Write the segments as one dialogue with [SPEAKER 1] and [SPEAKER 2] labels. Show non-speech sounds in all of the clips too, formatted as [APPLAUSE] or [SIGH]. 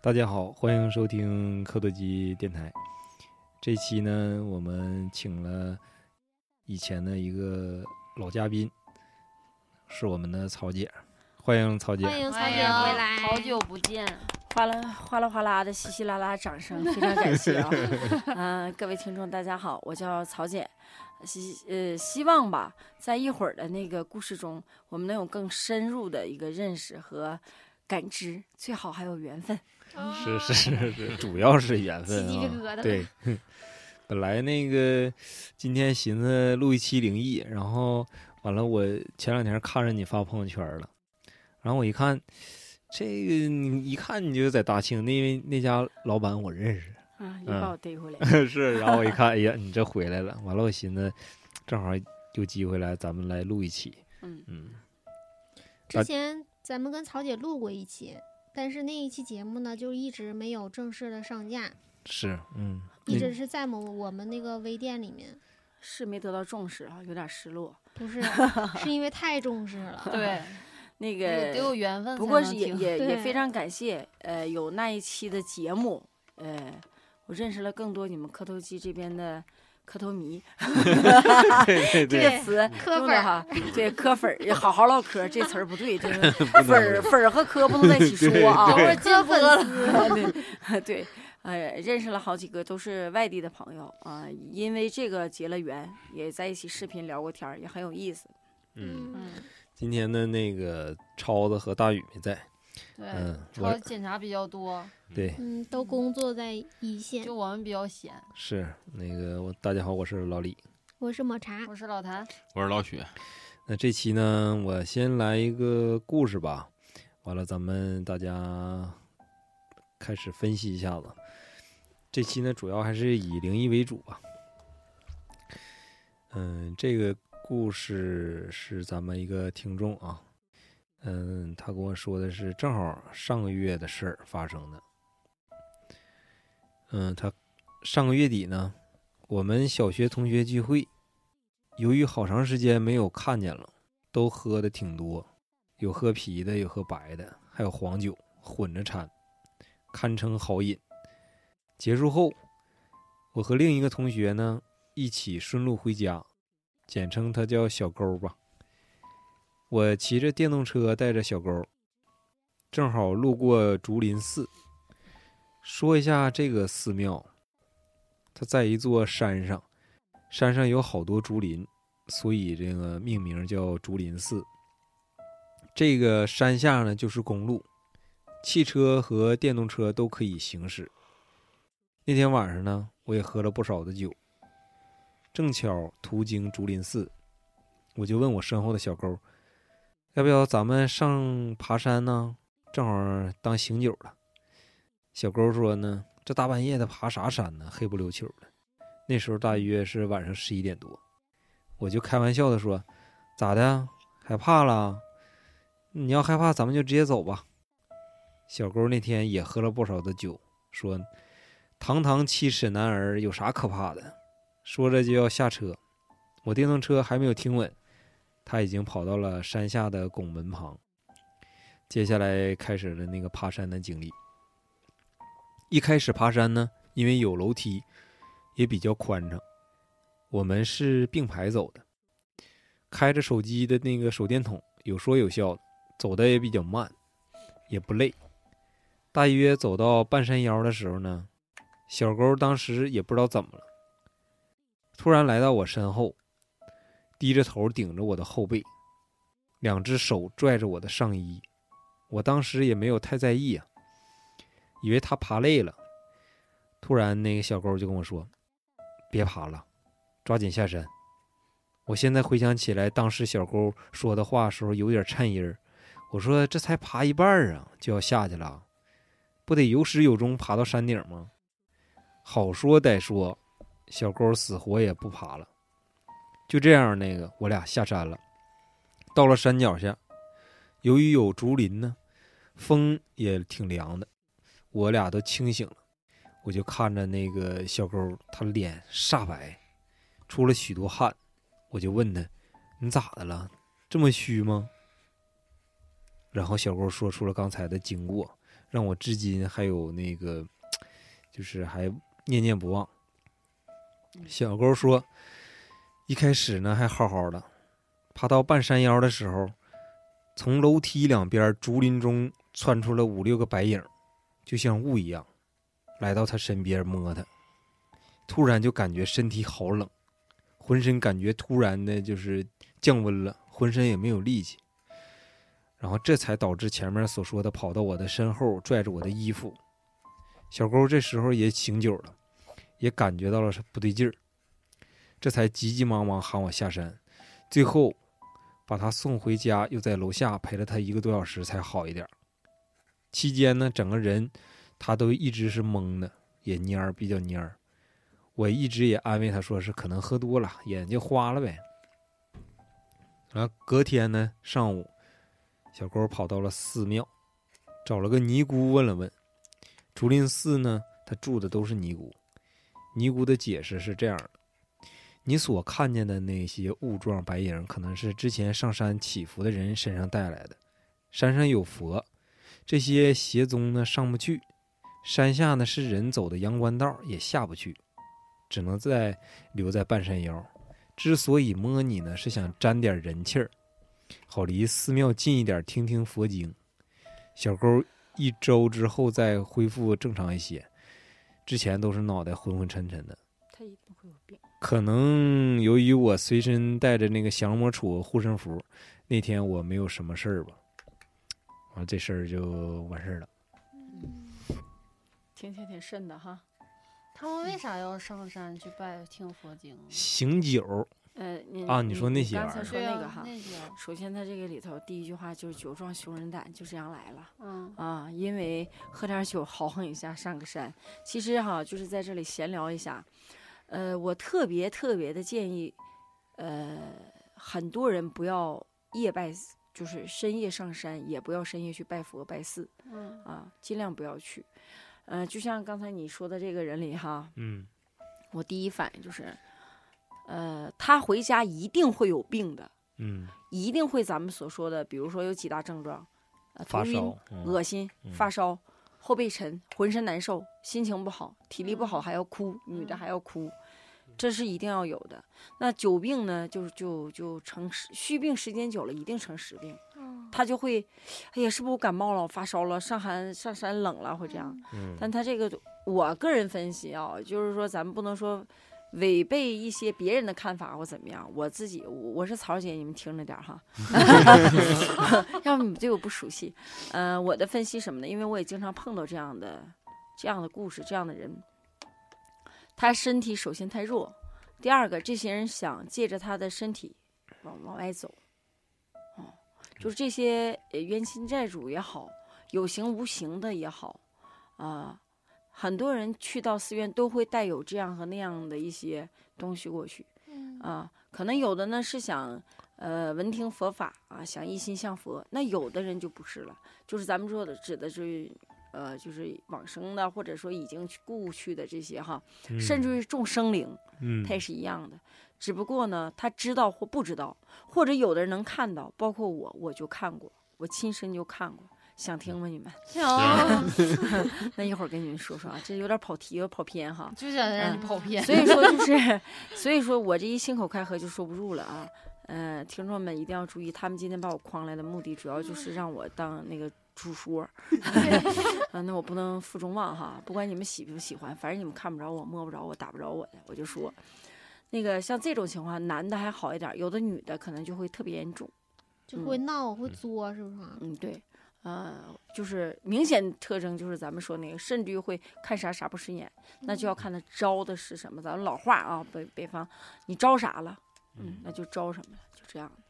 [SPEAKER 1] 大家好，欢迎收听科多基电台。这期呢，我们请了以前的一个老嘉宾，是我们的曹姐，欢迎曹姐。
[SPEAKER 2] 欢迎曹
[SPEAKER 3] 欢
[SPEAKER 2] 姐
[SPEAKER 3] 迎
[SPEAKER 2] 回
[SPEAKER 3] 回来
[SPEAKER 2] 来，好久不见。
[SPEAKER 4] 哗啦哗啦哗啦的稀稀拉拉掌声，非常感谢啊！嗯、各位听众大家好，我叫曹姐，希呃希望吧，在一会儿的那个故事中，我们能有更深入的一个认识和感知，最好还有缘分。
[SPEAKER 3] 哦
[SPEAKER 1] 是啊是是是，主要是缘
[SPEAKER 3] 起
[SPEAKER 1] 分
[SPEAKER 3] 鸡皮
[SPEAKER 1] 啊。
[SPEAKER 3] 疙瘩。
[SPEAKER 1] 对，本来那个今天寻思录一期灵异，然后完了，我前两天看着你发朋友圈了，然后我一看，这个你一看你就在大庆，那那家老板我认识。
[SPEAKER 4] 啊，又
[SPEAKER 1] 嗯
[SPEAKER 4] 把我逮回来。
[SPEAKER 1] [LAUGHS] 是，然后我一看，哎呀，你这回来了，完了，我寻思，正好有机会来，咱们来录一期。
[SPEAKER 4] 嗯，
[SPEAKER 1] 嗯，大
[SPEAKER 3] 之前咱们跟曹姐录过一期，但是那一期节目呢，就一直没有正式的上架，
[SPEAKER 1] 是，嗯，
[SPEAKER 3] 一
[SPEAKER 1] 那
[SPEAKER 3] 直是在我们我们那个微店里面。
[SPEAKER 4] 是没得到重视啊，有点失落。
[SPEAKER 3] 不是，是因为太重视了。
[SPEAKER 2] [LAUGHS]
[SPEAKER 4] [LAUGHS]
[SPEAKER 2] 对，
[SPEAKER 4] 那
[SPEAKER 2] 得有
[SPEAKER 4] 个，
[SPEAKER 2] 缘分才
[SPEAKER 4] 不过
[SPEAKER 2] 能
[SPEAKER 4] 是也
[SPEAKER 2] [LAUGHS] 听。
[SPEAKER 4] 也也
[SPEAKER 3] 对
[SPEAKER 4] 非常感谢，呃，有那一期的节目，呃，我认识了更多你们磕头机这边的磕头迷。
[SPEAKER 1] 对 [LAUGHS] 对嗯
[SPEAKER 4] 这
[SPEAKER 1] 对，
[SPEAKER 4] 个词
[SPEAKER 3] 磕
[SPEAKER 4] 用
[SPEAKER 3] 粉
[SPEAKER 4] 的
[SPEAKER 3] 儿
[SPEAKER 4] 哈，对磕粉儿，好好唠嗑这词儿
[SPEAKER 1] [LAUGHS]
[SPEAKER 4] 不对，这个
[SPEAKER 1] 不
[SPEAKER 4] 粉儿
[SPEAKER 1] 能
[SPEAKER 4] 粉儿和磕不能在一起说
[SPEAKER 2] 哦
[SPEAKER 4] 啊，
[SPEAKER 1] 对
[SPEAKER 3] 我磕粉丝，
[SPEAKER 4] 对 [LAUGHS] 对，呃，认识了好几个都是外地的朋友啊、因为这个结了缘，也在一起视频聊过天儿，也很有意思。
[SPEAKER 1] 嗯，
[SPEAKER 3] 嗯，
[SPEAKER 1] 今天的那个超子和大宇没在，
[SPEAKER 2] 对，
[SPEAKER 1] 嗯，
[SPEAKER 2] 超
[SPEAKER 1] 我
[SPEAKER 2] 检查比较多，
[SPEAKER 1] 对
[SPEAKER 3] 嗯，都工作在一线
[SPEAKER 2] 就。我们比较闲。
[SPEAKER 1] 是那个我大家好，我是老李。
[SPEAKER 3] 我是抹茶，
[SPEAKER 2] 我是老谭，
[SPEAKER 5] 我是老许，
[SPEAKER 1] 那这期呢，我先来一个故事吧，完了咱们大家开始分析一下子。这期呢，主要还是以灵异为主吧。嗯，这个故事是咱们一个听众啊，嗯，他跟我说的是正好上个月的事儿发生的。嗯，他上个月底呢，我们小学同学聚会，由于好长时间没有看见了，都喝的挺多，有喝啤的，有喝白的，还有黄酒混着掺，堪称好饮。结束后，我和另一个同学呢一起顺路回家，简称他叫小勾吧。我骑着电动车带着小勾，正好路过竹林寺。说一下这个寺庙，它在一座山上。山上有好多竹林，所以这个命名叫竹林寺。这个山下呢就是公路，汽车和电动车都可以行驶。那天晚上呢，我也喝了不少的酒，正巧途经竹林寺，我就问我身后的小勾，要不要咱们上爬山呢？正好当醒酒了。小勾说呢，这大半夜的爬啥山呢？黑不溜秋的。那时候大约是晚上十一点多，我就开玩笑的说：“咋的，害怕了？你要害怕，咱们就直接走吧。”小勾那天也喝了不少的酒，说：“堂堂七尺男儿有啥可怕的？”说着就要下车，我电动车还没有停稳，他已经跑到了山下的拱门旁。接下来开始了那个爬山的经历。一开始爬山呢，因为有楼梯，也比较宽敞。我们是并排走的，开着手机的那个手电筒，有说有笑的，走的也比较慢，也不累。大约走到半山腰的时候呢，小勾当时也不知道怎么了，突然来到我身后，低着头顶着我的后背，两只手拽着我的上衣。我当时也没有太在意啊，以为他爬累了。突然，那个小勾就跟我说：“别爬了，抓紧下山。”我现在回想起来，当时小勾说的话时候有点颤音儿。我说：“这才爬一半儿啊，就要下去了，不得有始有终爬到山顶吗？”好说歹说，小勾死活也不爬了。就这样，那个我俩下山了，到了山脚下，由于有竹林呢，风也挺凉的，我俩都清醒了。我就看着那个小勾，他脸煞白，出了许多汗。我就问他：“你咋的了？这么虚吗？”然后小勾说出了刚才的经过，让我至今还有那个，就是还念念不忘。小勾说，一开始呢还好好的，爬到半山腰的时候，从楼梯两边竹林中窜出了五六个白影儿，就像雾一样，来到他身边摸他，突然就感觉身体好冷，浑身感觉突然的就是降温了，浑身也没有力气。然后这才导致前面所说的跑到我的身后拽着我的衣服。小勾这时候也醒酒了，也感觉到了是不对劲儿，这才急急忙忙喊我下山，最后把他送回家，又在楼下陪了他一个多小时才好一点儿。期间呢，整个人他都一直是懵的，也蔫儿，比较蔫儿。我一直也安慰他说是可能喝多了，眼睛花了呗。然后隔天呢，上午小狗跑到了寺庙，找了个尼姑问了问。竹林寺呢，他住的都是尼姑。尼姑的解释是这样的：你所看见的那些雾状白影，可能是之前上山祈福的人身上带来的。山上有佛，这些邪宗呢上不去；山下呢是人走的阳关道，也下不去，只能在留在半山腰。之所以摸你呢，是想沾点人气儿，好离寺庙近一点，听听佛经。小勾一周之后再恢复正常一些，之前都是脑袋昏昏沉沉的。
[SPEAKER 4] 他一定会有病。
[SPEAKER 1] 可能由于我随身带着那个降魔杵护身符，那天我没有什么事儿吧，完了这事儿就完事儿了。
[SPEAKER 4] 嗯听挺挺慎的哈。
[SPEAKER 2] 他们为啥要上山去拜听佛经啊？
[SPEAKER 1] 醒酒，
[SPEAKER 4] 呃，你
[SPEAKER 1] 啊你说那些
[SPEAKER 4] 刚
[SPEAKER 1] 玩意
[SPEAKER 4] 才
[SPEAKER 1] 儿
[SPEAKER 4] 说
[SPEAKER 2] 对
[SPEAKER 4] 那个
[SPEAKER 2] 啊
[SPEAKER 4] 哈，，
[SPEAKER 2] 那些，
[SPEAKER 4] 首先他这个里头第一句话就是“酒壮熊人胆”，就这样来了。
[SPEAKER 2] [LAUGHS] 嗯，
[SPEAKER 4] 啊，因为喝点儿酒豪横一下上个山。其实哈，就是在这里闲聊一下。呃，我特别特别的建议，呃，很多人不要夜拜，就是深夜上山，也不要深夜去拜佛拜寺
[SPEAKER 2] 嗯
[SPEAKER 4] 啊，尽量不要去。呃，就像刚才你说的这个人里哈，
[SPEAKER 1] 嗯，
[SPEAKER 4] 我第一反应就是，呃，他回家一定会有病的，
[SPEAKER 1] 嗯，
[SPEAKER 4] 一定会咱们所说的，比如说有几大症状，呃，头
[SPEAKER 1] 发
[SPEAKER 4] 晕
[SPEAKER 1] 烧，嗯
[SPEAKER 4] 恶心、发烧、后背沉、浑身难受、心情不好、体力不好，还要哭，女的还要哭，这是一定要有的。那久病呢，就就就成实虚病，时间久了一定成实病，
[SPEAKER 3] 哦，
[SPEAKER 4] 他就会，哎呀，是不是我感冒了、发烧了、上寒上山冷了，会这样。
[SPEAKER 1] 嗯
[SPEAKER 4] 但他这个，我个人分析啊，就是说咱们不能说。违背一些别人的看法或怎么样，我自己我我是曹姐，你们听着点儿哈， [LAUGHS] 要不你们对我不熟悉。呃，我的分析什么呢？因为我也经常碰到这样的、这样的故事、这样的人，他身体首先太弱，第二个，这些人想借着他的身体往往外走，哦，就是这些呃冤亲债主也好，有形无形的也好，啊、很多人去到寺院都会带有这样和那样的一些东西过去，
[SPEAKER 3] 嗯
[SPEAKER 4] 啊，可能有的呢是想呃闻听佛法啊，想一心向佛；那有的人就不是了，就是咱们说的指的是呃，就是往生的，或者说已经去故去的这些哈，甚至于众生灵，
[SPEAKER 1] 嗯
[SPEAKER 4] 它也是一样的。只不过呢，他知道或不知道，或者有的人能看到，包括我，我就看过，我亲身就看过。想听吗？你们？
[SPEAKER 2] 行，
[SPEAKER 4] 那一会儿跟你们说说啊，这有点跑题，有点跑偏哈。
[SPEAKER 2] 就想让你跑偏。 [LAUGHS]
[SPEAKER 4] 所以说就是，所以说我这一信口开河就说不住了啊。呃，听众们一定要注意，他们今天把我框来的目的，主要就是让我当那个主说。啊，那我不能负众望哈，不管你们喜不喜欢，反正你们看不着我，摸不着我，打不着我的，我就说。那个像这种情况，男的还好一点，有的女的可能就会特别严重。
[SPEAKER 3] 就会闹，会作，是不是啊？
[SPEAKER 4] 嗯，对，呃，就是明显特征就是咱们说那个，甚至于会看啥啥不顺眼，那就要看他招的是什么。咱们老话啊，北北方，你招啥了，嗯，那就招什么了，就这样的。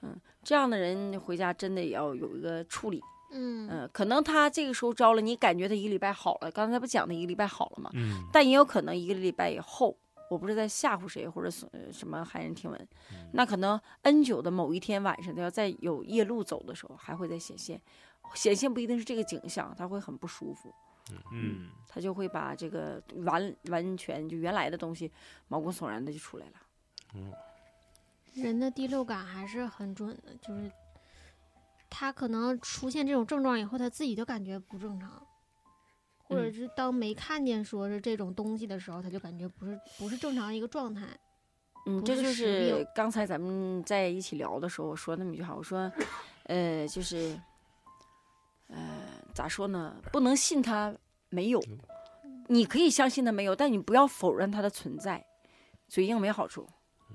[SPEAKER 4] 嗯，这样的人回家真的也要有一个处理。
[SPEAKER 3] 嗯
[SPEAKER 4] 嗯，可能他这个时候招了，你感觉他一个礼拜好了，刚才不讲的一个礼拜好了吗？
[SPEAKER 1] 嗯
[SPEAKER 4] 但也有可能一个礼拜以后，我不是在吓唬谁或者什呃什么骇人听闻，那可能 N 九的某一天晚上，他要再有夜路走的时候，还会再显现，显现不一定是这个景象，他会很不舒服，
[SPEAKER 1] 嗯
[SPEAKER 4] 他就会把这个完完全就原来的东西毛骨悚然的就出来了。
[SPEAKER 3] 人的第六感还是很准的，就是他可能出现这种症状以后，他自己就感觉不正常，或者
[SPEAKER 4] 嗯
[SPEAKER 3] 是当没看见说是这种东西的时候，他就感觉不是不是正常一个状态。
[SPEAKER 4] 嗯，
[SPEAKER 3] 不
[SPEAKER 4] 这
[SPEAKER 3] 是
[SPEAKER 4] 就
[SPEAKER 3] 实哦
[SPEAKER 4] 是
[SPEAKER 3] 用
[SPEAKER 4] 刚才咱们在一起聊的时候，我说那么一句话，我说，呃，就是，呃，咋说呢？不能信他没有，你可以相信他没有，但你不要否认他的存在。嘴硬没好处，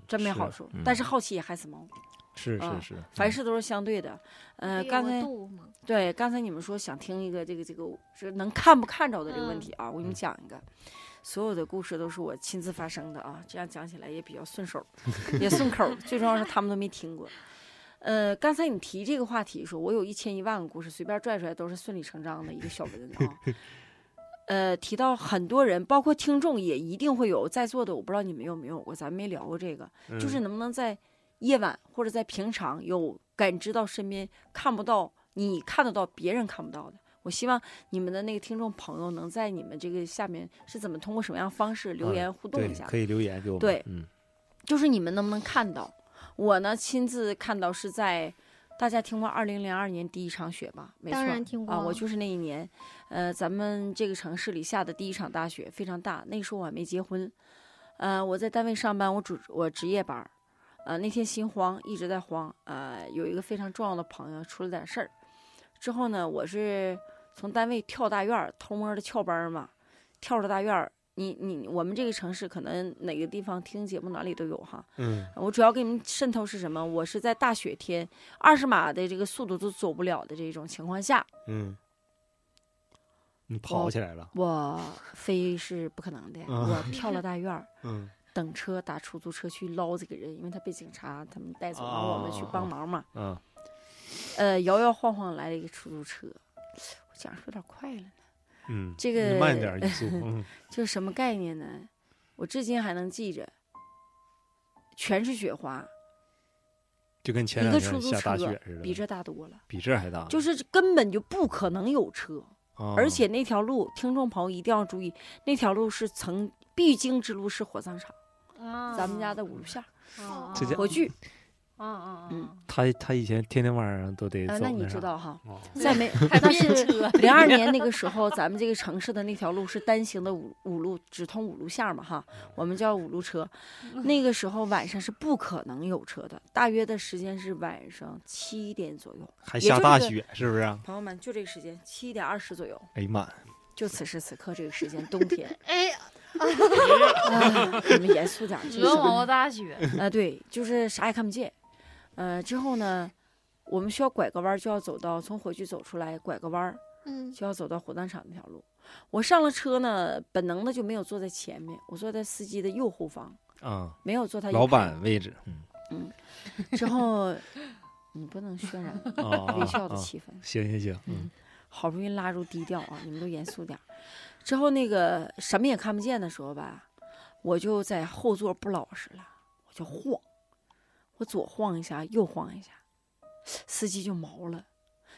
[SPEAKER 4] 真没
[SPEAKER 1] 是嗯
[SPEAKER 4] 好处。但是
[SPEAKER 5] 嗯
[SPEAKER 4] 好奇也害死猫，
[SPEAKER 1] 是
[SPEAKER 4] 啊
[SPEAKER 1] 是是，
[SPEAKER 4] 凡事都是相对的。呃，
[SPEAKER 3] 得有
[SPEAKER 4] 刚
[SPEAKER 3] 个
[SPEAKER 4] 才
[SPEAKER 3] 度嘛，
[SPEAKER 4] 对，刚才你们说想听一个这个这个是能看不看着的这个问
[SPEAKER 2] 嗯
[SPEAKER 4] 题啊，我给你们讲一个，所有的故事都是我亲自发生的啊，这样讲起来也比较顺手，也顺口儿，最重要是他们都没听过。呃，刚才你提这个话题说，我有一千一万个故事，随便拽出来都是顺理成章的一个小文啊。呃，提到很多人，包括听众也一定会有，在座的我不知道你们有没有过，咱没聊过这个，
[SPEAKER 1] 嗯
[SPEAKER 4] 就是能不能在夜晚或者在平常有感知到身边看不到、你看得到、别人看不到的。我希望你们的那个听众朋友能在你们这个下面是怎么通过什么样方式留
[SPEAKER 1] 嗯
[SPEAKER 4] 言互动
[SPEAKER 1] 对
[SPEAKER 4] 一下，
[SPEAKER 1] 可以留言给我们。
[SPEAKER 4] 对
[SPEAKER 1] 嗯，
[SPEAKER 4] 就是你们能不能看到？我呢亲自看到是在大家听过二零零二年第一场雪吧？没错
[SPEAKER 3] 当然听过
[SPEAKER 4] 啊，我就是那一年，呃，咱们这个城市里下的第一场大雪非常大。那时候我还没结婚，呃，我在单位上班，我主我值夜班儿，呃，那天心慌，一直在慌，呃，有一个非常重要的朋友出了点事儿，之后呢，我是从单位跳大院儿，偷摸的翘班儿嘛，跳着大院儿。你你我们这个城市可能哪个地方听节目哪里都有哈，
[SPEAKER 1] 嗯，
[SPEAKER 4] 我主要给你们渗透是什么？我是在大雪天二十码的这个速度都走不了的这种情况下，
[SPEAKER 1] 嗯，你跑起来了，
[SPEAKER 4] 我飞是不可能的。
[SPEAKER 1] 啊
[SPEAKER 4] 我跳了大院儿，
[SPEAKER 1] 嗯
[SPEAKER 4] 等车打出租车去捞这个人，因为他被警察他们带走了，我们去
[SPEAKER 1] 啊
[SPEAKER 4] 帮忙嘛。
[SPEAKER 1] 啊，
[SPEAKER 4] 呃，摇摇晃晃来了一个出租车，我讲是有点快了呢。
[SPEAKER 1] 嗯，
[SPEAKER 4] 这个
[SPEAKER 1] 你慢点儿语
[SPEAKER 4] [LAUGHS]
[SPEAKER 1] 速，嗯
[SPEAKER 4] 就是什么概念呢？我至今还能记着，全是雪花，
[SPEAKER 1] 就跟前
[SPEAKER 4] 一
[SPEAKER 1] 两
[SPEAKER 4] 个出
[SPEAKER 1] 天
[SPEAKER 4] 租
[SPEAKER 1] 下大
[SPEAKER 4] 车
[SPEAKER 1] 雪似的，
[SPEAKER 4] 比这大多了，
[SPEAKER 1] 比这还大，
[SPEAKER 4] 就是根本就不可能有车。
[SPEAKER 1] 啊，
[SPEAKER 4] 而且那条路，听众朋友一定要注意，那条路是曾必经之路，是火葬场，
[SPEAKER 2] 啊，
[SPEAKER 4] 咱们家的五路线儿，
[SPEAKER 2] 啊，
[SPEAKER 1] 嗯这叫
[SPEAKER 4] 火炬。
[SPEAKER 2] 啊啊，。
[SPEAKER 4] 嗯
[SPEAKER 1] 他他以前天天晚上都得
[SPEAKER 4] 呃，
[SPEAKER 1] 走
[SPEAKER 4] 那你
[SPEAKER 1] 啥
[SPEAKER 4] 知道哈，
[SPEAKER 1] 哦
[SPEAKER 4] 在
[SPEAKER 1] [LAUGHS]
[SPEAKER 4] 没，但是零二年那个时候，咱们这个城市的那条路是单行的五五路，只通五路线儿嘛哈，
[SPEAKER 1] 嗯
[SPEAKER 4] 我们叫五
[SPEAKER 1] [LAUGHS]
[SPEAKER 4] 路车。那个时候晚上是不可能有车的，大约的时间是晚上七点左右。
[SPEAKER 1] 还
[SPEAKER 4] 也
[SPEAKER 1] 下
[SPEAKER 4] 就
[SPEAKER 1] 大
[SPEAKER 4] 是
[SPEAKER 1] 雪是不是啊？
[SPEAKER 4] 朋友们，就这个时间，七点二十左右，
[SPEAKER 1] 哎呀妈呀，
[SPEAKER 4] 就此时此刻这个时间， [LAUGHS] 冬天
[SPEAKER 2] 哎，
[SPEAKER 4] 啊你们严肃点儿，这个
[SPEAKER 2] 鹅毛大雪，
[SPEAKER 4] 啊，对，就是啥也看不见。呃，之后呢，我们需要拐个弯儿，就要走到从火炬走出来，拐个弯儿
[SPEAKER 3] 嗯，
[SPEAKER 4] 就要走到火葬场那条路。我上了车呢，本能的就没有坐在前面，我坐在司机的右后方，
[SPEAKER 1] 啊，
[SPEAKER 4] 没有坐他右
[SPEAKER 1] 老
[SPEAKER 4] 排
[SPEAKER 1] 板。位置
[SPEAKER 4] 之后， [LAUGHS] 你不能
[SPEAKER 1] [LAUGHS]
[SPEAKER 4] 渲染
[SPEAKER 1] 啊啊，
[SPEAKER 4] 微笑的
[SPEAKER 1] 啊
[SPEAKER 4] 气氛，
[SPEAKER 1] 行行行，嗯
[SPEAKER 4] 好不容易拉住低调啊，你们都严肃点儿。之后那个什么也看不见的时候吧，我就在后座不老实了，我就晃，我左晃一下，右晃一下，司机就毛了。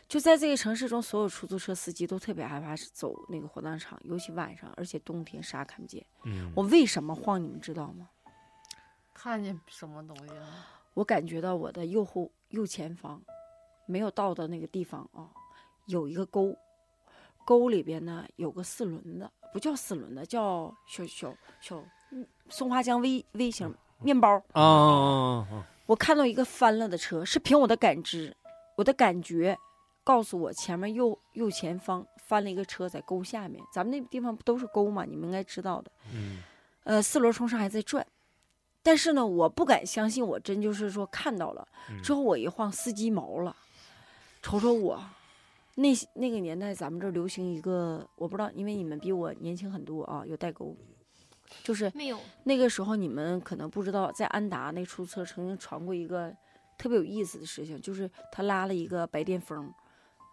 [SPEAKER 4] 就在这个城市中，所有出租车司机都特别害怕走那个火葬场，尤其晚上，而且冬天啥也看不见。
[SPEAKER 1] 嗯，
[SPEAKER 4] 我为什么晃，你们知道吗？
[SPEAKER 2] 看见什么东西了？
[SPEAKER 4] 我感觉到我的右后右前方，没有到的那个地方啊、有一个沟，沟里边呢有个四轮的，不叫四轮的，叫小小小嗯松花江 V V 型面包。
[SPEAKER 1] 啊啊啊啊啊
[SPEAKER 4] 我看到一个翻了的车，是凭我的感知，我的感觉告诉我前面右右前方翻了一个车在沟下面。咱们那地方不都是沟吗？你们应该知道的。
[SPEAKER 1] 嗯
[SPEAKER 4] 呃，四轮冲上还在转，但是呢，我不敢相信，我真就是说看到了。
[SPEAKER 1] 嗯
[SPEAKER 4] 之后我一晃，司机毛了，瞅瞅我，那那个年代咱们这儿流行一个，我不知道，因为你们比我年轻很多啊，有代沟，就是
[SPEAKER 3] 没有，
[SPEAKER 4] 那个时候你们可能不知道，在安达那出租车曾经传过一个特别有意思的事情，就是他拉了一个白癜风，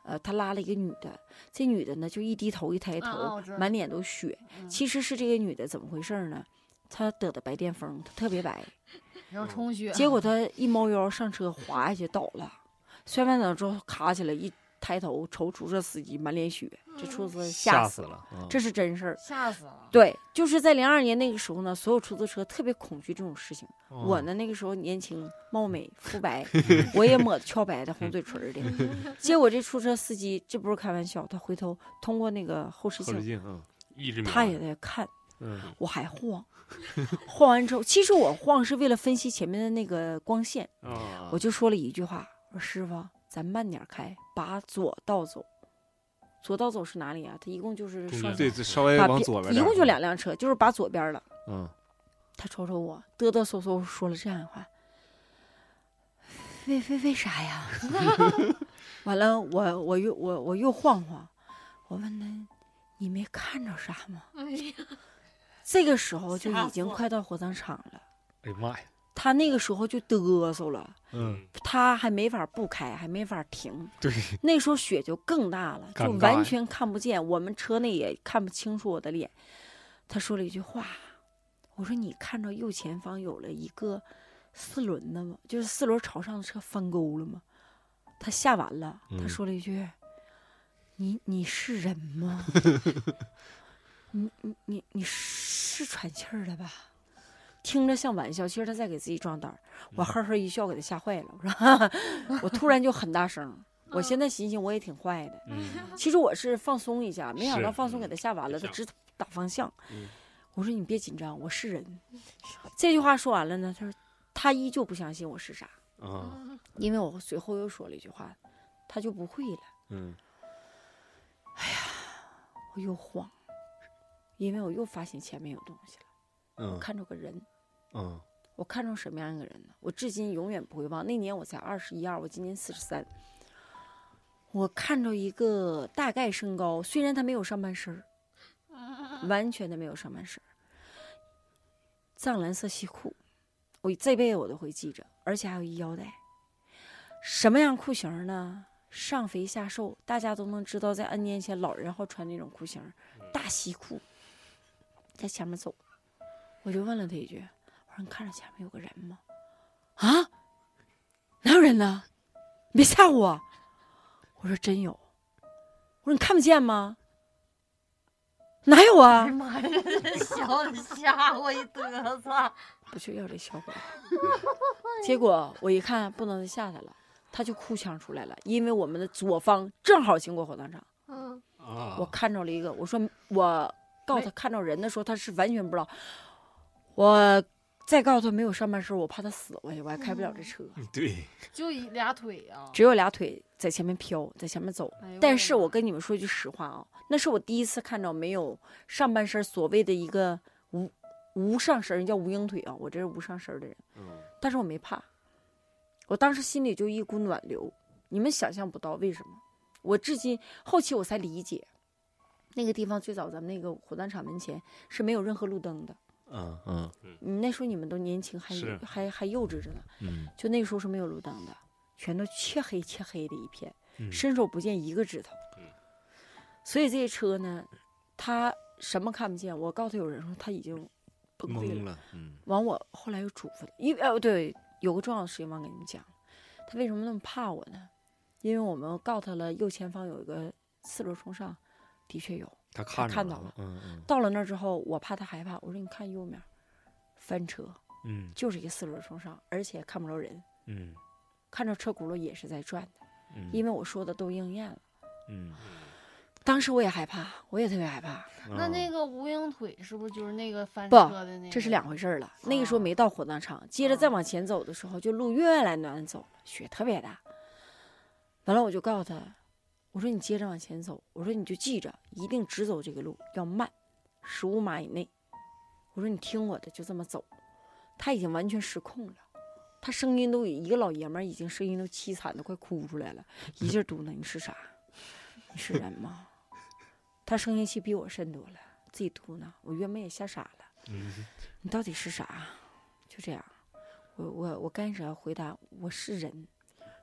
[SPEAKER 4] 呃，他拉了一个女的，这女的呢就一低头一抬头，
[SPEAKER 2] 啊啊我知道
[SPEAKER 4] 满脸都血。
[SPEAKER 2] 嗯
[SPEAKER 4] 其实是这个女的怎么回事儿呢？她得的白癜风，她特别白，
[SPEAKER 2] 嗯要冲雪，
[SPEAKER 4] 结果她一猫腰上车滑下去倒了，摔完倒之后卡起来，一抬头瞅出租车司机满脸血，这出租车
[SPEAKER 1] 吓
[SPEAKER 4] 死
[SPEAKER 1] 死了，啊
[SPEAKER 4] 这是真事儿。
[SPEAKER 2] [LAUGHS] 吓死了。
[SPEAKER 4] 对，就是在零二年那个时候呢，所有出租车特别恐惧这种事情。
[SPEAKER 1] 嗯
[SPEAKER 4] 我呢那个时候年轻貌美肤白，我也抹俏白的红嘴唇儿的。结果这出租车司机，这不是开玩笑，他回头通过那个后视
[SPEAKER 1] 后视
[SPEAKER 4] 镜，
[SPEAKER 1] 镜啊，
[SPEAKER 5] 一直
[SPEAKER 4] 他也在看，
[SPEAKER 1] 嗯
[SPEAKER 4] 我还晃，晃完之后，其实我晃是为了分析前面的那个光线，
[SPEAKER 5] 啊
[SPEAKER 4] 我就说了一句话，我说师傅，咱慢点儿开，把左道走。左道走是哪里啊？它一共就是
[SPEAKER 5] 中
[SPEAKER 4] 双
[SPEAKER 5] 间
[SPEAKER 1] 对，这稍微
[SPEAKER 4] 把
[SPEAKER 1] 往
[SPEAKER 4] 别
[SPEAKER 1] 左边
[SPEAKER 4] 一
[SPEAKER 1] 点儿啊
[SPEAKER 4] 共就两辆车，就是把左边儿了。
[SPEAKER 1] 嗯，
[SPEAKER 4] 他瞅瞅我，嘚嘚嗖嗖说了这样的话，为为为啥呀？ [LAUGHS] 完了，我我又我我又晃晃，我问他，你没看着啥吗？
[SPEAKER 3] 哎呀，
[SPEAKER 4] 这个时候就
[SPEAKER 2] 吓
[SPEAKER 4] 已经
[SPEAKER 2] 死我
[SPEAKER 4] 快到火葬场了，
[SPEAKER 1] 哎呀妈呀，
[SPEAKER 4] 他那个时候就嘚瑟了，
[SPEAKER 1] 嗯，
[SPEAKER 4] 他还没法不开，还没法停。
[SPEAKER 1] 对，
[SPEAKER 4] 那时候雪就更大了，就
[SPEAKER 1] 尴尬呀
[SPEAKER 4] 完全看不见，我们车内也看不清楚我的脸。他说了一句话，我说你看着右前方有了一个四轮的吗？就是四轮朝上的车翻沟了吗？他吓完了，他
[SPEAKER 1] 嗯
[SPEAKER 4] 说了一句：“你你是人吗？你你你你是喘气儿了吧？”听着像玩笑，其实他在给自己壮胆儿。我呵呵一笑，给他吓坏了。我说哈哈，我突然就很大声儿。我现在寻思，我也挺坏的。
[SPEAKER 5] 嗯
[SPEAKER 4] 其实我是放松一下，没想
[SPEAKER 5] 是
[SPEAKER 4] 到放松
[SPEAKER 5] 嗯
[SPEAKER 4] 给他吓完了，
[SPEAKER 5] 吓
[SPEAKER 4] 他直打方向。
[SPEAKER 1] 嗯
[SPEAKER 4] 我说你别紧张，我是人。这句话说完了呢，他说他依旧不相信我是啥，
[SPEAKER 1] [LAUGHS] 啊，
[SPEAKER 4] 因为我随后又说了一句话，他就不会了。
[SPEAKER 1] 嗯
[SPEAKER 4] 我又慌，因为我又发现前面有东西了，
[SPEAKER 1] 嗯
[SPEAKER 4] 看着个人。
[SPEAKER 1] 嗯
[SPEAKER 4] 我看中什么样一个人呢？我至今永远不会忘。那年我才二十一二，我今年四十三。我看着一个大概身高，虽然他没有上半身儿，完全的没有上半身儿，藏蓝色西裤，我这辈子我都会记着，而且还有一腰带。什么样裤型儿呢？上肥下瘦，大家都能知道，在 N 年前老人好穿那种裤型儿，大西裤，在前面走。我就问了他一句：“我说你看着前面有个人吗？啊，哪有人呢？你别吓唬我！我说真有。我说你看不见吗？哪有啊？
[SPEAKER 2] 妈呀，小吓我一嘚瑟。
[SPEAKER 4] 不就要这小 [LAUGHS] 狗？结果我一看不能再吓他了，他就哭腔出来了，因为我们的左方正好经过火葬场，
[SPEAKER 3] 嗯，
[SPEAKER 1] 哦
[SPEAKER 5] 啊
[SPEAKER 4] 我看着了一个，我说我告诉他看着人的时候，他是完全不知道，我再告诉他没有上半身，我怕他死我去，我还开不了这车，
[SPEAKER 1] 嗯
[SPEAKER 5] 对，
[SPEAKER 2] 就一俩腿啊。
[SPEAKER 4] 只有俩腿在前面飘，在前面走。
[SPEAKER 2] 哎呦
[SPEAKER 4] 但是
[SPEAKER 2] 我
[SPEAKER 4] 我跟你们说句实话啊，那是我第一次看到没有上半身所谓的一个无无上身儿，叫无影腿啊，我这是无上身儿的人。
[SPEAKER 1] 嗯
[SPEAKER 4] 但是我没怕，我当时心里就一股暖流，你们想象不到为什么。我至今后期我才理解，那个地方最早咱们那个火葬场门前是没有任何路灯的。
[SPEAKER 1] 嗯嗯
[SPEAKER 4] 嗯，那时候你们都年轻，还
[SPEAKER 5] 是
[SPEAKER 4] 还还幼稚着呢，
[SPEAKER 1] 嗯
[SPEAKER 4] 就那时候是没有路灯的，全都漆黑漆黑的一片，
[SPEAKER 1] 嗯
[SPEAKER 4] 伸手不见一个指头。
[SPEAKER 5] 嗯
[SPEAKER 4] 所以这些车呢，他什么看不见？我告诉他有人说他已经崩溃了
[SPEAKER 1] 懵。了，嗯
[SPEAKER 4] 完，我后来又嘱咐他，因为呃对，有个重要的事情忘跟你们讲，他为什么那么怕我呢？因为我们告诉他了，右前方有一个四轮冲上，的确有。
[SPEAKER 1] 他看着
[SPEAKER 4] 看到了
[SPEAKER 1] 嗯嗯
[SPEAKER 4] 到了那儿之后，我怕他害怕，我说你看右面，翻车，
[SPEAKER 1] 嗯
[SPEAKER 4] 就是一个四轮冲上，而且看不着人，
[SPEAKER 1] 嗯
[SPEAKER 4] 看着车轱辘也是在转的，
[SPEAKER 1] 嗯，
[SPEAKER 4] 因为我说的都应验了。
[SPEAKER 1] 嗯
[SPEAKER 4] 当时我也害怕，我也特别害怕，
[SPEAKER 2] 那那
[SPEAKER 1] 个
[SPEAKER 2] 个无影腿是不是就是那个翻
[SPEAKER 4] 不
[SPEAKER 2] 车的那个？
[SPEAKER 4] 这是两回事儿了。那个时候
[SPEAKER 2] 哦
[SPEAKER 4] 没到火葬场，接着
[SPEAKER 2] 哦
[SPEAKER 4] 再往前走的时候，就路越来越难走了，雪特别大。完了，我就告诉他，我说你接着往前走，我说你就记着，一定直走这个路，要慢，十五码以内。我说你听我的，就这么走。他已经完全失控了，他声音都一个老爷们儿，已经声音都凄惨的快哭出来了，一劲儿嘟囔：“你是啥？你是人吗？”他声音气比我深多了，自己嘟囔，我原本也吓傻了。
[SPEAKER 5] 嗯
[SPEAKER 4] 你到底是啥？啊就这样，我我我干啥回答？我是人，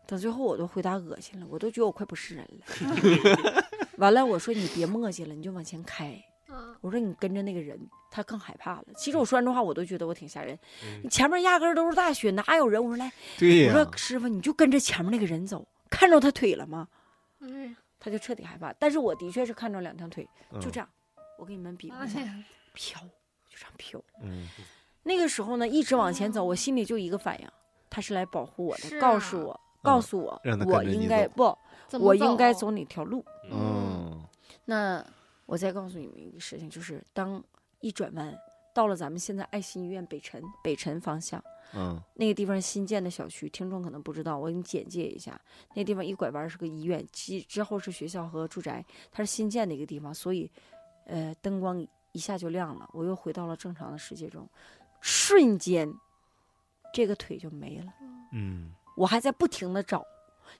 [SPEAKER 4] 等最后我都回答恶心了，我都觉得我快不是人了。 [LAUGHS] 完了，我说你别磨叽了，你就往前开。
[SPEAKER 3] 啊，
[SPEAKER 4] 我说你跟着那个人，他更害怕了。其实我说完这话，我都觉得我挺吓人。
[SPEAKER 5] 嗯
[SPEAKER 4] 你前面压根儿都是大雪，哪有人？我说来，
[SPEAKER 1] 对
[SPEAKER 4] 我
[SPEAKER 1] 呀，
[SPEAKER 4] 说师傅，你就跟着前面那个人走，看着他腿了吗？
[SPEAKER 3] 哎呀，
[SPEAKER 4] 他就彻底害怕。但是我的确是看着两条腿，就
[SPEAKER 1] 嗯
[SPEAKER 4] 这样。我给你们比划一下，
[SPEAKER 2] 哎呀
[SPEAKER 4] 飘，上飘。
[SPEAKER 1] 嗯
[SPEAKER 4] 那个时候呢，一直往前走，我心里就一个反应，他啊是来保护我
[SPEAKER 3] 是
[SPEAKER 4] 的，
[SPEAKER 3] 啊
[SPEAKER 4] 告诉我，告诉我
[SPEAKER 1] 嗯让他，
[SPEAKER 4] 我
[SPEAKER 1] 跟着你
[SPEAKER 4] 应该
[SPEAKER 1] 走
[SPEAKER 4] 不，
[SPEAKER 3] 怎么
[SPEAKER 4] 我应该
[SPEAKER 3] 走
[SPEAKER 4] 走哪条路。
[SPEAKER 1] 嗯
[SPEAKER 4] 那我再告诉你们一个事情，就是当一转弯到了咱们现在爱心医院北辰北辰方向
[SPEAKER 1] 嗯
[SPEAKER 4] 那个地方新建的小区，听众可能不知道，我给你简介一下，那地方一拐弯是个医院，之之后是学校和住宅，它是新建的一个地方，所以呃灯光一下就亮了，我又回到了正常的世界中，瞬间这个腿就没了，
[SPEAKER 1] 嗯
[SPEAKER 4] 我还在不停的找，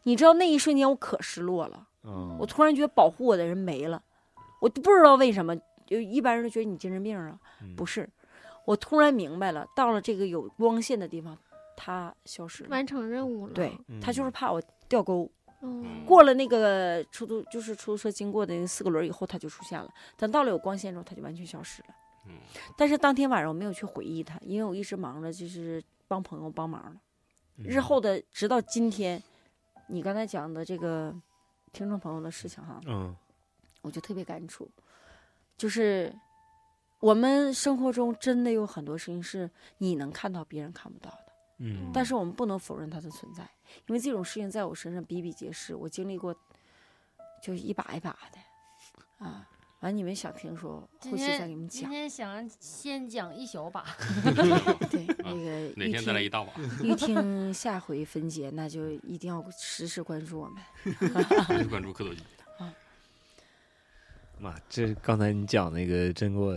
[SPEAKER 4] 你知道那一瞬间我可失落了。
[SPEAKER 1] 嗯，
[SPEAKER 4] 我突然觉得保护我的人没了，我都不知道为什么，就一般人都觉得你精神病啊了，
[SPEAKER 1] 嗯
[SPEAKER 4] 不是，我突然明白了，到了这个有光线的地方，它消失了，
[SPEAKER 3] 完成任务了。
[SPEAKER 4] 对，
[SPEAKER 1] 嗯
[SPEAKER 4] 它就是怕我掉沟，
[SPEAKER 3] 嗯，
[SPEAKER 4] 过了那个出租就是出租车经过的那四个轮儿以后，它就出现了，等到了有光线之后，它就完全消失了。
[SPEAKER 5] 嗯
[SPEAKER 4] 但是当天晚上我没有去回忆它，因为我一直忙着就是帮朋友帮忙了。
[SPEAKER 1] 嗯
[SPEAKER 4] 日后的直到今天，你刚才讲的这个听众朋友的事情哈，
[SPEAKER 1] 嗯
[SPEAKER 4] 我就特别感触，就是我们生活中真的有很多事情是你能看到别人看不到的，
[SPEAKER 1] 嗯，
[SPEAKER 4] 但是我们不能否认它的存在，因为这种事情在我身上比比皆是，我经历过，就是一把一把的，啊，完你们想听说，
[SPEAKER 2] 今
[SPEAKER 4] 后期再
[SPEAKER 2] 天
[SPEAKER 4] 给你们
[SPEAKER 2] 今
[SPEAKER 4] 讲。
[SPEAKER 2] 天想先讲一小
[SPEAKER 1] [LAUGHS]
[SPEAKER 2] 把， [LAUGHS]
[SPEAKER 4] 对，
[SPEAKER 5] 啊
[SPEAKER 4] 那个
[SPEAKER 5] 哪
[SPEAKER 4] 一
[SPEAKER 5] 天咱俩
[SPEAKER 4] 听
[SPEAKER 5] 一啊大把，
[SPEAKER 4] 一听下回分解，那就一定要时时关注我们。
[SPEAKER 5] 就是关注蝌蚪机。
[SPEAKER 1] 妈，这刚才你讲那个真给我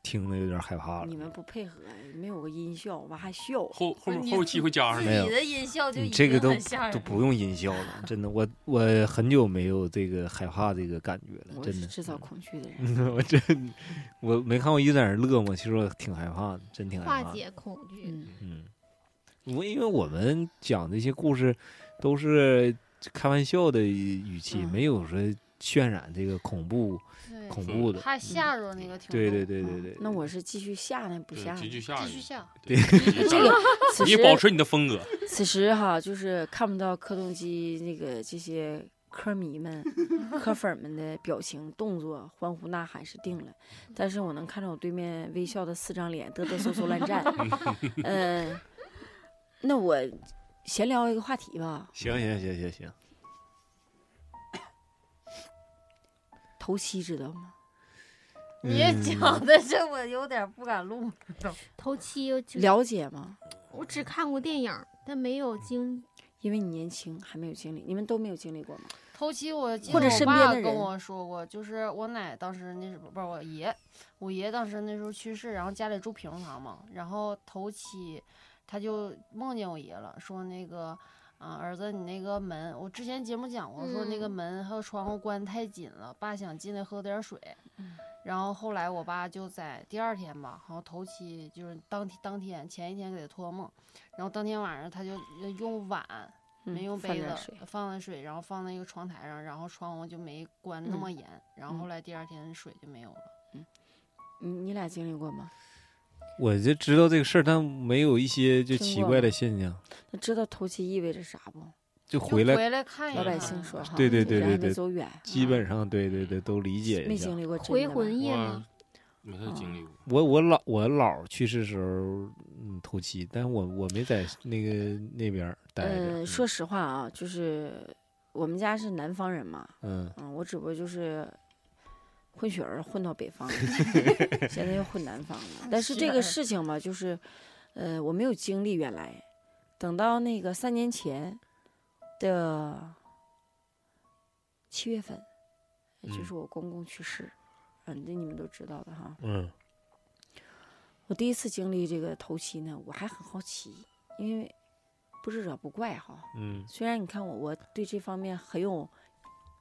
[SPEAKER 1] 听的有点害怕了。
[SPEAKER 4] 你们不配合，没有个音效，我还笑。
[SPEAKER 5] 后后面
[SPEAKER 2] 你
[SPEAKER 5] 后期会加上
[SPEAKER 2] 自
[SPEAKER 5] 的。
[SPEAKER 1] 没有
[SPEAKER 2] 己的音效就
[SPEAKER 1] 你
[SPEAKER 2] 已
[SPEAKER 1] 嗯这个
[SPEAKER 2] 经
[SPEAKER 1] 都
[SPEAKER 2] 很吓
[SPEAKER 1] 都
[SPEAKER 2] 人。
[SPEAKER 1] 不用音效了，真的，我我很久没有这个害怕这个感觉了，
[SPEAKER 4] 我
[SPEAKER 1] 真
[SPEAKER 4] 是
[SPEAKER 1] 的。嗯
[SPEAKER 4] 制造恐惧的
[SPEAKER 1] [LAUGHS]
[SPEAKER 4] 人。
[SPEAKER 1] 我真我没看过一直在那儿乐吗？其实我挺害怕的，真挺害
[SPEAKER 3] 化
[SPEAKER 1] 怕的。
[SPEAKER 3] 解恐惧。
[SPEAKER 4] 嗯，
[SPEAKER 1] 嗯，我因为我们讲这些故事都是开玩笑的语气，
[SPEAKER 4] 嗯
[SPEAKER 1] 没有说渲染这个恐怖
[SPEAKER 2] 对
[SPEAKER 1] 恐怖的。嗯
[SPEAKER 2] 怕吓着那个听众。
[SPEAKER 1] 对对对对
[SPEAKER 4] 啊
[SPEAKER 1] 对，
[SPEAKER 4] 那我是继续下呢，不
[SPEAKER 5] 对
[SPEAKER 4] 下呢。
[SPEAKER 5] 继续下
[SPEAKER 2] 继续
[SPEAKER 5] 去，
[SPEAKER 2] 下。
[SPEAKER 5] 对，继续
[SPEAKER 4] 这
[SPEAKER 5] 下
[SPEAKER 4] 个
[SPEAKER 5] 去
[SPEAKER 4] 此
[SPEAKER 5] 你保
[SPEAKER 4] 时
[SPEAKER 5] 持你的风格，
[SPEAKER 4] 此时哈，就是看不到柯东基那个这些科迷们、科粉们的表情、动作、欢呼呐喊是定了，
[SPEAKER 5] 嗯
[SPEAKER 4] 但是我能看着我对面微笑的四张脸嘚嘚嗖嗖乱
[SPEAKER 5] [LAUGHS]
[SPEAKER 4] 站。嗯、那我闲聊一个话题吧，
[SPEAKER 1] 行行行行行，
[SPEAKER 4] 头七知道吗？
[SPEAKER 2] 你
[SPEAKER 1] 嗯
[SPEAKER 2] 讲的这我有点不敢录。
[SPEAKER 3] 头七我只
[SPEAKER 4] 了解吗？
[SPEAKER 3] 我只看过电影儿，但没有经
[SPEAKER 4] 因为你年轻，还没有经历，你们都没有经历过吗？
[SPEAKER 2] 头七我记
[SPEAKER 4] 或
[SPEAKER 2] 得
[SPEAKER 4] 者
[SPEAKER 2] 我
[SPEAKER 4] 身边
[SPEAKER 2] 爸
[SPEAKER 4] 的
[SPEAKER 2] 跟
[SPEAKER 4] 人
[SPEAKER 2] 我说过，就是我奶当时那时候不是我爷，我爷当时那时候去世，然后家里住平房嘛，然后头七他就梦见我爷了，说那个。啊，儿子，你那个门，我之前节目讲过，说那个
[SPEAKER 3] 嗯
[SPEAKER 2] 门和窗户关太紧了，爸想进来喝点水，
[SPEAKER 4] 嗯
[SPEAKER 2] 然后后来我爸就在第二天吧，好像头七就是当天当天前一天给他托梦，然后当天晚上他就呃用碗没用
[SPEAKER 4] 嗯放
[SPEAKER 2] 杯
[SPEAKER 4] 点
[SPEAKER 2] 子
[SPEAKER 4] 水，
[SPEAKER 2] 放在水，然后放在一个窗台上，然后窗户就没关那
[SPEAKER 4] 嗯
[SPEAKER 2] 么严，然后后来第二天水就没有了。
[SPEAKER 4] 你你俩经历过吗？
[SPEAKER 1] 我就知道这个事儿，但没有一些就
[SPEAKER 4] 听
[SPEAKER 1] 奇
[SPEAKER 4] 过
[SPEAKER 1] 怪
[SPEAKER 4] 吗
[SPEAKER 1] 的现象，
[SPEAKER 4] 那知道头七意味着啥不？
[SPEAKER 1] 就
[SPEAKER 2] 就
[SPEAKER 1] 回来
[SPEAKER 2] 回来看
[SPEAKER 3] 嗯
[SPEAKER 2] 一
[SPEAKER 4] 老百
[SPEAKER 2] 看
[SPEAKER 4] 姓说哈，
[SPEAKER 1] 对对对
[SPEAKER 4] 人还
[SPEAKER 1] 对
[SPEAKER 4] 没
[SPEAKER 1] 对
[SPEAKER 4] 走远，
[SPEAKER 1] 基本上对对对都理解
[SPEAKER 4] 嗯没
[SPEAKER 1] 一下
[SPEAKER 4] 经。历过
[SPEAKER 3] 嗯回魂夜
[SPEAKER 5] 我
[SPEAKER 3] 吗？
[SPEAKER 5] 没太经历过。
[SPEAKER 1] 我我老我姥儿去世时候，嗯，头七，但我我没在那个那边儿待着。
[SPEAKER 4] 嗯，说实话啊，就是我们家是南方人嘛，
[SPEAKER 1] 嗯
[SPEAKER 4] 嗯，我只不过就是混血儿混到北
[SPEAKER 1] [LAUGHS]
[SPEAKER 4] 方了，现在又混南方
[SPEAKER 3] 嗯
[SPEAKER 4] 了。但是这个
[SPEAKER 2] 是
[SPEAKER 4] 事情吧，就是呃，我没有经历原来，等到那个三年前的七月份，就是我公公去世，嗯，这你们都知道的哈。
[SPEAKER 1] 嗯
[SPEAKER 4] 我第一次经历这个头七呢，我还很好奇，因为不知者不怪哈。
[SPEAKER 1] 嗯
[SPEAKER 4] 虽然你看我，我对这方面很有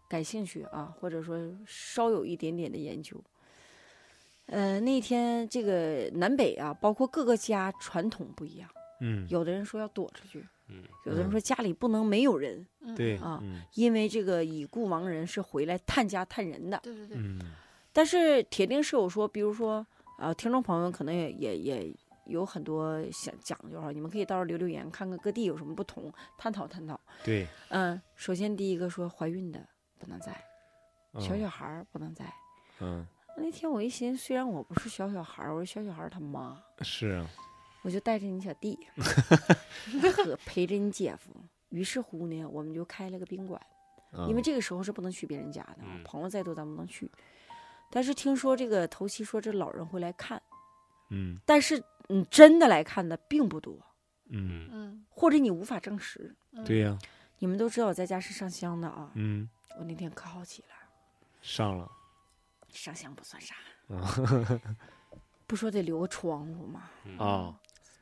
[SPEAKER 4] 感兴趣啊，或者说稍有一点点的研究。呃，那天这个南北啊，包括各个家传统不一样，
[SPEAKER 1] 嗯，
[SPEAKER 4] 有的人说要躲出去，
[SPEAKER 5] 嗯，
[SPEAKER 4] 有的人说家里不能没有人，
[SPEAKER 1] 对
[SPEAKER 4] 啊
[SPEAKER 1] 嗯
[SPEAKER 4] 因为这个已故亡人是回来探家探人的。
[SPEAKER 2] 对对对，
[SPEAKER 1] 嗯
[SPEAKER 4] 但是铁定是有说，比如说啊、听众朋友可能也也也有很多想讲究哈，你们可以到时候留留言，看看各地有什么不同，探讨探讨。
[SPEAKER 1] 对，
[SPEAKER 4] 嗯，首先第一个说怀孕的不能在，
[SPEAKER 1] 嗯
[SPEAKER 4] 小小孩儿不能在，
[SPEAKER 1] 嗯
[SPEAKER 4] 那天我一寻思，虽然我不是小小孩儿，我是小小孩儿他妈，
[SPEAKER 1] 是啊，
[SPEAKER 4] 我就带着你小
[SPEAKER 1] [LAUGHS]
[SPEAKER 4] 弟和陪着你姐夫。于是乎呢，我们就开了个宾馆，
[SPEAKER 1] 嗯
[SPEAKER 4] 因为这个时候是不能去别人家的啊，
[SPEAKER 5] 嗯
[SPEAKER 4] 朋友再多咱不能去。但是听说这个头七说这老人会来看，
[SPEAKER 1] 嗯
[SPEAKER 4] 但是你真的来看的并不多，
[SPEAKER 1] 嗯，
[SPEAKER 5] 嗯，
[SPEAKER 2] 嗯，
[SPEAKER 4] 或者你无法证实。
[SPEAKER 1] 对呀，
[SPEAKER 4] 你们都知道我在家是上香的啊，
[SPEAKER 1] 嗯，
[SPEAKER 4] 我那天可好奇了，
[SPEAKER 1] 上了
[SPEAKER 4] 上香不算啥，
[SPEAKER 1] 啊
[SPEAKER 4] 不说得留个窗户吗？
[SPEAKER 5] 嗯
[SPEAKER 1] 啊，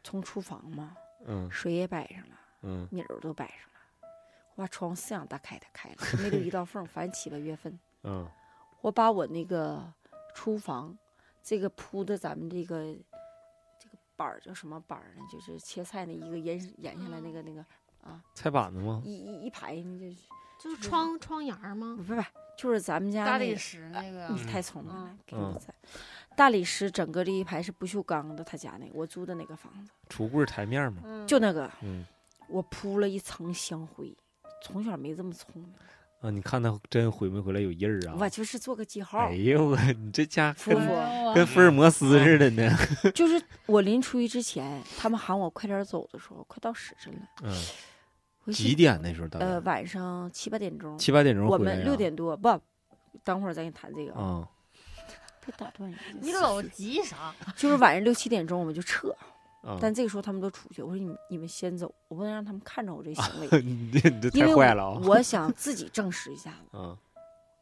[SPEAKER 4] 从厨房吗？
[SPEAKER 1] 嗯
[SPEAKER 4] 水也摆上了，
[SPEAKER 1] 嗯
[SPEAKER 4] 米儿都摆上了，我把窗户四仰大开的开了，没留一道缝儿。反正七八月份，
[SPEAKER 1] 嗯
[SPEAKER 4] 我把我那个厨房这个铺的咱们这个这个板儿叫什么板儿呢？就是切菜那一个延延下来那个那个
[SPEAKER 1] 菜板子吗？
[SPEAKER 4] 一一一排那就是
[SPEAKER 3] 就是
[SPEAKER 4] 是
[SPEAKER 3] 窗窗沿儿吗
[SPEAKER 4] 不？是不是就是咱们家
[SPEAKER 2] 大
[SPEAKER 4] 那
[SPEAKER 2] 理
[SPEAKER 4] 个
[SPEAKER 2] 石那个
[SPEAKER 4] 你太聪明了
[SPEAKER 2] 嗯，
[SPEAKER 4] 给我
[SPEAKER 1] 嗯
[SPEAKER 4] 在大理石整个这一排是不锈钢的，他家那个我租的那个房子，
[SPEAKER 1] 橱柜台面嘛，
[SPEAKER 2] 嗯，
[SPEAKER 4] 就那个
[SPEAKER 1] 嗯
[SPEAKER 4] 我铺了一层香灰，从小没这么聪明，
[SPEAKER 1] 啊，你看他真回没回来有印儿啊？
[SPEAKER 4] 我就是做个记号
[SPEAKER 1] 哎，呦我，你这家
[SPEAKER 4] 服
[SPEAKER 1] 跟
[SPEAKER 4] 不服？
[SPEAKER 2] 哎
[SPEAKER 1] 跟福尔摩斯似的呢。
[SPEAKER 4] 就是我临出去之前，他们喊我快点走的时候，快到时辰了，
[SPEAKER 1] [LAUGHS] 嗯，
[SPEAKER 4] 我一
[SPEAKER 1] 几
[SPEAKER 4] 寻
[SPEAKER 1] 点那时候大
[SPEAKER 4] 呃
[SPEAKER 1] 概？
[SPEAKER 4] 晚上七八点钟，
[SPEAKER 1] 七八点钟
[SPEAKER 4] 我
[SPEAKER 1] 回来呀。
[SPEAKER 4] 们六点多不，等会儿咱给你谈这个，
[SPEAKER 1] 啊，
[SPEAKER 4] 别打断人家。
[SPEAKER 2] 你老急啥？
[SPEAKER 4] 就是晚上六七点钟我们就撤，
[SPEAKER 1] 啊，
[SPEAKER 4] 但这个时候他们都出去，我说你们你们先走，我不能让他们看着我这行为
[SPEAKER 1] [LAUGHS] [LAUGHS] 你这你这
[SPEAKER 4] 因为
[SPEAKER 1] 太
[SPEAKER 4] 我
[SPEAKER 1] 坏了啊！ [LAUGHS]
[SPEAKER 4] 我想自己证实一下子，
[SPEAKER 1] 嗯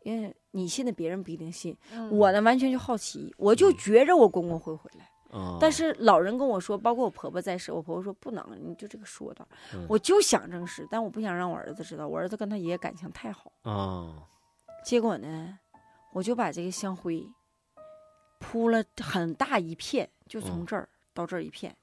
[SPEAKER 4] 因为你信的别人不一定信，
[SPEAKER 2] 嗯
[SPEAKER 4] 我呢完全就好奇，我就觉着我公公会回来。
[SPEAKER 1] 嗯，
[SPEAKER 4] 但是老人跟我说，包括我婆婆在世，我婆婆说不能，你就这个说道，
[SPEAKER 1] 嗯
[SPEAKER 4] 我就想证实，但我不想让我儿子知道，我儿子跟他爷爷感情太好。
[SPEAKER 1] 啊，
[SPEAKER 4] 结果呢，我就把这个香灰铺了很大一片，就从
[SPEAKER 1] 嗯
[SPEAKER 4] 这儿到这儿一片。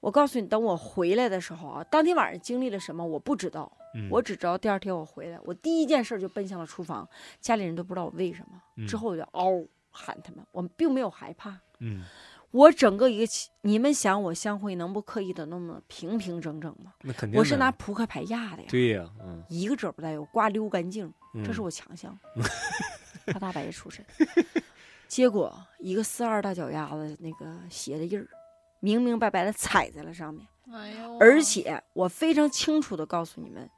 [SPEAKER 4] 我告诉你，等我回来的时候啊，当天晚上经历了什么我不知道，
[SPEAKER 1] 嗯
[SPEAKER 4] 我只知道第二天我回来，我第一件事就奔向了厨房，家里人都不知道我为什么。之
[SPEAKER 1] 嗯
[SPEAKER 4] 后我就嗷喊他们，我们并没有害怕，
[SPEAKER 1] 嗯，
[SPEAKER 4] 我整个一个起，你们想我香灰能不刻意的那么平平整整吗？
[SPEAKER 1] 那肯定
[SPEAKER 4] 我是
[SPEAKER 1] 的
[SPEAKER 4] 拿扑克牌压的呀，
[SPEAKER 1] 对呀，嗯，
[SPEAKER 4] 一个褶儿不带有，刮溜干净，这是
[SPEAKER 1] 嗯
[SPEAKER 4] 我强项。他大白出身， [LAUGHS] 结果一个四二大脚丫子那个鞋的印儿，明明白白的踩在了上面，
[SPEAKER 2] 哎呦，
[SPEAKER 4] 而且我非常清楚的告诉你们。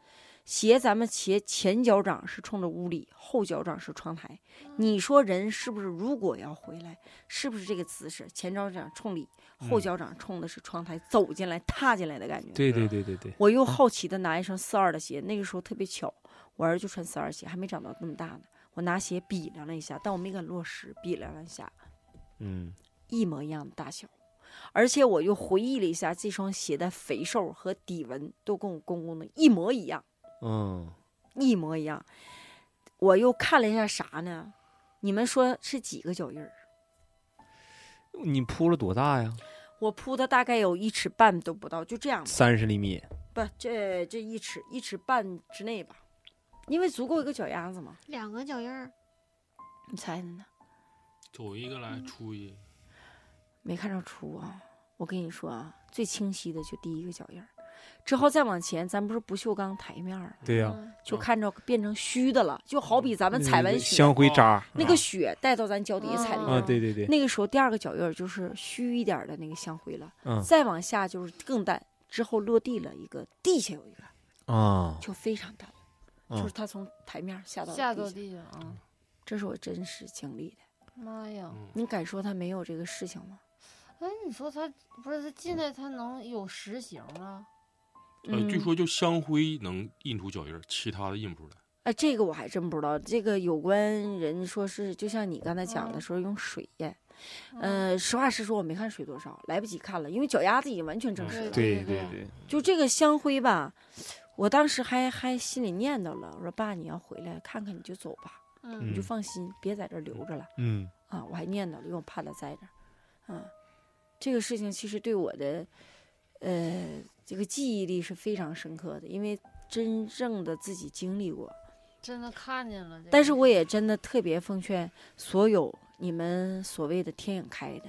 [SPEAKER 4] 鞋，咱们鞋前脚掌是冲着屋里，后脚掌是窗台。你说人是不是如果要回来，是不是这个姿势？前脚掌冲里，后
[SPEAKER 1] 嗯
[SPEAKER 4] 脚掌冲的是窗台，走进来、踏进来的感觉。
[SPEAKER 1] 对对对对对，
[SPEAKER 4] 我又好奇的拿一双四二的鞋，那个时候特别巧，我儿子就穿四二鞋，还没长到那么大呢。我拿鞋比量了一下，但我没敢落实，比量了一下，
[SPEAKER 1] 嗯
[SPEAKER 4] 一模一样的大小。而且我又回忆了一下这双鞋的肥瘦和底纹，都跟我公公的一模一样。
[SPEAKER 1] 嗯
[SPEAKER 4] 一模一样。我又看了一下啥呢？你们说是几个脚印儿？
[SPEAKER 1] 你铺了多大呀？
[SPEAKER 4] 我铺的大概有一尺半都不到，就这样吧，
[SPEAKER 1] 三十厘米。
[SPEAKER 4] 不，这这一尺一尺半之内吧，因为足够一个脚丫子嘛。
[SPEAKER 3] 两个脚印儿，
[SPEAKER 4] 你猜猜呢？
[SPEAKER 5] 走一个来出一个，
[SPEAKER 4] 没看着出啊！我跟你说啊，最清晰的就第一个脚印儿，之后再往前，咱不是不锈钢台面儿
[SPEAKER 1] 对呀，
[SPEAKER 2] 嗯
[SPEAKER 4] 就看着变成虚的了，就好比咱们踩完
[SPEAKER 1] 那个
[SPEAKER 4] 雪，
[SPEAKER 1] 香灰
[SPEAKER 5] 哦
[SPEAKER 1] 渣儿
[SPEAKER 4] 那个雪带到咱脚底下踩的
[SPEAKER 2] 嗯
[SPEAKER 4] 地
[SPEAKER 1] 啊，
[SPEAKER 4] 方
[SPEAKER 1] 对对对，
[SPEAKER 4] 那个时候第二个脚印儿就是虚一点儿的那个香灰了，
[SPEAKER 1] 嗯
[SPEAKER 4] 再往下就是更淡，之后落地了一个，地下有一个，
[SPEAKER 1] 啊，
[SPEAKER 4] 就非常淡了，
[SPEAKER 1] 嗯
[SPEAKER 4] 就是它从台面儿下到
[SPEAKER 2] 下
[SPEAKER 4] 地嗯
[SPEAKER 2] 到
[SPEAKER 4] 下，
[SPEAKER 2] 地下啊，
[SPEAKER 4] 这是我真实经历的。
[SPEAKER 2] 妈呀！
[SPEAKER 5] 嗯，
[SPEAKER 4] 你敢说他没有这个事情吗？
[SPEAKER 2] 哎，你说他不是他进来，他能有实形啊？
[SPEAKER 5] 呃，据
[SPEAKER 4] 嗯
[SPEAKER 5] 说就香灰能印出脚印儿，其他的印不出来。
[SPEAKER 4] 哎，这个我还真不知道。这个有关人说是，就像你刚才讲的
[SPEAKER 2] 嗯
[SPEAKER 4] 说用水验，呃，实话实说，我没看水多少，来不及看了，因为脚丫子已经完全证
[SPEAKER 5] 嗯
[SPEAKER 4] 实了。
[SPEAKER 2] 对
[SPEAKER 1] 对
[SPEAKER 2] 对
[SPEAKER 1] 对，
[SPEAKER 4] 就这个香灰吧，我当时还还心里念叨了，我说爸，你要回来看看你就走吧，
[SPEAKER 2] 嗯
[SPEAKER 4] 你就
[SPEAKER 1] 嗯
[SPEAKER 4] 放心，别在这儿留着了
[SPEAKER 1] 嗯
[SPEAKER 4] 啊！我还念叨了，因为我怕他在这儿，啊，这个事情其实对我的，呃，这个记忆力是非常深刻的，因为真正的自己经历过，
[SPEAKER 2] 真的看见了这个。
[SPEAKER 4] 但是我也真的特别奉劝所有你们所谓的天眼开的，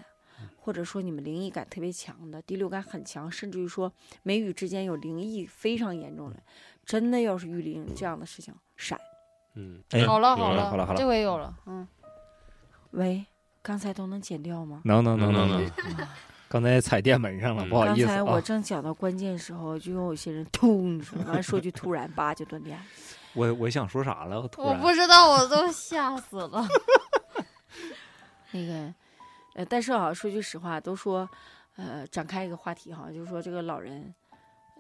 [SPEAKER 4] 或者说你们灵异感特别强的、第六感很强，甚至于说眉宇之间有灵异非常严重的，真的要是遇灵这样的事情，闪。
[SPEAKER 5] 嗯，
[SPEAKER 1] 哎
[SPEAKER 2] 好了
[SPEAKER 5] 有
[SPEAKER 2] 好
[SPEAKER 5] 了
[SPEAKER 2] 了
[SPEAKER 1] 好了好了
[SPEAKER 2] 这回有了，嗯，
[SPEAKER 4] 喂，刚才都能剪
[SPEAKER 1] [LAUGHS]
[SPEAKER 4] 掉吗？
[SPEAKER 1] 能能能
[SPEAKER 5] 能
[SPEAKER 1] 能，
[SPEAKER 5] 能，
[SPEAKER 1] 刚才踩电门上了，
[SPEAKER 5] 嗯
[SPEAKER 1] 不好
[SPEAKER 4] 刚
[SPEAKER 1] 意思
[SPEAKER 4] 才我
[SPEAKER 1] 啊。
[SPEAKER 4] 正讲到关键时候，就有些人 [LAUGHS] 突，完说句突然，叭就断电。
[SPEAKER 1] 我我想说啥了？突
[SPEAKER 2] 我
[SPEAKER 1] 然
[SPEAKER 2] 不知道，我都吓死了。
[SPEAKER 4] 那个，呃，但是啊，说句实话，都说，呃，展开一个话题哈，就是说这个老人，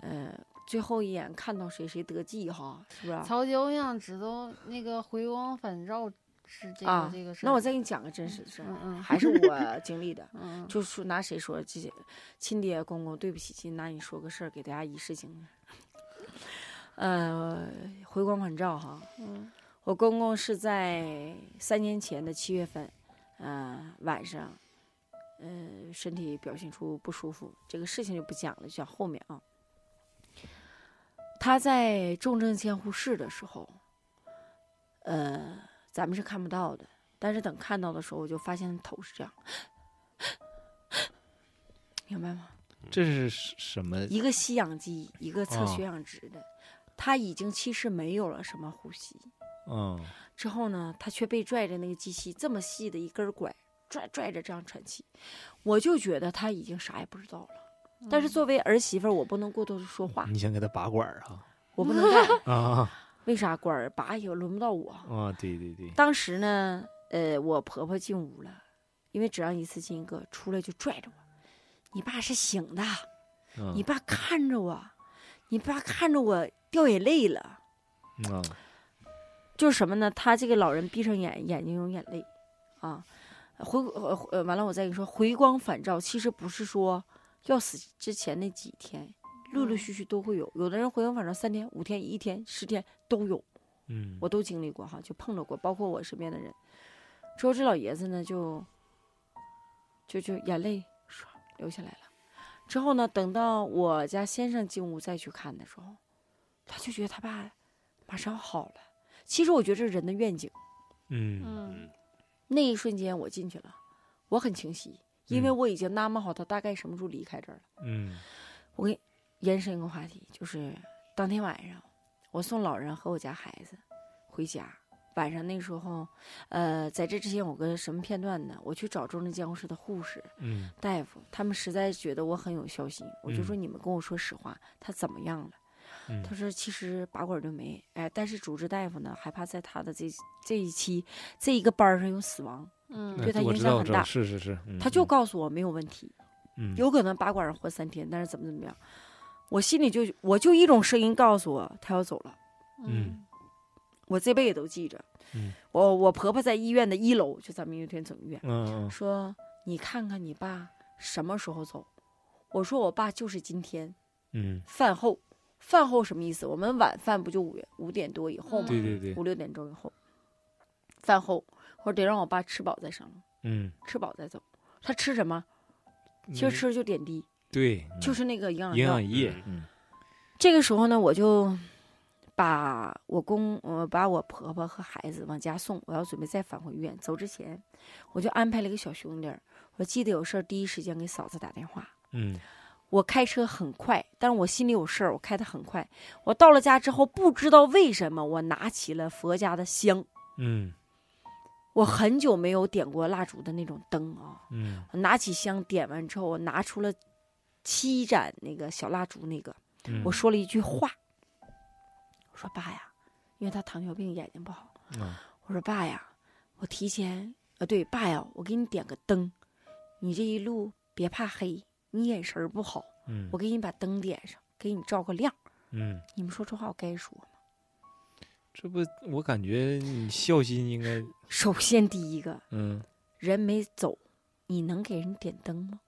[SPEAKER 4] 呃，最后一眼看到谁谁得计哈，是不啊是？
[SPEAKER 2] 曹姐，我想知道那个回光返照是这个、
[SPEAKER 4] 啊
[SPEAKER 2] 这个事儿。
[SPEAKER 4] 那我再给你讲个真实的事儿，
[SPEAKER 2] 嗯嗯
[SPEAKER 4] 还是我经历的，
[SPEAKER 2] [LAUGHS] 嗯，
[SPEAKER 4] 就说拿谁说这些，亲爹公公，对不起，亲，拿你说个事儿，给大家以示警惕。呃，回光返照哈，
[SPEAKER 2] 嗯
[SPEAKER 4] 我公公是在三年前的七月份，呃，晚上，呃，身体表现出不舒服，这个事情就不讲了，讲后面啊。他在重症监护室的时候，呃，咱们是看不到的，但是等看到的时候，我就发现头是这样，明白吗？
[SPEAKER 1] 这是什么？
[SPEAKER 4] 一个吸氧机，一个测
[SPEAKER 1] 啊
[SPEAKER 4] 血氧值的，他已经其实没有了什么呼吸，
[SPEAKER 1] 嗯
[SPEAKER 4] 之后呢，他却被拽着那个机器这么细的一根拐，拽拽着这样喘气，我就觉得他已经啥也不知道了。但是作为儿媳妇儿，我不能过多的说话，
[SPEAKER 1] 你想给他拔管儿啊？。
[SPEAKER 4] 我不能干
[SPEAKER 1] 啊
[SPEAKER 4] 为啥管儿拔也轮不到我？
[SPEAKER 1] 啊！对对对，
[SPEAKER 4] 当时呢，呃，我婆婆进屋了，因为只让一次进一个，出来就拽着我。你爸是醒的，
[SPEAKER 1] 嗯
[SPEAKER 4] 你爸看着我，你爸看着我掉眼泪了。
[SPEAKER 1] 啊
[SPEAKER 4] 就是什么呢？他这个老人闭上眼，眼睛有眼泪，啊，回呃呃完了，我再跟你说，回光返照，其实不是说要死之前那几天，陆陆续续都会有，有的人回光返照三天、五天、一天、十天都有，
[SPEAKER 1] 嗯，
[SPEAKER 4] 我都经历过哈，就碰着过，包括我身边的人。之后这老爷子呢，就就就眼泪唰流下来了。之后呢，等到我家先生进屋再去看的时候，他就觉得他爸马上好了。其实我觉得这是人的愿景。
[SPEAKER 1] 嗯
[SPEAKER 2] 嗯
[SPEAKER 4] 那一瞬间我进去了，我很清晰，因为
[SPEAKER 1] 嗯
[SPEAKER 4] 我已经纳闷好他大概什么时候离开这儿了。
[SPEAKER 1] 嗯
[SPEAKER 4] 我给延伸一个话题，就是当天晚上，我送老人和我家孩子回家。晚上那时候，呃，在这之前有个什么片段呢？我去找重症监护室的护士、
[SPEAKER 1] 嗯
[SPEAKER 4] 大夫，他们实在觉得我很有孝心，我就
[SPEAKER 1] 嗯
[SPEAKER 4] 说你们跟我说实话，他怎么样了？
[SPEAKER 1] 嗯
[SPEAKER 4] 他说其实拔管就没，哎，但是主治大夫呢，害怕在他的这这一期这一个班儿上有死亡，
[SPEAKER 2] 嗯
[SPEAKER 1] 那
[SPEAKER 4] 对他
[SPEAKER 1] 我
[SPEAKER 4] 影
[SPEAKER 1] 知
[SPEAKER 4] 响
[SPEAKER 1] 道，我
[SPEAKER 4] 很
[SPEAKER 1] 知道，
[SPEAKER 4] 大
[SPEAKER 1] 是是是，嗯
[SPEAKER 4] 他就告诉我没有问题，
[SPEAKER 1] 嗯
[SPEAKER 4] 有可能拔管活三天，但是怎么怎么样，我心里就我就一种声音告诉我他要走了，
[SPEAKER 1] 嗯
[SPEAKER 4] 我这辈子都记着。
[SPEAKER 1] 嗯
[SPEAKER 4] 我我婆婆在医院的一楼，就咱们乐天总医院，
[SPEAKER 1] 嗯
[SPEAKER 4] 说你看看你爸什么时候走。我说我爸就是今天
[SPEAKER 1] 嗯
[SPEAKER 4] 饭后，饭后什么意思？我们晚饭不就五五点多以后
[SPEAKER 1] 嗯，
[SPEAKER 4] 吗？
[SPEAKER 1] 对对对，
[SPEAKER 4] 五六点钟以后，饭后我得让我爸吃饱再上楼，
[SPEAKER 1] 嗯，
[SPEAKER 4] 吃饱再走。他吃什么？其实
[SPEAKER 1] 嗯
[SPEAKER 4] 吃的就点滴，
[SPEAKER 1] 对，嗯
[SPEAKER 4] 就是那个营养
[SPEAKER 1] 营
[SPEAKER 4] 药
[SPEAKER 1] 养液，嗯
[SPEAKER 4] 这个时候呢，我就把我公，我把我婆婆和孩子往家送，我要准备再返回医院。走之前，我就安排了一个小兄弟儿，我记得有事儿第一时间给嫂子打电话。
[SPEAKER 1] 嗯
[SPEAKER 4] 我开车很快，但是我心里有事儿，我开的很快。我到了家之后，不知道为什么，我拿起了佛家的香。
[SPEAKER 1] 嗯
[SPEAKER 4] 我很久没有点过蜡烛的那种灯啊，
[SPEAKER 1] 嗯
[SPEAKER 4] 我拿起香点完之后，我拿出了七盏那个小蜡烛，那个
[SPEAKER 1] 嗯，
[SPEAKER 4] 我说了一句话，我说爸呀，因为他糖尿病眼睛不好，
[SPEAKER 1] 啊
[SPEAKER 4] 我说爸呀，我提前呃对爸呀，我给你点个灯，你这一路别怕黑，你眼神儿不好，
[SPEAKER 1] 嗯
[SPEAKER 4] 我给你把灯点上，给你照个亮。
[SPEAKER 1] 嗯，
[SPEAKER 4] 你们说这话我该说吗？ [LAUGHS]
[SPEAKER 1] 这不，我感觉你孝心应该，
[SPEAKER 4] 首先第一个，
[SPEAKER 1] 嗯，
[SPEAKER 4] 人没走，你能给人点灯吗？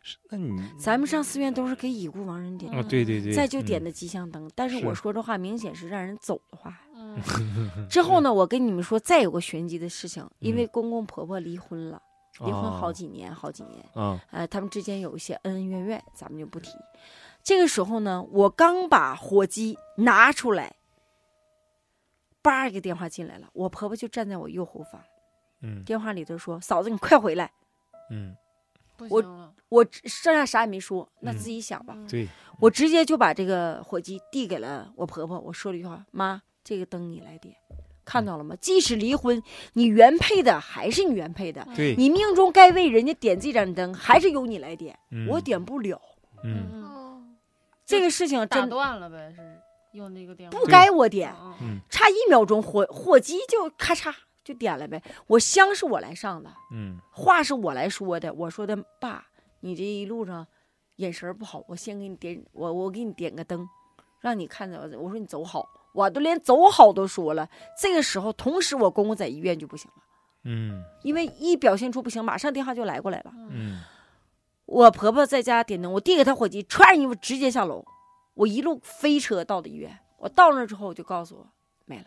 [SPEAKER 1] 是那你
[SPEAKER 4] 咱们上寺院都是给已故亡人点
[SPEAKER 1] 啊，
[SPEAKER 4] 灯，
[SPEAKER 1] 对对对，
[SPEAKER 4] 再嗯就点
[SPEAKER 1] 嗯
[SPEAKER 4] 的吉祥灯。但是
[SPEAKER 1] 是
[SPEAKER 4] 我说这话明显是让人走的话呀。
[SPEAKER 2] 嗯
[SPEAKER 4] 之后呢，我跟你们说，再有个玄机的事情，因为
[SPEAKER 1] 嗯
[SPEAKER 4] 公公婆婆离婚了，离婚好
[SPEAKER 1] 哦
[SPEAKER 4] 几年，好几年，
[SPEAKER 1] 啊，
[SPEAKER 4] 呃，他们之间有一些恩恩怨怨，咱们就不提。这个时候呢，我刚把火机拿出来，叭一个电话进来了，我婆婆就站在我右后方，
[SPEAKER 1] 嗯
[SPEAKER 4] 电话里头说：“嫂子，你快回来。
[SPEAKER 1] 嗯，
[SPEAKER 2] 不
[SPEAKER 4] 我
[SPEAKER 2] 行了，”
[SPEAKER 4] 我只剩下啥也没说，那
[SPEAKER 1] 嗯
[SPEAKER 4] 自己想吧。
[SPEAKER 2] 嗯
[SPEAKER 1] 对，
[SPEAKER 4] 我直接就把这个火机递给了我婆婆，我说了一句话：“妈，这个灯你来点。”
[SPEAKER 2] 嗯
[SPEAKER 4] 看到了吗？即使离婚，你原配的还是你原配的，
[SPEAKER 1] 对，
[SPEAKER 4] 你命中该为人家点这盏灯，还是由你来点，
[SPEAKER 1] 嗯
[SPEAKER 4] 我，点不了。
[SPEAKER 1] 嗯
[SPEAKER 2] 嗯，
[SPEAKER 3] 哦，
[SPEAKER 4] 这个事情
[SPEAKER 2] 打
[SPEAKER 4] 真
[SPEAKER 2] 断了呗，是用那个电话
[SPEAKER 4] 不该我点，
[SPEAKER 2] 嗯
[SPEAKER 1] 嗯
[SPEAKER 2] 嗯
[SPEAKER 4] 差一秒钟火火机就咔嚓就点了呗。我香是我来上的，
[SPEAKER 1] 嗯
[SPEAKER 4] 话是我来说的，我说的爸，你这一路上眼神不好，我先给你点，我我给你点个灯，让你看着。我说你走好，我都连走好都说了。这个时候，同时我公公在医院就不行了，
[SPEAKER 1] 嗯
[SPEAKER 4] 因为一表现出不行，马上电话就来过来了。
[SPEAKER 2] 嗯
[SPEAKER 1] 嗯
[SPEAKER 4] 我婆婆在家点灯，我递给她火机，穿衣服直接下楼，我一路飞车到的医院。我到那儿之后，我就告诉我没了，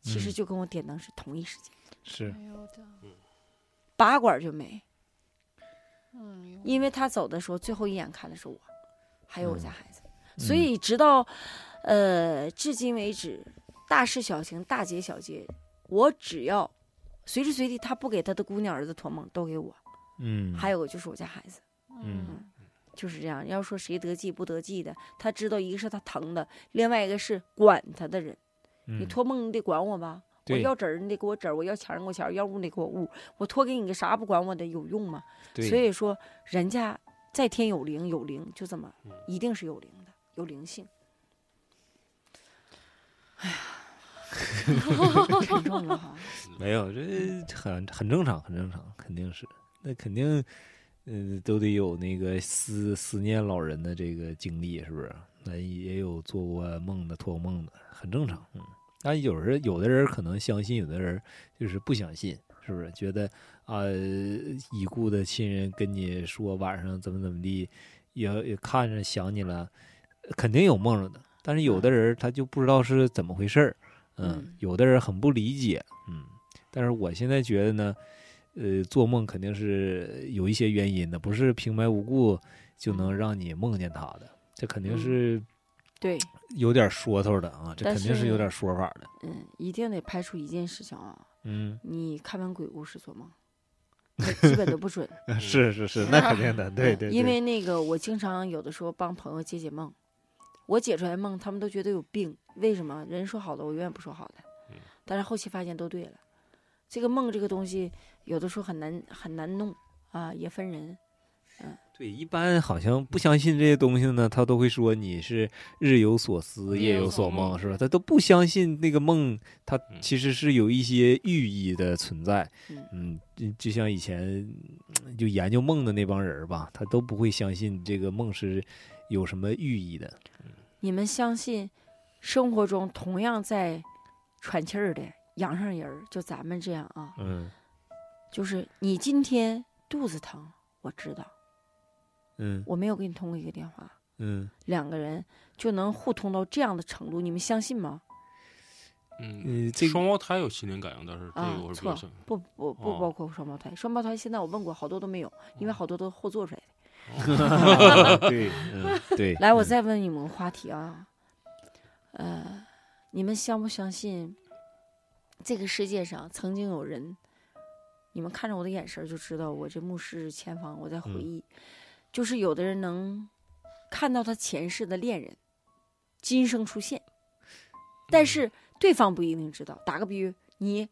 [SPEAKER 4] 其实
[SPEAKER 1] 嗯
[SPEAKER 4] 就跟我点灯是同一时间，
[SPEAKER 1] 是，
[SPEAKER 2] 哎呦我的，
[SPEAKER 4] 拔管就没，
[SPEAKER 2] 嗯
[SPEAKER 4] 因为他走的时候最后一眼看的是我，还有我家
[SPEAKER 1] 嗯
[SPEAKER 4] 孩子，所以直到呃至今为止，大事小情、大节小节，我只要随时随地他不给他的姑娘儿子托梦，都给我。
[SPEAKER 1] 嗯，
[SPEAKER 4] 还有个就是我家孩子，
[SPEAKER 1] 嗯
[SPEAKER 4] 就是这样。要说谁得计不得计的，他知道一个是他疼的，另外一个是管他的人。你
[SPEAKER 1] 你
[SPEAKER 4] 托梦你得管我吧，我
[SPEAKER 1] 嗯对
[SPEAKER 4] 要纸儿你得给我纸儿，我要钱儿你给我钱儿，要物你得给我物，我托给你个啥不管我的有用吗？
[SPEAKER 1] 对，
[SPEAKER 4] 所以说，人家在天有灵，有灵就这么
[SPEAKER 5] 嗯，
[SPEAKER 4] 一定是有灵的，有灵性。哎呀， [LAUGHS] 沉重了哈。
[SPEAKER 1] 没有，这很很正常，很正常，肯定是，那肯定，呃，都得有那个思思念老人的这个经历，是不是？那也有做过梦的，托过梦的，很正常。嗯，但有人有的人可能相信，有的人就是不相信，是不是？觉得啊、已故的亲人跟你说晚上怎么怎么地，也也看着想你了，肯定有梦着的。但是有的人他就不知道是怎么回事儿，嗯
[SPEAKER 4] 嗯，
[SPEAKER 1] 有的人很不理解，嗯。但是我现在觉得呢，呃，做梦肯定是有一些原因的，不是平白无故就能让你梦见他的，这肯定
[SPEAKER 4] 嗯
[SPEAKER 1] 是
[SPEAKER 4] [LAUGHS] 对，
[SPEAKER 1] 有点说头的啊，这
[SPEAKER 4] 但
[SPEAKER 1] 肯定是
[SPEAKER 4] 是
[SPEAKER 1] 有点说法的。
[SPEAKER 4] 嗯，一定得排除一件事情啊，
[SPEAKER 1] 嗯，
[SPEAKER 4] 你看完鬼故事做梦，那基本都不准。
[SPEAKER 1] [LAUGHS] 是是是，那肯定的，对
[SPEAKER 4] 嗯
[SPEAKER 1] 对，
[SPEAKER 4] 因
[SPEAKER 1] 对
[SPEAKER 4] 为那个我经常有的时候帮朋友解解梦，我解出来梦，他们都觉得有病。为什么？人说好的，我永远不说好的
[SPEAKER 5] 嗯。
[SPEAKER 4] 但是后期发现都对了。这个梦这个东西，有的时候很难很难弄啊，也分人。
[SPEAKER 1] 对，一般好像不相信这些东西呢，他都会说你是日有所思，
[SPEAKER 2] 夜
[SPEAKER 1] 夜
[SPEAKER 2] 有
[SPEAKER 1] 有所
[SPEAKER 2] 所梦
[SPEAKER 1] 梦，是吧？他都不相信那个梦，它
[SPEAKER 5] 嗯
[SPEAKER 1] 其实是有一些寓意的存在
[SPEAKER 4] 嗯。
[SPEAKER 1] 嗯，就就像以前嗯就研究梦的那帮人儿吧，他都不会相信这个梦是有什么寓意的。
[SPEAKER 4] 你们相信生活中同样在喘气儿的阳上人儿，就咱们这样啊，
[SPEAKER 1] 嗯
[SPEAKER 4] 就是你今天肚子疼，我知道，
[SPEAKER 1] 嗯
[SPEAKER 4] 我没有给你通过一个电话，
[SPEAKER 1] 嗯
[SPEAKER 4] 两个人就能互通到这样的程度，你们相信吗？
[SPEAKER 5] 嗯，
[SPEAKER 1] 嗯，这个
[SPEAKER 5] 双胞胎有心灵感应，但是这
[SPEAKER 4] 啊
[SPEAKER 5] 个我是比
[SPEAKER 4] 错
[SPEAKER 5] 较相信。
[SPEAKER 4] 不不不
[SPEAKER 5] 哦
[SPEAKER 4] 包括双胞胎，双胞胎现在我问过好多都没有，因为好多都后做出来的。
[SPEAKER 1] [LAUGHS] 对嗯对。
[SPEAKER 4] 来，我
[SPEAKER 1] 嗯
[SPEAKER 4] 再问你们个话题啊，呃，你们相不相信这个世界上曾经有人？你们看着我的眼神儿就知道，我这目视前方，我在回
[SPEAKER 1] 嗯
[SPEAKER 4] 忆，就是有的人能看到他前世的恋人，今生出现，
[SPEAKER 5] 嗯
[SPEAKER 4] 但是对方不一定知道。打个比喻，你，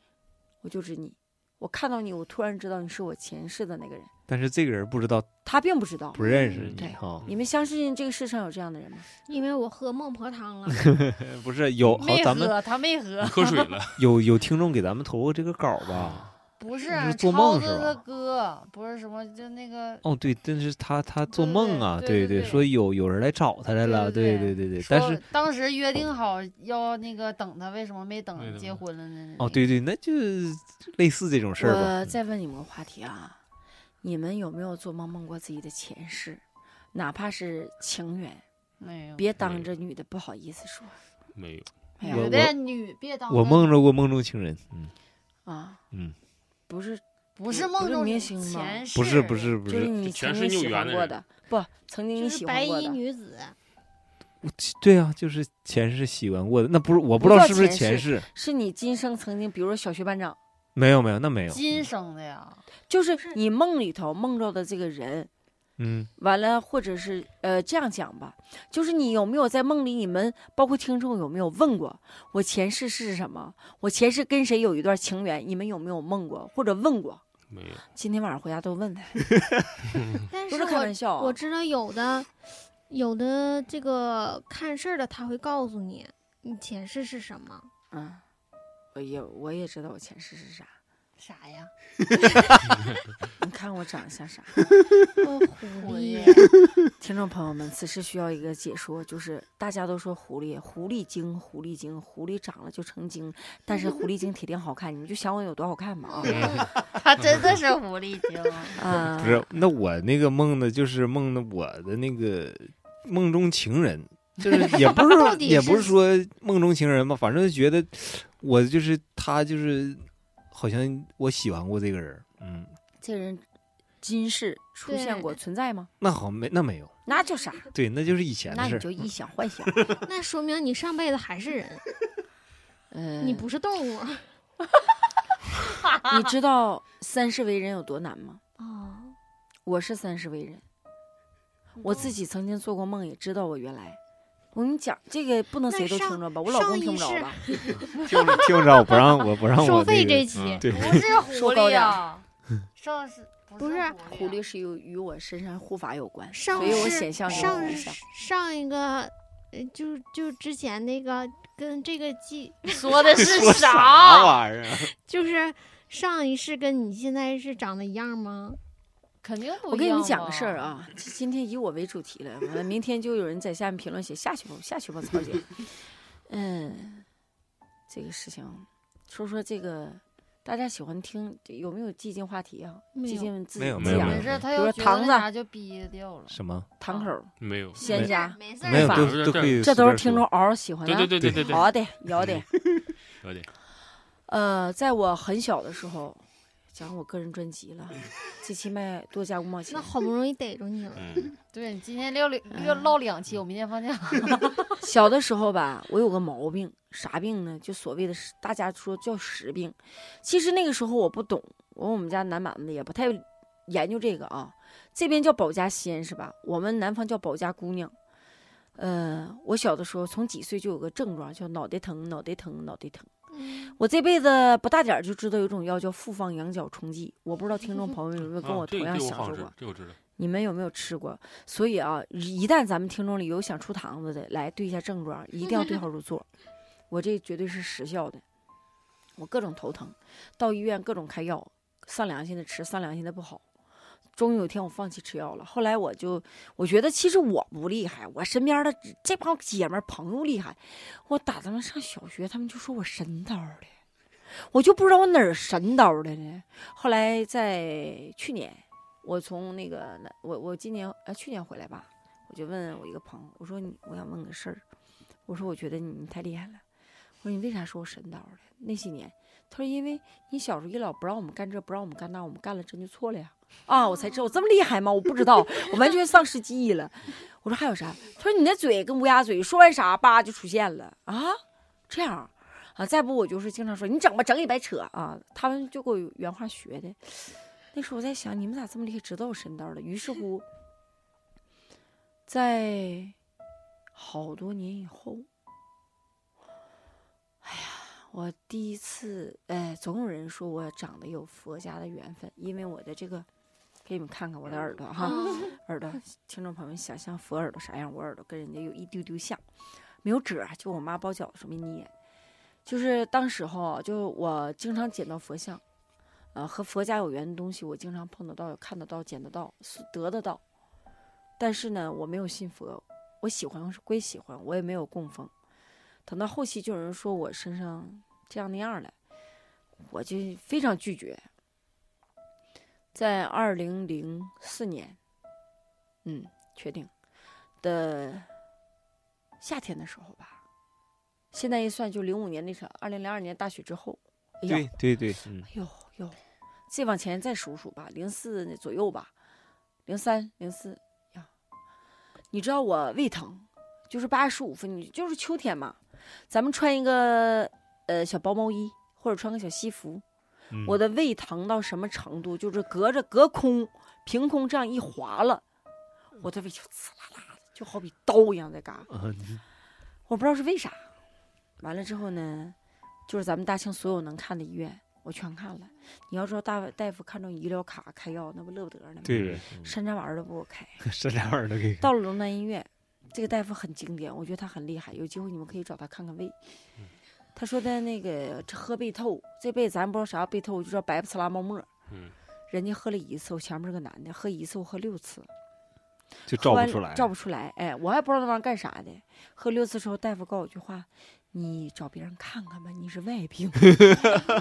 [SPEAKER 4] 我就指你，我看到你，我突然知道你是我前世的那个人，
[SPEAKER 1] 但是这个人不知道
[SPEAKER 4] 他并不知道。
[SPEAKER 1] 不认识
[SPEAKER 4] 嗯
[SPEAKER 1] 你
[SPEAKER 4] 对
[SPEAKER 1] 哈，
[SPEAKER 4] 你们相信这个世上有这样的人吗？
[SPEAKER 3] 因为我喝孟婆汤
[SPEAKER 4] [LAUGHS]
[SPEAKER 3] 了，
[SPEAKER 1] 呃不是有好
[SPEAKER 2] 没
[SPEAKER 1] 咱们嗯
[SPEAKER 2] 喝，他没喝
[SPEAKER 5] 嗯你，喝水了，
[SPEAKER 1] [LAUGHS] 有有听众给咱们投过这个稿儿吧？
[SPEAKER 2] 不是啊
[SPEAKER 1] 你是做
[SPEAKER 2] 超
[SPEAKER 1] 梦
[SPEAKER 2] 子
[SPEAKER 1] 是吧
[SPEAKER 2] 的歌，不是什么，就
[SPEAKER 1] [LAUGHS]
[SPEAKER 2] 那个
[SPEAKER 1] 哦，对，但是他他做
[SPEAKER 2] 对
[SPEAKER 1] 梦
[SPEAKER 2] 对
[SPEAKER 1] 啊，
[SPEAKER 2] 对
[SPEAKER 1] 对
[SPEAKER 2] 对对
[SPEAKER 1] 说有有人来找他来了，
[SPEAKER 2] 对
[SPEAKER 1] 哎对
[SPEAKER 2] 对
[SPEAKER 1] 对对，
[SPEAKER 2] 说
[SPEAKER 1] 但是
[SPEAKER 2] 当时约定好要那个等他，为什么没
[SPEAKER 5] 没
[SPEAKER 2] 等
[SPEAKER 5] 等
[SPEAKER 2] 结
[SPEAKER 5] 他
[SPEAKER 2] 婚了呢？
[SPEAKER 1] 哦，对对，那就类似这种事儿吧
[SPEAKER 4] 我，再问你们个话题啊，你们有没有做梦梦过自己的前世？哪怕是情缘，
[SPEAKER 2] 没有，
[SPEAKER 4] 别当着女的不好意思说。
[SPEAKER 5] 没有，
[SPEAKER 4] 没
[SPEAKER 1] 我
[SPEAKER 2] 女
[SPEAKER 4] 有
[SPEAKER 2] 的女别当
[SPEAKER 1] 我
[SPEAKER 2] 着
[SPEAKER 1] 梦着过梦中情人，嗯
[SPEAKER 4] 啊，
[SPEAKER 1] 嗯，
[SPEAKER 4] 不是，
[SPEAKER 2] 不是
[SPEAKER 4] 不
[SPEAKER 2] 梦
[SPEAKER 4] 是
[SPEAKER 2] 中
[SPEAKER 4] 明
[SPEAKER 2] 你
[SPEAKER 4] 星吗
[SPEAKER 2] 前世，
[SPEAKER 1] 不是不，是不
[SPEAKER 4] 就是
[SPEAKER 1] 是，
[SPEAKER 4] 你
[SPEAKER 5] 全
[SPEAKER 4] 曾
[SPEAKER 5] 是
[SPEAKER 4] 经
[SPEAKER 5] 孽
[SPEAKER 4] 喜
[SPEAKER 5] 缘
[SPEAKER 4] 欢
[SPEAKER 5] 的
[SPEAKER 4] 过
[SPEAKER 5] 人
[SPEAKER 4] 的，不，曾经
[SPEAKER 3] 就
[SPEAKER 4] 你
[SPEAKER 3] 是
[SPEAKER 4] 喜
[SPEAKER 3] 白
[SPEAKER 4] 欢过
[SPEAKER 3] 衣
[SPEAKER 4] 的，
[SPEAKER 3] 女
[SPEAKER 4] [LAUGHS]
[SPEAKER 3] 子，
[SPEAKER 1] 对啊，就是前世喜欢过的，那不是我不知道
[SPEAKER 4] 不
[SPEAKER 1] 是
[SPEAKER 4] 叫
[SPEAKER 1] 不是
[SPEAKER 4] 前
[SPEAKER 1] 前
[SPEAKER 4] 世
[SPEAKER 1] 世，
[SPEAKER 4] 是你今生曾经，比如说小学班长，
[SPEAKER 1] 没有没有，那没有，嗯
[SPEAKER 2] 今生的呀，
[SPEAKER 4] 就是
[SPEAKER 3] 是
[SPEAKER 4] 你梦里头梦着的这个人，
[SPEAKER 1] 嗯
[SPEAKER 4] 完了，或者是呃这样讲吧，就是你有没有在梦里，你们包括听众有没有问过我前世是什么？我前世跟谁有一段情缘？你们有没有梦过或者问过？
[SPEAKER 5] 没有，
[SPEAKER 4] 今天晚上回家都问他，
[SPEAKER 3] 但
[SPEAKER 4] 不
[SPEAKER 3] 是
[SPEAKER 4] 是开玩
[SPEAKER 3] 我
[SPEAKER 4] 笑啊、
[SPEAKER 3] 我知道有的有的这个看事儿的他会告诉你你前世是什么。
[SPEAKER 4] [LAUGHS] 嗯，我也我也知道我前世是 [LAUGHS] 啥，
[SPEAKER 2] 啥呀？
[SPEAKER 4] 你看我长得像 [LAUGHS] 啥？
[SPEAKER 3] 哦，狐
[SPEAKER 2] 我
[SPEAKER 3] 狸
[SPEAKER 2] 也，
[SPEAKER 4] 听众朋友们，此时需要一个解说，就是大家都说狐狸，狐狸精，狐狸精，狐狸长了就成精，但是狐狸精铁定好看，你们就想我有多好看吧
[SPEAKER 1] [LAUGHS]
[SPEAKER 4] 啊！
[SPEAKER 2] [LAUGHS] 他真的是狐狸精啊。
[SPEAKER 4] 啊、
[SPEAKER 1] 不是，那我那个梦呢，就是梦的我的那个梦中情人，
[SPEAKER 4] [LAUGHS]
[SPEAKER 1] 就是也不
[SPEAKER 3] 到
[SPEAKER 1] 是
[SPEAKER 3] 底
[SPEAKER 1] 也不
[SPEAKER 3] 是
[SPEAKER 1] 是说梦中情人吧，反正觉得我就是他，就是好像我喜欢过这个人，嗯，
[SPEAKER 4] 这人今世出现过，
[SPEAKER 3] 对
[SPEAKER 4] 存在吗？
[SPEAKER 1] 那好没那没有，
[SPEAKER 4] 那就啥，
[SPEAKER 1] 对，那就是以前的
[SPEAKER 4] 那
[SPEAKER 1] 事
[SPEAKER 4] 你
[SPEAKER 1] 儿
[SPEAKER 4] 就。臆想幻想。
[SPEAKER 3] 那说明你上辈子还是人，[LAUGHS]
[SPEAKER 4] 嗯，
[SPEAKER 3] 你不是动
[SPEAKER 4] [LAUGHS]
[SPEAKER 3] 物。
[SPEAKER 4] 你知道三世为人有多难吗？
[SPEAKER 3] 哦，
[SPEAKER 4] 我是三世为人，
[SPEAKER 3] 嗯
[SPEAKER 4] 我自己曾经做过梦，也知道我原来。我跟你讲，这个不能
[SPEAKER 3] 那
[SPEAKER 4] 谁都
[SPEAKER 3] 上
[SPEAKER 4] 听着吧，我老公
[SPEAKER 3] 上一
[SPEAKER 4] 听不着
[SPEAKER 3] 世 [LAUGHS]
[SPEAKER 4] 吧？
[SPEAKER 1] [LAUGHS] 听不听不着，不让我不让我
[SPEAKER 3] 收费
[SPEAKER 1] 这
[SPEAKER 3] 这
[SPEAKER 1] 个
[SPEAKER 3] 期、
[SPEAKER 5] 嗯
[SPEAKER 1] [LAUGHS] 对，
[SPEAKER 2] 不是狐
[SPEAKER 4] 说高
[SPEAKER 2] 狸 [LAUGHS]
[SPEAKER 4] 点
[SPEAKER 2] 啊，上是
[SPEAKER 3] 不是
[SPEAKER 4] 狐狸是有与我身上护法有关，
[SPEAKER 3] 上
[SPEAKER 4] 所以我
[SPEAKER 3] 世
[SPEAKER 4] 显像给我
[SPEAKER 3] 上
[SPEAKER 4] 看一下
[SPEAKER 3] 上上一个，呃，就就之前那个跟这个记，
[SPEAKER 2] [LAUGHS] 说的
[SPEAKER 1] [LAUGHS] 说
[SPEAKER 2] 是
[SPEAKER 1] 啥
[SPEAKER 2] 啥？
[SPEAKER 1] 玩意儿啊？
[SPEAKER 3] 就是上一世跟你现在是长得一样吗？
[SPEAKER 2] 肯定不
[SPEAKER 4] 我跟
[SPEAKER 2] 一
[SPEAKER 4] 你们
[SPEAKER 2] 样
[SPEAKER 4] 讲
[SPEAKER 2] 嘛
[SPEAKER 4] 个事儿，啊，今今天以我为主题了，完了明天就有人在下面评论写下去吧，下去吧，曹姐。嗯，这个事情，说说这个，大家喜欢听有没有激进话题啊？
[SPEAKER 3] 没
[SPEAKER 4] 激
[SPEAKER 3] 有
[SPEAKER 4] 进自
[SPEAKER 1] 没有
[SPEAKER 4] 自
[SPEAKER 1] 没有没
[SPEAKER 4] 己啊
[SPEAKER 1] 有
[SPEAKER 2] 没事，他
[SPEAKER 4] 比
[SPEAKER 2] 要
[SPEAKER 4] 如说
[SPEAKER 2] 觉
[SPEAKER 4] 糖
[SPEAKER 2] 得
[SPEAKER 4] 子
[SPEAKER 2] 那啥就憋掉了。
[SPEAKER 1] 什么
[SPEAKER 4] 堂口、
[SPEAKER 5] 没有，
[SPEAKER 4] 仙家，
[SPEAKER 3] 没事
[SPEAKER 1] 没有
[SPEAKER 4] 法
[SPEAKER 1] 都
[SPEAKER 5] 这
[SPEAKER 1] 都
[SPEAKER 5] 这
[SPEAKER 1] 可以，
[SPEAKER 4] 这都是听众。嗷嗷喜欢的
[SPEAKER 5] 对
[SPEAKER 4] 啊。
[SPEAKER 5] 对对对对对，嗯
[SPEAKER 4] 好的，有的。
[SPEAKER 5] 有点
[SPEAKER 1] 嗯
[SPEAKER 4] 呃，在我很小的时候，讲我个人专辑了，这期卖多加五毛钱
[SPEAKER 3] 那。好不容易逮着你了，
[SPEAKER 5] 嗯，
[SPEAKER 2] 对你今天撂
[SPEAKER 4] 嗯
[SPEAKER 2] 两撂唠两期，我明天放假。
[SPEAKER 4] [LAUGHS] 小的时候吧，我有个毛病，啥病呢？就所谓的是大家说叫实病，其实那个时候我不懂，我我们家南蛮的也不太研究这个啊。这边叫保家仙是吧？我们南方叫保家姑娘。呃，我小的时候从几岁就有个症状，叫脑袋疼，脑袋疼，脑袋疼。
[SPEAKER 3] 嗯
[SPEAKER 4] 我这辈子不大点儿就知道有种药叫复方羊角冲剂，我不知道听众朋友们有没有跟
[SPEAKER 5] 啊
[SPEAKER 4] 我
[SPEAKER 5] 这
[SPEAKER 4] 同
[SPEAKER 5] 个
[SPEAKER 4] 样
[SPEAKER 5] 这个我
[SPEAKER 4] 享
[SPEAKER 5] 好
[SPEAKER 4] 受
[SPEAKER 5] 像知
[SPEAKER 4] 过
[SPEAKER 5] 道，。这个我知道，
[SPEAKER 4] 你们有没有吃过？所以啊，一旦咱们听众里有想出堂子的，来对一下症状，一定要对号入座。我这绝对是实效的，我各种头疼，到医院各种开药，上良心的吃，上良心的不好。终于有一天我放弃吃药了，后来我就我觉得其实我不厉害，我身边的这帮姐们儿朋友厉害。我打他们上小学，他们就说我神叨的，我就不知道我哪儿神叨的呢。后来在去年我从那个南，我我今年呃去年回来吧，我就问我一个朋友，我说你我想问个事儿，我说我觉得你你太厉害了，我说你为啥说我神叨的那些年？他说因为你小时候一老不让我们干这不让我们干那，我们干了真就错了呀。啊，我才知道我这么厉害吗？我不知道，我完全丧失记忆了。我说还有啥？他说你那嘴跟乌鸦嘴，说完啥叭就出现了啊，这样啊啊？再不我就是经常说你整吧，整也白扯啊。他们就给我原话学的。那时候我在想，你们咋这么厉害，知道我神叨了？于是乎，在好多年以后，哎呀，我第一次，哎，总有人说我长得有佛家的缘分，因为我的这个，给你们看看我的耳朵哈。
[SPEAKER 3] 嗯
[SPEAKER 4] 耳朵，听众朋友们想象佛耳朵啥样，我耳朵跟人家有一丢丢像，没有褶儿，啊就我妈包饺子时候没捏。就是当时候，啊就我经常捡到佛像，呃，和佛家有缘的东西，我经常碰得到、看得到、捡得到、是得得到。但是呢，我没有信佛，我喜欢是归喜欢，我也没有供奉。等到后期就有人说我身上这样那样了，我就非常拒绝。在二零零四年，嗯，确定的夏天的时候吧。现在一算，就零五年那场二零零二年大雪之后，哎呀，
[SPEAKER 1] 对对对，嗯，
[SPEAKER 4] 哎呦呦，再往前再数数吧，零四左右吧，零三零四呀。你知道我胃疼，就是八月十五分，你就是秋天嘛，咱们穿一个呃小薄毛衣或者穿个小西服，我的胃疼到什么程度？就是隔着隔空凭空这样一划了，我的胃就呲啦啦的，就好比刀一样在嘎。
[SPEAKER 1] 啊，你
[SPEAKER 4] 我不知道是为啥。完了之后呢，就是咱们大庆所有能看的医院，我全看了。你要知道大大夫看中医疗卡开药，那不乐不得呢吗？
[SPEAKER 1] 对呗，哎
[SPEAKER 4] 山楂丸儿都不给我开。
[SPEAKER 1] 这俩玩意儿都给
[SPEAKER 4] 到了龙南医院，这个大夫很经典，我觉得他很厉害，有机会你们可以找他看看胃。他说的那个这喝贝透，这辈子咱不知道啥叫贝透，就知道白不呲啦冒沫儿。
[SPEAKER 5] 嗯，
[SPEAKER 4] 人家喝了一次，我前面是个男的，喝一次我喝六次，
[SPEAKER 1] 就
[SPEAKER 4] 喝
[SPEAKER 1] 照
[SPEAKER 4] 完
[SPEAKER 1] 不出来，
[SPEAKER 4] 照不出来。哎，我还不知道那玩意儿干啥的。喝六次之后，大夫告我一句话：“你找别人看看吧，你是外病。 [LAUGHS] 但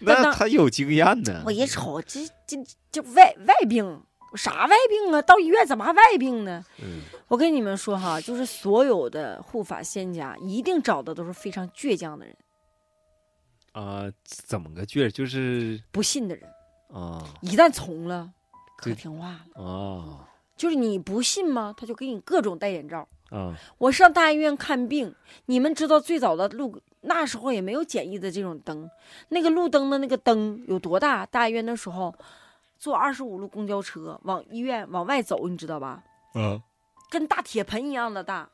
[SPEAKER 1] 那
[SPEAKER 4] 当
[SPEAKER 1] 他有经验呢”。
[SPEAKER 4] 我一瞅，这这这外外病啥外病啊？到医院怎么还外病呢？
[SPEAKER 1] 嗯，
[SPEAKER 4] 我跟你们说哈，就是所有的护法仙家，一定找的都是非常倔强的人，
[SPEAKER 1] 啊，怎么个倔？就是
[SPEAKER 4] 不信的人，
[SPEAKER 1] 啊
[SPEAKER 4] 一旦从了，可
[SPEAKER 1] 对
[SPEAKER 4] 听话了。
[SPEAKER 1] 啊
[SPEAKER 4] 就是你不信吗？他就给你各种戴眼罩。
[SPEAKER 1] 啊，
[SPEAKER 4] 我上大医院看病，你们知道最早的路那时候也没有简易的这种灯，那个路灯的那个灯有多大？大医院那时候坐二十五路公交车往医院往外走，你知道吧？
[SPEAKER 1] 嗯，
[SPEAKER 4] 跟大铁盆一样的大。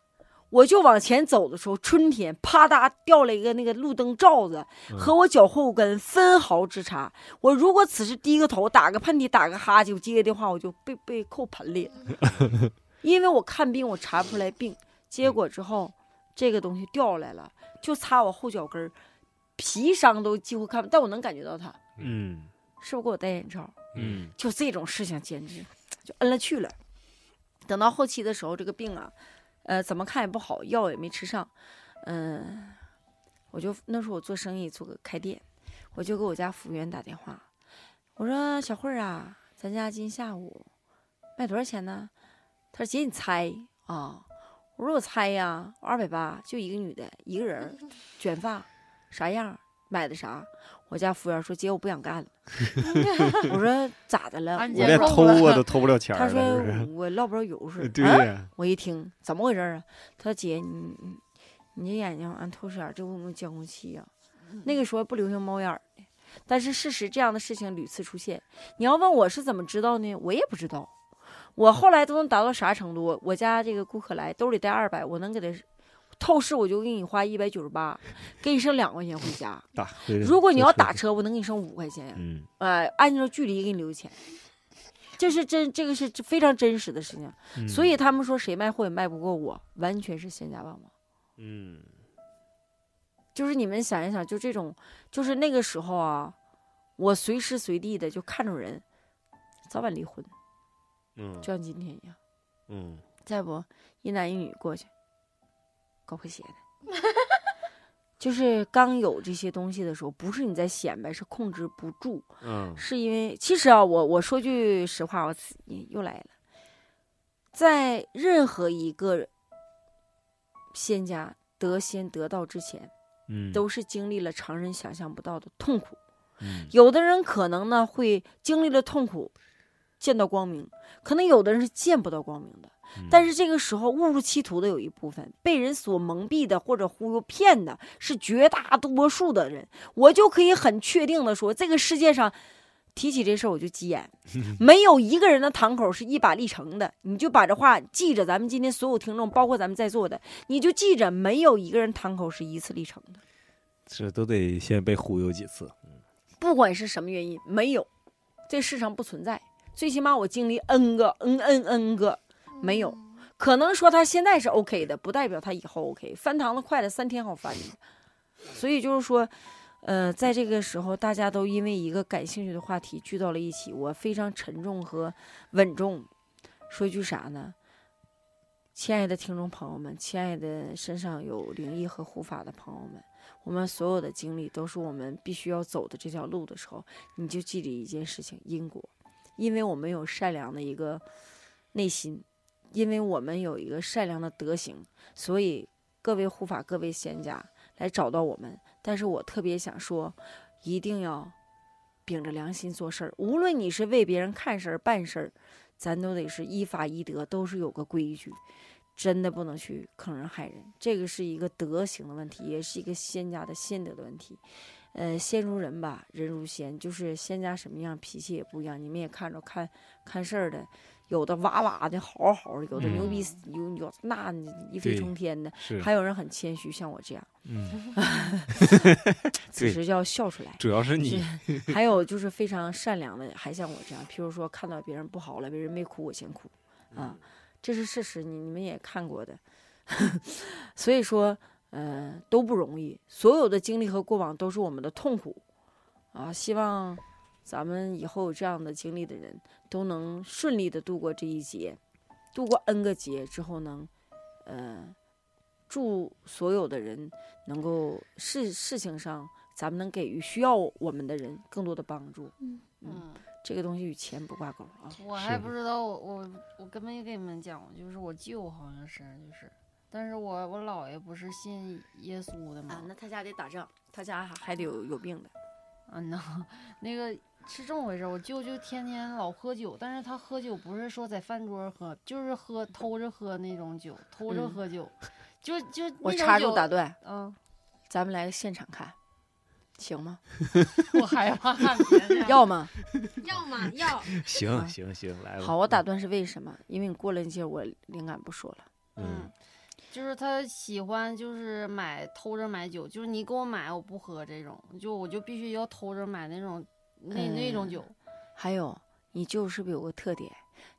[SPEAKER 4] 我就往前走的时候，春天啪嗒掉了一个那个路灯罩子，
[SPEAKER 1] 嗯
[SPEAKER 4] 和我脚后跟分毫之差。我如果此时低个头，打个喷嚏，打个哈欠，我接个电话，我就被被扣盆里了。因为我看病，我查不出来病，结果之后这个东西掉下来了，就擦我后脚跟儿，皮伤都几乎看不，但我能感觉到它，
[SPEAKER 1] 嗯
[SPEAKER 4] 是不是给我戴眼罩？
[SPEAKER 1] 嗯
[SPEAKER 4] 就这种事情简直就摁了去了。等到后期的时候，这个病啊，呃，怎么看也不好，药也没吃上，嗯、我就那时候我做生意，做个开店，我就给我家服务员打电话，我说小慧儿啊，咱家今下午卖多少钱呢？他说姐你猜啊，我说我猜呀，二百八，就一个女的，一个人
[SPEAKER 3] 嗯
[SPEAKER 4] 儿，卷发，啥样儿，买的啥？我家服务员说姐我不想干了，我说咋的了？
[SPEAKER 2] 安
[SPEAKER 4] 我
[SPEAKER 1] 我
[SPEAKER 2] 检
[SPEAKER 1] 连
[SPEAKER 2] 受
[SPEAKER 1] 偷
[SPEAKER 2] 了
[SPEAKER 1] 我 [LAUGHS] 都偷不了钱
[SPEAKER 4] 他
[SPEAKER 1] 儿
[SPEAKER 4] 说
[SPEAKER 1] 了，是
[SPEAKER 4] 我落不着油
[SPEAKER 1] 不
[SPEAKER 4] 水
[SPEAKER 1] 是？
[SPEAKER 4] [LAUGHS] 儿。
[SPEAKER 1] 对
[SPEAKER 4] 啊
[SPEAKER 1] 呀，
[SPEAKER 4] 我一听怎么回事儿啊？他说姐，你你你这眼睛俺透视眼儿，这有没有监控器呀、那个时候不流行猫眼儿的，但是事实这样的事情屡次出现。你要问我是怎么知道呢？我也不知道。我后来都能达到啥程度？我家这个顾客来兜里带二百，我能给他透视，我就给你花一百九十八，给你剩两块钱回家。
[SPEAKER 1] 打回来
[SPEAKER 4] 如果你
[SPEAKER 1] 坐
[SPEAKER 4] 要
[SPEAKER 1] 车
[SPEAKER 4] 打
[SPEAKER 1] 去，
[SPEAKER 4] 车，我能给你剩五块钱。
[SPEAKER 1] 嗯
[SPEAKER 4] 呃，按照距离给你留钱。这是真，这个是非常真实的事情，
[SPEAKER 1] 嗯
[SPEAKER 4] 所以他们说谁卖货也卖不过我，完全是千家万网。
[SPEAKER 1] 嗯
[SPEAKER 4] 就是你们想一想，就这种，就是那个时候啊，我随时随地的就看着人，早晚离婚，
[SPEAKER 1] 嗯
[SPEAKER 4] 就像今天一样。
[SPEAKER 1] 嗯
[SPEAKER 4] 再不一男一女过去，搞破鞋的， [LAUGHS] 就是刚有这些东西的时候，不是你在显摆，是控制不住。
[SPEAKER 1] 嗯
[SPEAKER 4] 是因为其实啊，我我说句实话，我自己又来了，在任何一个仙家得仙得道之前，
[SPEAKER 1] 嗯
[SPEAKER 4] 都是经历了常人想象不到的痛苦。
[SPEAKER 1] 嗯
[SPEAKER 4] 有的人可能呢会经历了痛苦，见到光明；可能有的人是见不到光明的。
[SPEAKER 1] 嗯
[SPEAKER 4] 但是这个时候误入歧途的有一部分，被人所蒙蔽的或者忽悠骗的是绝大多数的人。我就可以很确定的说，这个世界上。提起这事儿我就急眼，没有一个人的堂口是一把立成的。你就把这话记着，咱们今天所有听众，包括咱们在座的，你就记着，没有一个人堂口是一次立成的。
[SPEAKER 1] 这都得先被忽悠几次，
[SPEAKER 4] 不管是什么原因，没有，这世上不存在。最起码我经历 n 个 n n n 个，没有
[SPEAKER 3] 嗯
[SPEAKER 4] 可能说他现在是 OK 的，不代表他以后 OK。翻堂子快了，三天好翻的。所以就是说，呃，在这个时候，大家都因为一个感兴趣的话题聚到了一起，我非常沉重和稳重。说句啥呢？亲爱的听众朋友们，亲爱的身上有灵异和护法的朋友们，我们所有的经历都是我们必须要走的这条路的时候，你就记着一件事情：因果。因为我们有善良的一个内心，因为我们有一个善良的德行，所以各位护法、各位仙家来找到我们。但是我特别想说，一定要秉着良心做事儿，无论你是为别人看事儿、办事儿，咱都得是依法依德，都是有个规矩。真的不能去坑人害人，这个是一个德行的问题，也是一个仙家的仙德的问题。呃，仙如人吧，人如仙，就是仙家什么样，脾气也不一样。你们也看着看看事儿的，有的哇哇的嚎嚎的，有的牛逼
[SPEAKER 2] 嗯
[SPEAKER 4] 死，有有那一飞
[SPEAKER 1] 对
[SPEAKER 4] 冲天的，
[SPEAKER 1] 是，
[SPEAKER 4] 还有人很谦虚，像我这样，
[SPEAKER 1] 嗯，
[SPEAKER 4] 此
[SPEAKER 1] 对
[SPEAKER 4] 时就要笑出来。
[SPEAKER 1] 主要是你，
[SPEAKER 4] 还有就是非常善良的，还像我这样，譬如说看到别人不好了，别人没哭，我先哭，啊，这是事实，你你们也看过的， [LAUGHS] 所以说，呃，都不容易，所有的经历和过往都是我们的痛苦，啊，希望咱们以后有这样的经历的人都能顺利的度过这一劫，度过 N 个劫之后能，呃，祝所有的人能够事事情上。咱们能给予需要我们的人更多的帮助，
[SPEAKER 2] 嗯，
[SPEAKER 4] 这个东西与钱不挂钩啊。
[SPEAKER 2] 我
[SPEAKER 1] 是
[SPEAKER 2] 还
[SPEAKER 1] 的
[SPEAKER 2] 不知道，我我我根本没给你们讲过，就是我舅好像是就是，但是我我姥爷不是信耶稣的吗
[SPEAKER 4] 啊，？那他家得打仗，他家还还得有有病的。
[SPEAKER 2] 啊，那、那个是这么回事儿，我舅舅天天老喝酒，但是他喝酒不是说在饭桌喝，就是喝偷着喝那种酒，偷着
[SPEAKER 4] 嗯
[SPEAKER 2] 喝酒，就就
[SPEAKER 4] 我
[SPEAKER 2] 那种
[SPEAKER 4] 插入
[SPEAKER 2] 酒
[SPEAKER 4] 打断，
[SPEAKER 2] 嗯，
[SPEAKER 4] 咱们来个现场看，行吗？
[SPEAKER 2] 我害怕别这
[SPEAKER 4] [LAUGHS]
[SPEAKER 2] 样
[SPEAKER 4] 要吗？
[SPEAKER 3] 要嘛要，
[SPEAKER 1] 行行行，来嗯吧，
[SPEAKER 4] 好，我打断是为什么？因为你过了那节，我灵感不说了。
[SPEAKER 1] 嗯，，
[SPEAKER 2] 就是他喜欢就是买偷着买酒，就是你给我买我不喝这种，就我就必须要偷着买那种那、那种
[SPEAKER 4] 嗯
[SPEAKER 2] 酒，
[SPEAKER 4] 还有，你舅是不是有个特点？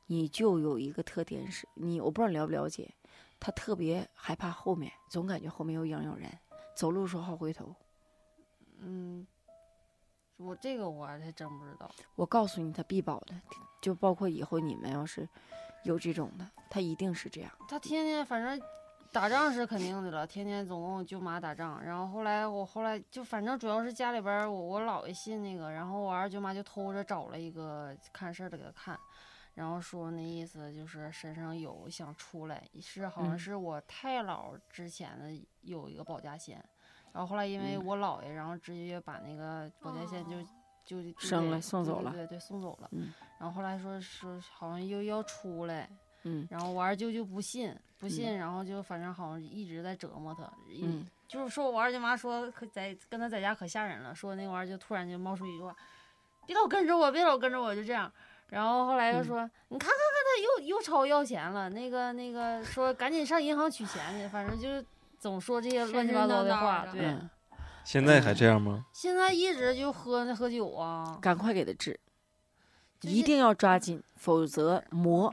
[SPEAKER 4] 你舅有一个特点是，你我不知道你了不了解，他特别害怕后面，总感觉后面有影有人，走路说好回头。
[SPEAKER 2] 嗯，我这个我还真不知道，
[SPEAKER 4] 我告诉你，他必保的，就包括以后你们要是有这种的，他一定是这样。
[SPEAKER 2] 他天天反正。打仗是肯定的了，天天总跟我舅妈打仗。然后后来我后来就反正主要是家里边儿我我姥爷信那个，然后我二舅妈就偷着找了一个看事儿的给他看，然后说那意思就是身上有想出来，是好像
[SPEAKER 4] 嗯
[SPEAKER 2] 是我太姥之前的有一个保家仙，然后后来因为
[SPEAKER 4] 嗯哦
[SPEAKER 2] 我姥爷，然后直接把那个保家仙就、就就
[SPEAKER 4] 生
[SPEAKER 2] 给
[SPEAKER 4] 了送
[SPEAKER 2] 对
[SPEAKER 4] 走
[SPEAKER 2] 对
[SPEAKER 4] 了
[SPEAKER 2] 对对，送走了。
[SPEAKER 4] 嗯
[SPEAKER 2] 然后后来说说好像又要出来，
[SPEAKER 4] 嗯
[SPEAKER 2] 然后我二舅就不信，不信，然后就反正好像一直在折磨他，一
[SPEAKER 4] 嗯，
[SPEAKER 2] 就是说我二舅妈说可在跟他在家可吓人了，说那玩意儿就突然就冒出一句话，别老跟着我，别老跟着我，就这样。然后后来又
[SPEAKER 4] 嗯
[SPEAKER 2] 说，你看看看他又又朝我要钱了，那个那个说赶紧上银行取钱去，反正就是总说这些
[SPEAKER 3] 神
[SPEAKER 2] 乱七
[SPEAKER 3] 神
[SPEAKER 2] 八糟
[SPEAKER 3] 叨
[SPEAKER 2] 的
[SPEAKER 3] 叨
[SPEAKER 2] 话。
[SPEAKER 3] 的
[SPEAKER 2] 对，
[SPEAKER 4] 嗯
[SPEAKER 1] 现在还这样吗？
[SPEAKER 2] 现在一直就喝喝酒啊，
[SPEAKER 4] 赶快给他治，
[SPEAKER 2] 就
[SPEAKER 4] 一
[SPEAKER 2] 是
[SPEAKER 4] 定要抓紧，否则磨。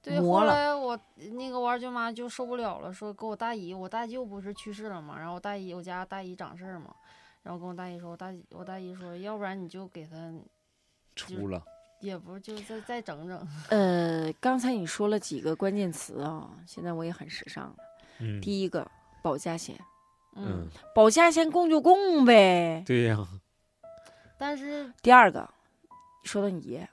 [SPEAKER 2] 对，
[SPEAKER 4] 磨
[SPEAKER 2] 后
[SPEAKER 4] 了
[SPEAKER 2] 来我那个我二舅妈就受不了了，说给我大姨，我大舅不是去世了嘛，然后我大姨我家大姨长事儿嘛，然后跟我大姨说，我大姨我大姨说，要不然你就给他
[SPEAKER 1] 出了，
[SPEAKER 2] 也不是就再再整整， [LAUGHS]
[SPEAKER 4] 呃，刚才你说了几个关键词啊、现在我也很时尚了。
[SPEAKER 1] 嗯
[SPEAKER 4] 第一个，保家仙，
[SPEAKER 1] 嗯，，
[SPEAKER 4] 保家仙供就供呗。
[SPEAKER 1] 对呀，
[SPEAKER 2] 但是
[SPEAKER 4] 第二个，说到你爷，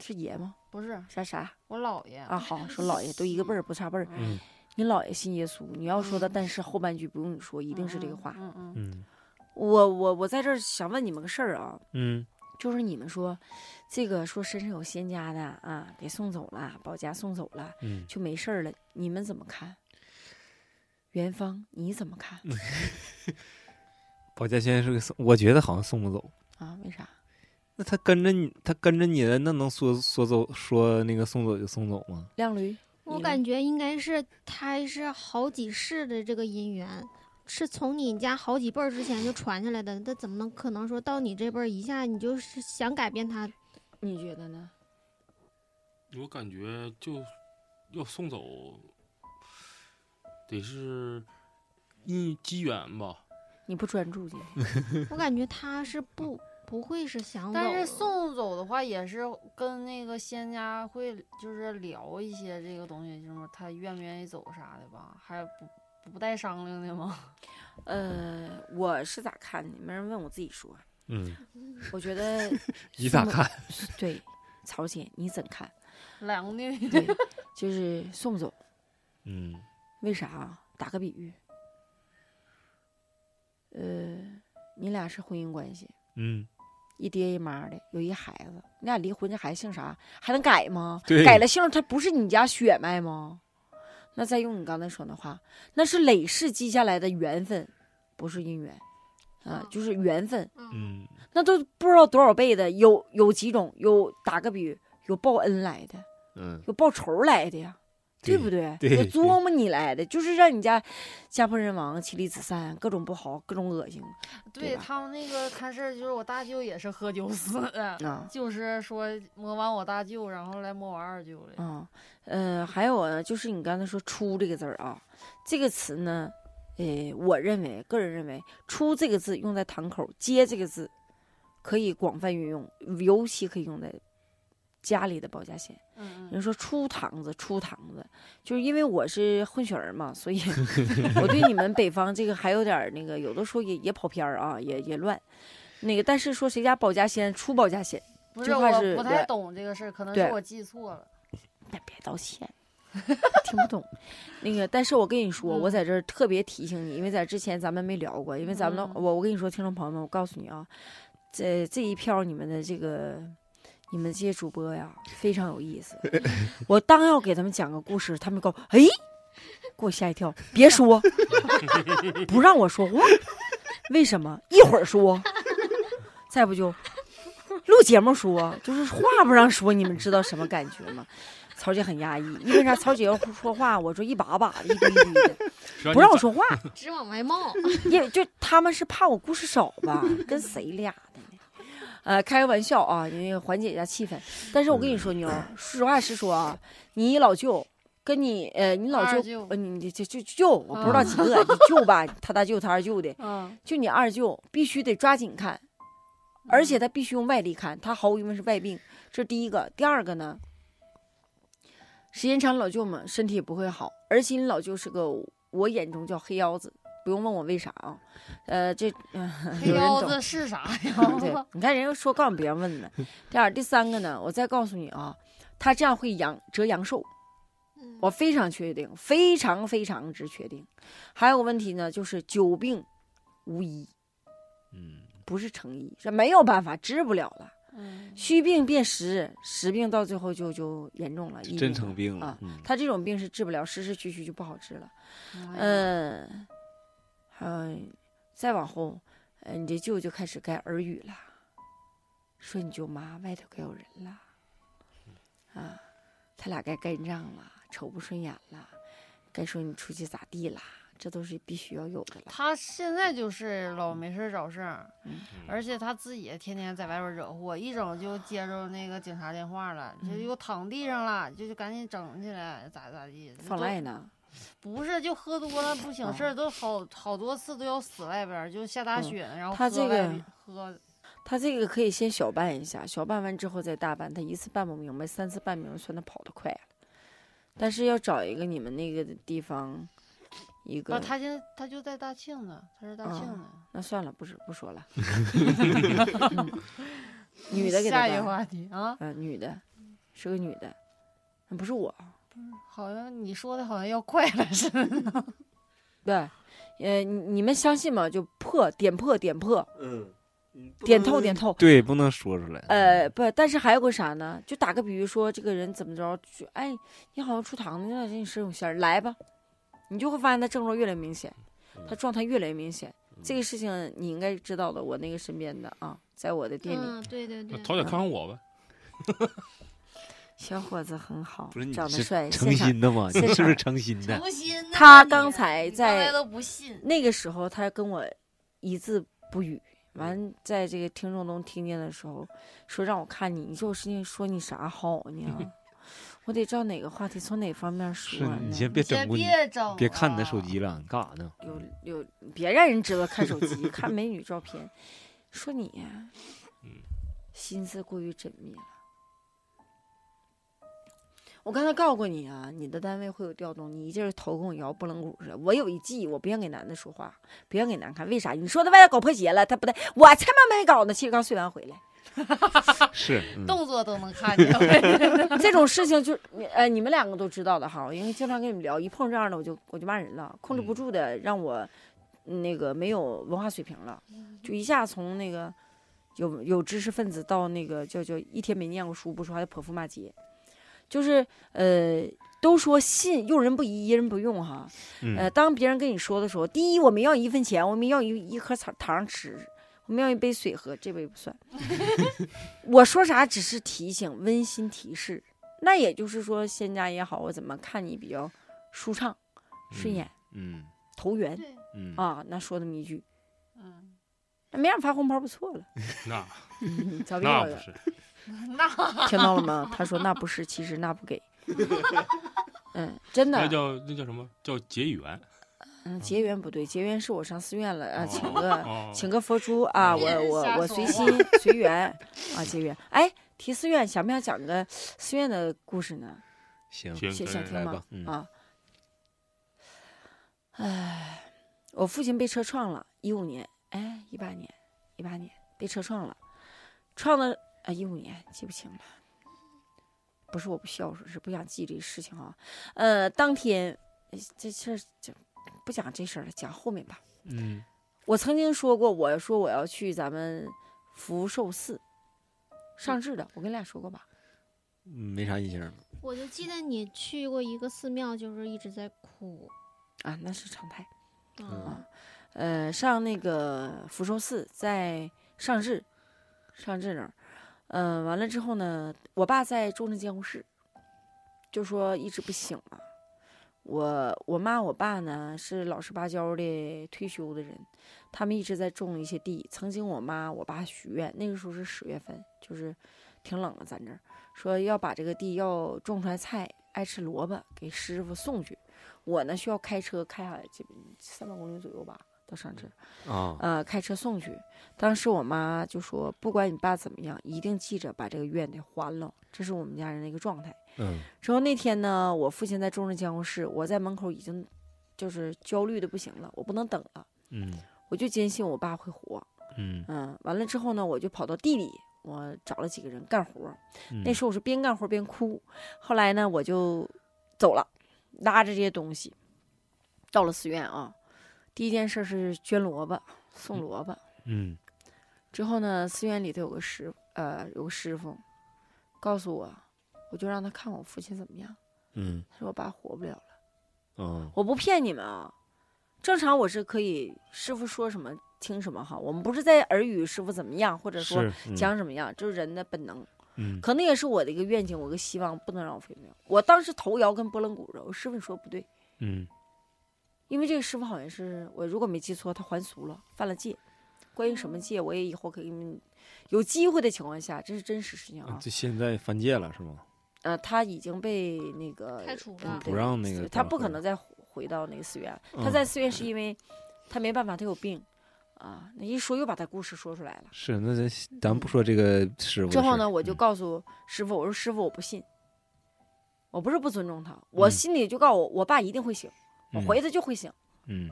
[SPEAKER 4] 是爷吗？
[SPEAKER 2] 不是
[SPEAKER 4] 啥啥
[SPEAKER 2] 我姥爷
[SPEAKER 4] 啊？好，说姥爷都一个辈儿不差辈儿。
[SPEAKER 1] 嗯
[SPEAKER 4] 你姥爷信耶稣，你要说的，
[SPEAKER 2] 嗯
[SPEAKER 4] 但是后半句不用你说，一定是这个话。
[SPEAKER 2] 嗯嗯嗯
[SPEAKER 1] 嗯
[SPEAKER 4] 我我我在这儿想问你们个事儿啊，
[SPEAKER 1] 嗯
[SPEAKER 4] 就是你们说，这个说身上有仙家的啊，给送走了，保家送走了，
[SPEAKER 1] 嗯，
[SPEAKER 4] 就没事儿了。你们怎么看？元芳，你怎么
[SPEAKER 1] 嗯
[SPEAKER 4] 看
[SPEAKER 1] 保家仙是个送，我觉得好像送不走。
[SPEAKER 4] 啊？为啥？
[SPEAKER 1] 那他跟着你，他跟着你了，那能说说走说那个送走就送走吗？
[SPEAKER 4] 亮驴，
[SPEAKER 3] 我
[SPEAKER 4] 你
[SPEAKER 3] 感
[SPEAKER 4] 呢
[SPEAKER 3] 觉应该是他是好几世的这个姻缘，是从你家好几辈儿之前就传下来的，那怎么能可能说到你这辈儿一下你就是想改变他？
[SPEAKER 4] 你觉得呢？
[SPEAKER 5] 嗯我感觉就要送走，得是因机缘吧。
[SPEAKER 4] 你不专注今天，
[SPEAKER 3] 我感觉他是不不会是想
[SPEAKER 2] 但
[SPEAKER 3] 走
[SPEAKER 4] 嗯
[SPEAKER 2] 是
[SPEAKER 3] 了
[SPEAKER 2] 送走的话，也是跟那个仙家会就是聊一些这个东西，就是他愿不愿意走啥的吧，还不不带商量的吗？ [LAUGHS]
[SPEAKER 4] 呃，我是咋看的？没人问我自己说，
[SPEAKER 1] 嗯，
[SPEAKER 4] 我觉得
[SPEAKER 1] [LAUGHS] 你咋
[SPEAKER 4] 送
[SPEAKER 1] 看？
[SPEAKER 4] 对，曹姐你怎看？
[SPEAKER 2] 凉的，
[SPEAKER 1] [LAUGHS]
[SPEAKER 4] 对，就是送不走，
[SPEAKER 1] 嗯
[SPEAKER 4] 为啥啊？打个比喻，呃，你俩是婚姻关系，
[SPEAKER 1] 嗯，
[SPEAKER 4] 一爹一妈的，有一孩子，你俩离婚，这孩子姓啥？还能改吗？
[SPEAKER 1] 对
[SPEAKER 4] 改了姓，他不是你家血脉吗？那再用你刚才说的话，那是累世积下来的缘分，不是姻缘，啊、
[SPEAKER 3] 嗯
[SPEAKER 4] 就是缘分，
[SPEAKER 1] 嗯
[SPEAKER 4] 那都不知道多少倍的，有有几种，有打个比，有报恩来的，
[SPEAKER 1] 嗯，
[SPEAKER 4] 有报仇来的呀，对不对？
[SPEAKER 1] 对
[SPEAKER 4] 有
[SPEAKER 1] 对
[SPEAKER 4] 琢磨你来的，就是让你家家破人亡、妻离子散，各种不好，各种恶心对
[SPEAKER 2] 对
[SPEAKER 4] 吧
[SPEAKER 2] 他们那个摊事儿，就是我大舅也是喝酒死的，
[SPEAKER 4] 啊。
[SPEAKER 2] 就是说摸完我大舅，然后来摸我二舅的。
[SPEAKER 4] 啊，呃，还有啊，就是你刚才说“出”这个字儿啊，这个词呢，呃，我认为，个人认为，“出”这个字用在堂口，“接”这个字可以广泛运用，尤其可以用在家里的保家仙。
[SPEAKER 2] 嗯嗯
[SPEAKER 4] 人说出堂子，出堂子，就是因为我是混血儿嘛，所以我对你们北方这个还有点儿那个，有的时候也也跑偏儿啊，也也乱。那个，但是说谁家保家仙出保家仙，
[SPEAKER 2] 不
[SPEAKER 4] 这
[SPEAKER 2] 是
[SPEAKER 4] 话
[SPEAKER 2] 我
[SPEAKER 4] 是
[SPEAKER 2] 不太
[SPEAKER 4] 对
[SPEAKER 2] 懂这个事儿，可能
[SPEAKER 4] 对
[SPEAKER 2] 是我记错了。
[SPEAKER 4] 别别道歉，听不懂。 [LAUGHS] 那个，但是我跟你说，我
[SPEAKER 2] 嗯
[SPEAKER 4] 在这儿特别提醒你，因为在之前咱们没聊过，因为咱们、
[SPEAKER 2] 嗯
[SPEAKER 4] 我我跟你说，听众朋友们，我告诉你啊，这这一票你们的这个。你们这些主播呀，非常有意思。我当要给他们讲个故事，他们告哎，给我吓一跳！别说，不让我说话，为什么？一会儿说，再不就录节目说，就是话不让说，你们知道什么感觉吗？曹姐很压抑，因为啥？曹姐要说话，我说一把把的，一堆一堆的，
[SPEAKER 5] 谁
[SPEAKER 4] 不让我
[SPEAKER 5] 你
[SPEAKER 4] 说话，
[SPEAKER 3] 直往外冒。
[SPEAKER 4] [LAUGHS] 因为就他们是怕我故事少吧，跟谁俩的呢？呃，开个玩笑啊，因为缓解一下气氛。但是我跟你说，妞儿，实话实说啊，你老舅跟你呃，你老
[SPEAKER 2] 二
[SPEAKER 4] 舅
[SPEAKER 2] 舅，
[SPEAKER 4] 呃，你你就就舅，我不知道几个，你舅吧，他大舅，他二舅的，
[SPEAKER 2] 嗯，
[SPEAKER 4] 就你二舅必须得抓紧看，而
[SPEAKER 2] 嗯
[SPEAKER 4] 且他必须用外力看，他毫无疑问是外病，这是第一个。第二个呢，时间长老舅们身体也不会好，而且你老舅是个我眼中叫黑腰子，不用问我为啥啊，呃，这、嗯
[SPEAKER 2] 黑
[SPEAKER 4] 有人
[SPEAKER 2] 腰
[SPEAKER 4] 懂
[SPEAKER 2] 子是
[SPEAKER 4] [LAUGHS]
[SPEAKER 2] 啥 [LAUGHS]
[SPEAKER 4] 对
[SPEAKER 2] 呀？，
[SPEAKER 4] 你看人家说告诉别人问呢。第二、第三个呢，我再告诉你啊，他这样会阳折阳寿，
[SPEAKER 3] [LAUGHS] 嗯
[SPEAKER 4] 我非常确定，非常非常之确定。还有个问题呢，就是久病无医。
[SPEAKER 1] 嗯，
[SPEAKER 4] 不是成医，这没有办法治不了了。
[SPEAKER 2] 嗯
[SPEAKER 4] 虚病变实，实病到最后就就严重了，医
[SPEAKER 1] 真
[SPEAKER 4] 病
[SPEAKER 1] 成
[SPEAKER 4] 了
[SPEAKER 1] 病了
[SPEAKER 4] 啊，
[SPEAKER 1] 嗯
[SPEAKER 4] 他这种病是治不了，实实虚虚就不好治了。
[SPEAKER 2] 嗯
[SPEAKER 4] 嗯，嗯，再往后，呃，你这舅就开始该耳语了，说你舅妈外头该有人了，啊，他俩该干仗了，瞅不顺眼了，该说你出去咋地啦，这都是必须要有的了。
[SPEAKER 2] 他现在就是老没事儿找事儿，
[SPEAKER 5] 嗯
[SPEAKER 2] 而且他自己也天天在外边惹祸，一整就接着那个警察电话了，就
[SPEAKER 4] 嗯
[SPEAKER 2] 又躺地上了，就就赶紧整起来，咋咋地？
[SPEAKER 4] 放
[SPEAKER 2] 都
[SPEAKER 4] 赖呢？
[SPEAKER 2] 不是，就喝多了不省事儿，都好好多次都要死外边儿，就下大
[SPEAKER 4] 啊嗯
[SPEAKER 2] 雪，然后
[SPEAKER 4] 他
[SPEAKER 2] 喝
[SPEAKER 4] 这
[SPEAKER 2] 外
[SPEAKER 4] 个
[SPEAKER 2] 边喝，
[SPEAKER 4] 他这个可以先小办一下，小办完之后再大办。他一次办不明白，三次办明白，算他跑得快了。但是要找一个你们那个地方，一
[SPEAKER 2] 不
[SPEAKER 4] 个
[SPEAKER 2] 是哦他现在他就在大庆呢，他是大庆
[SPEAKER 4] 嗯
[SPEAKER 2] 的。
[SPEAKER 4] 那算了，不是不说
[SPEAKER 2] [LAUGHS]
[SPEAKER 4] 了。嗯女的给他
[SPEAKER 2] 下一个
[SPEAKER 4] 办，
[SPEAKER 2] 话题啊，
[SPEAKER 4] 嗯、女的，是个女的，嗯不是我，
[SPEAKER 2] 好像你说的好像要快了似的。
[SPEAKER 1] [LAUGHS]
[SPEAKER 4] 对，呃，你你们相信吗？就破点破点破
[SPEAKER 1] 嗯，
[SPEAKER 4] 点透点透，
[SPEAKER 1] 对，不能说出来。
[SPEAKER 4] 呃，不，但是还有个啥呢？就打个比喻说，这个人怎么着，就哎，你好像出堂子了，这你身有仙儿，来吧，你就会发现他症状越来越明显，
[SPEAKER 1] 嗯
[SPEAKER 4] 他状态越来越明显。这个事情你应该知道的，我那个身边的啊，在我的店里，
[SPEAKER 3] 嗯，对对
[SPEAKER 5] 那
[SPEAKER 3] 对，
[SPEAKER 5] 呃早点看看我呗，
[SPEAKER 4] 小伙子很好
[SPEAKER 1] 不是，你
[SPEAKER 4] 长得
[SPEAKER 1] 是
[SPEAKER 4] 帅，
[SPEAKER 1] 诚
[SPEAKER 4] 现场
[SPEAKER 1] 心的嘛，你
[SPEAKER 4] 现
[SPEAKER 1] 是不
[SPEAKER 4] 场
[SPEAKER 1] 是诚心的？
[SPEAKER 2] 诚心的
[SPEAKER 4] 他
[SPEAKER 2] 你
[SPEAKER 4] 刚才
[SPEAKER 2] 你
[SPEAKER 4] 在
[SPEAKER 2] 刚才都不信，
[SPEAKER 4] 那个时候他跟我一字不语，
[SPEAKER 1] 嗯
[SPEAKER 4] 完在这个听众中听见的时候，说让我看你，你说我事情说你啥好呢？ [LAUGHS] 我得照哪个话题，从哪方面
[SPEAKER 1] 嗯是
[SPEAKER 4] 说呢？
[SPEAKER 1] 你先别整
[SPEAKER 2] 先
[SPEAKER 1] 过你，
[SPEAKER 2] 别整了，
[SPEAKER 1] 别看你的手机了，你干啥呢？
[SPEAKER 4] 啊
[SPEAKER 1] 嗯
[SPEAKER 4] 有有，别让人知道看手机、看美女照片，说你呀
[SPEAKER 5] 嗯
[SPEAKER 4] 心思过于缜密了。我刚才告诉过你啊，你的单位会有调动，你一劲儿头跟我摇拨楞鼓似的。我有一计，我不愿给男的说话，不愿给男看，为啥？你说他外头搞破鞋了，他不对，我他妈没搞呢，其实刚睡完回来。
[SPEAKER 1] 是，嗯
[SPEAKER 2] 动作都能
[SPEAKER 1] [LAUGHS]
[SPEAKER 2] 看 [LAUGHS] 见。
[SPEAKER 4] 这种事情就你呃，你们两个都知道的哈，因为经常跟你们聊，一碰这样的我就我就骂人了，控制不住的让我嗯那个没有文化水平了，就一下从那个有有知识分子到那个叫叫一天没念过书不说话就泼妇骂街，就是呃。都说信用人不疑，疑人不用哈。呃，
[SPEAKER 1] 嗯，
[SPEAKER 4] 当别人跟你说的时候，第一，我没要一分钱，我没要一一颗糖糖吃，我没要一杯 [LAUGHS] 水喝，这杯不算。我说啥只是提醒，温馨提示，那也就是说，仙家也好，我怎么看你比较舒畅、顺眼、
[SPEAKER 5] 嗯
[SPEAKER 4] 投缘
[SPEAKER 3] 对，
[SPEAKER 5] 嗯，
[SPEAKER 4] 啊？那说这么一句，
[SPEAKER 2] 嗯，
[SPEAKER 4] 那没让发红包不
[SPEAKER 5] [LAUGHS]
[SPEAKER 4] 错了，
[SPEAKER 5] 那
[SPEAKER 4] 嗯找别
[SPEAKER 5] 那
[SPEAKER 4] 我
[SPEAKER 5] 不
[SPEAKER 4] 了，
[SPEAKER 5] 是，
[SPEAKER 2] 那
[SPEAKER 4] 听到了吗？他说那不是，其实那不
[SPEAKER 5] [LAUGHS]
[SPEAKER 4] 给。嗯，真
[SPEAKER 5] 那
[SPEAKER 4] 的，
[SPEAKER 5] 叫那叫什么叫结缘
[SPEAKER 4] 嗯，结缘不对，结缘是我上寺院了啊，
[SPEAKER 5] 哦
[SPEAKER 4] 请个
[SPEAKER 5] 哦，
[SPEAKER 4] 请个佛珠啊，
[SPEAKER 2] 别
[SPEAKER 4] 我我
[SPEAKER 2] 瞎
[SPEAKER 4] 我
[SPEAKER 2] 说
[SPEAKER 4] 随
[SPEAKER 2] 话
[SPEAKER 4] 心随缘啊，结缘。哎，提寺院，想不想讲个寺院的故事呢？
[SPEAKER 1] 行，
[SPEAKER 5] 行
[SPEAKER 4] 想
[SPEAKER 5] 可
[SPEAKER 4] 想
[SPEAKER 5] 以
[SPEAKER 4] 听
[SPEAKER 1] 来
[SPEAKER 4] 吗
[SPEAKER 1] 吧？，嗯
[SPEAKER 4] 啊，哎，我父亲被车撞了，一五年，哎，一八年，一八年被车撞了，撞的啊，一五年记不清了。不是我不孝顺，是不想记这事情啊。呃，当天哎这事儿就不讲这事儿了，讲后面吧。
[SPEAKER 1] 嗯
[SPEAKER 4] 我曾经说过，我说我要去咱们福寿寺上智的，我跟你俩说过吧？
[SPEAKER 1] 嗯没啥印象了。
[SPEAKER 3] 我就记得你去过一个寺庙，就是一直在哭。
[SPEAKER 4] 啊，那是常态。
[SPEAKER 1] 嗯
[SPEAKER 3] 嗯，
[SPEAKER 4] 呃，上那个福寿寺，在上智，上智那儿，嗯、完了之后呢，我爸在重症监护室，就说一直不醒嘛。我我妈我爸呢是老实巴交的退休的人，他们一直在种一些地。曾经我妈我爸许愿，那个时候是十月份，就是挺冷的，咱这儿说要把这个地要种出来菜，爱吃萝卜给师傅送去。我呢需要开车开下来，基本三百公里左右吧，到上这。
[SPEAKER 1] 啊，
[SPEAKER 4] 呃，开车送去。当时我妈就说，不管你爸怎么样，一定记着把这个愿得还了，这是我们家人的一个状态。
[SPEAKER 1] 嗯
[SPEAKER 4] 之后那天呢，我父亲在重症监护室，我在门口已经就是焦虑的不行了，我不能等了，
[SPEAKER 1] 嗯
[SPEAKER 4] 我就坚信我爸会活。
[SPEAKER 1] 嗯，
[SPEAKER 4] 嗯，完了之后呢，我就跑到地里，我找了几个人干活。
[SPEAKER 1] 嗯
[SPEAKER 4] 那时候我是边干活边哭，后来呢，我就走了，拉着这些东西，到了寺院啊。第一件事是捐萝卜，送萝卜。
[SPEAKER 1] 嗯
[SPEAKER 4] 之后呢，寺院里头有个师傅，呃，有个师傅，告诉我，我就让他看我父亲怎么样。
[SPEAKER 1] 嗯
[SPEAKER 4] 他说我爸活不了了，
[SPEAKER 1] 啊，
[SPEAKER 4] 我不骗你们啊。正常我是可以，师傅说什么听什么哈，我们不是在耳语师傅怎么样，或者说
[SPEAKER 1] 是嗯
[SPEAKER 4] 讲什么样，就是人的本能。
[SPEAKER 1] 嗯
[SPEAKER 4] 可能也是我的一个愿景，我一个希望，不能让我飞不了。我当时头摇跟拨浪鼓似的，我师傅你说不对，
[SPEAKER 1] 嗯
[SPEAKER 4] 因为这个师傅好像是我如果没记错，他还俗了，犯了戒。关于什么戒，我也以后可以给你们有机会的情况下，这是真实事情
[SPEAKER 1] 啊
[SPEAKER 4] 啊。
[SPEAKER 1] 这现在犯戒了是吗？
[SPEAKER 4] 呃，他已经被那个
[SPEAKER 3] 开除
[SPEAKER 4] 嗯
[SPEAKER 3] 了。
[SPEAKER 4] 对
[SPEAKER 1] 不让那个
[SPEAKER 4] 他
[SPEAKER 1] 大
[SPEAKER 4] 不可
[SPEAKER 1] 伙
[SPEAKER 4] 能再回到那个寺院。
[SPEAKER 1] 嗯
[SPEAKER 4] 他在寺院是因为他没办法，他有病啊。那一说又把他故事说出来了。
[SPEAKER 1] 是那咱咱不说这个师傅的事
[SPEAKER 4] 之
[SPEAKER 1] 儿。
[SPEAKER 4] 后呢，我
[SPEAKER 1] 嗯
[SPEAKER 4] 就告诉师傅，我说师傅，我不信，我不是不尊重他，我
[SPEAKER 1] 嗯
[SPEAKER 4] 心里就告诉我，我爸一定会醒，我回他就会醒。
[SPEAKER 1] 嗯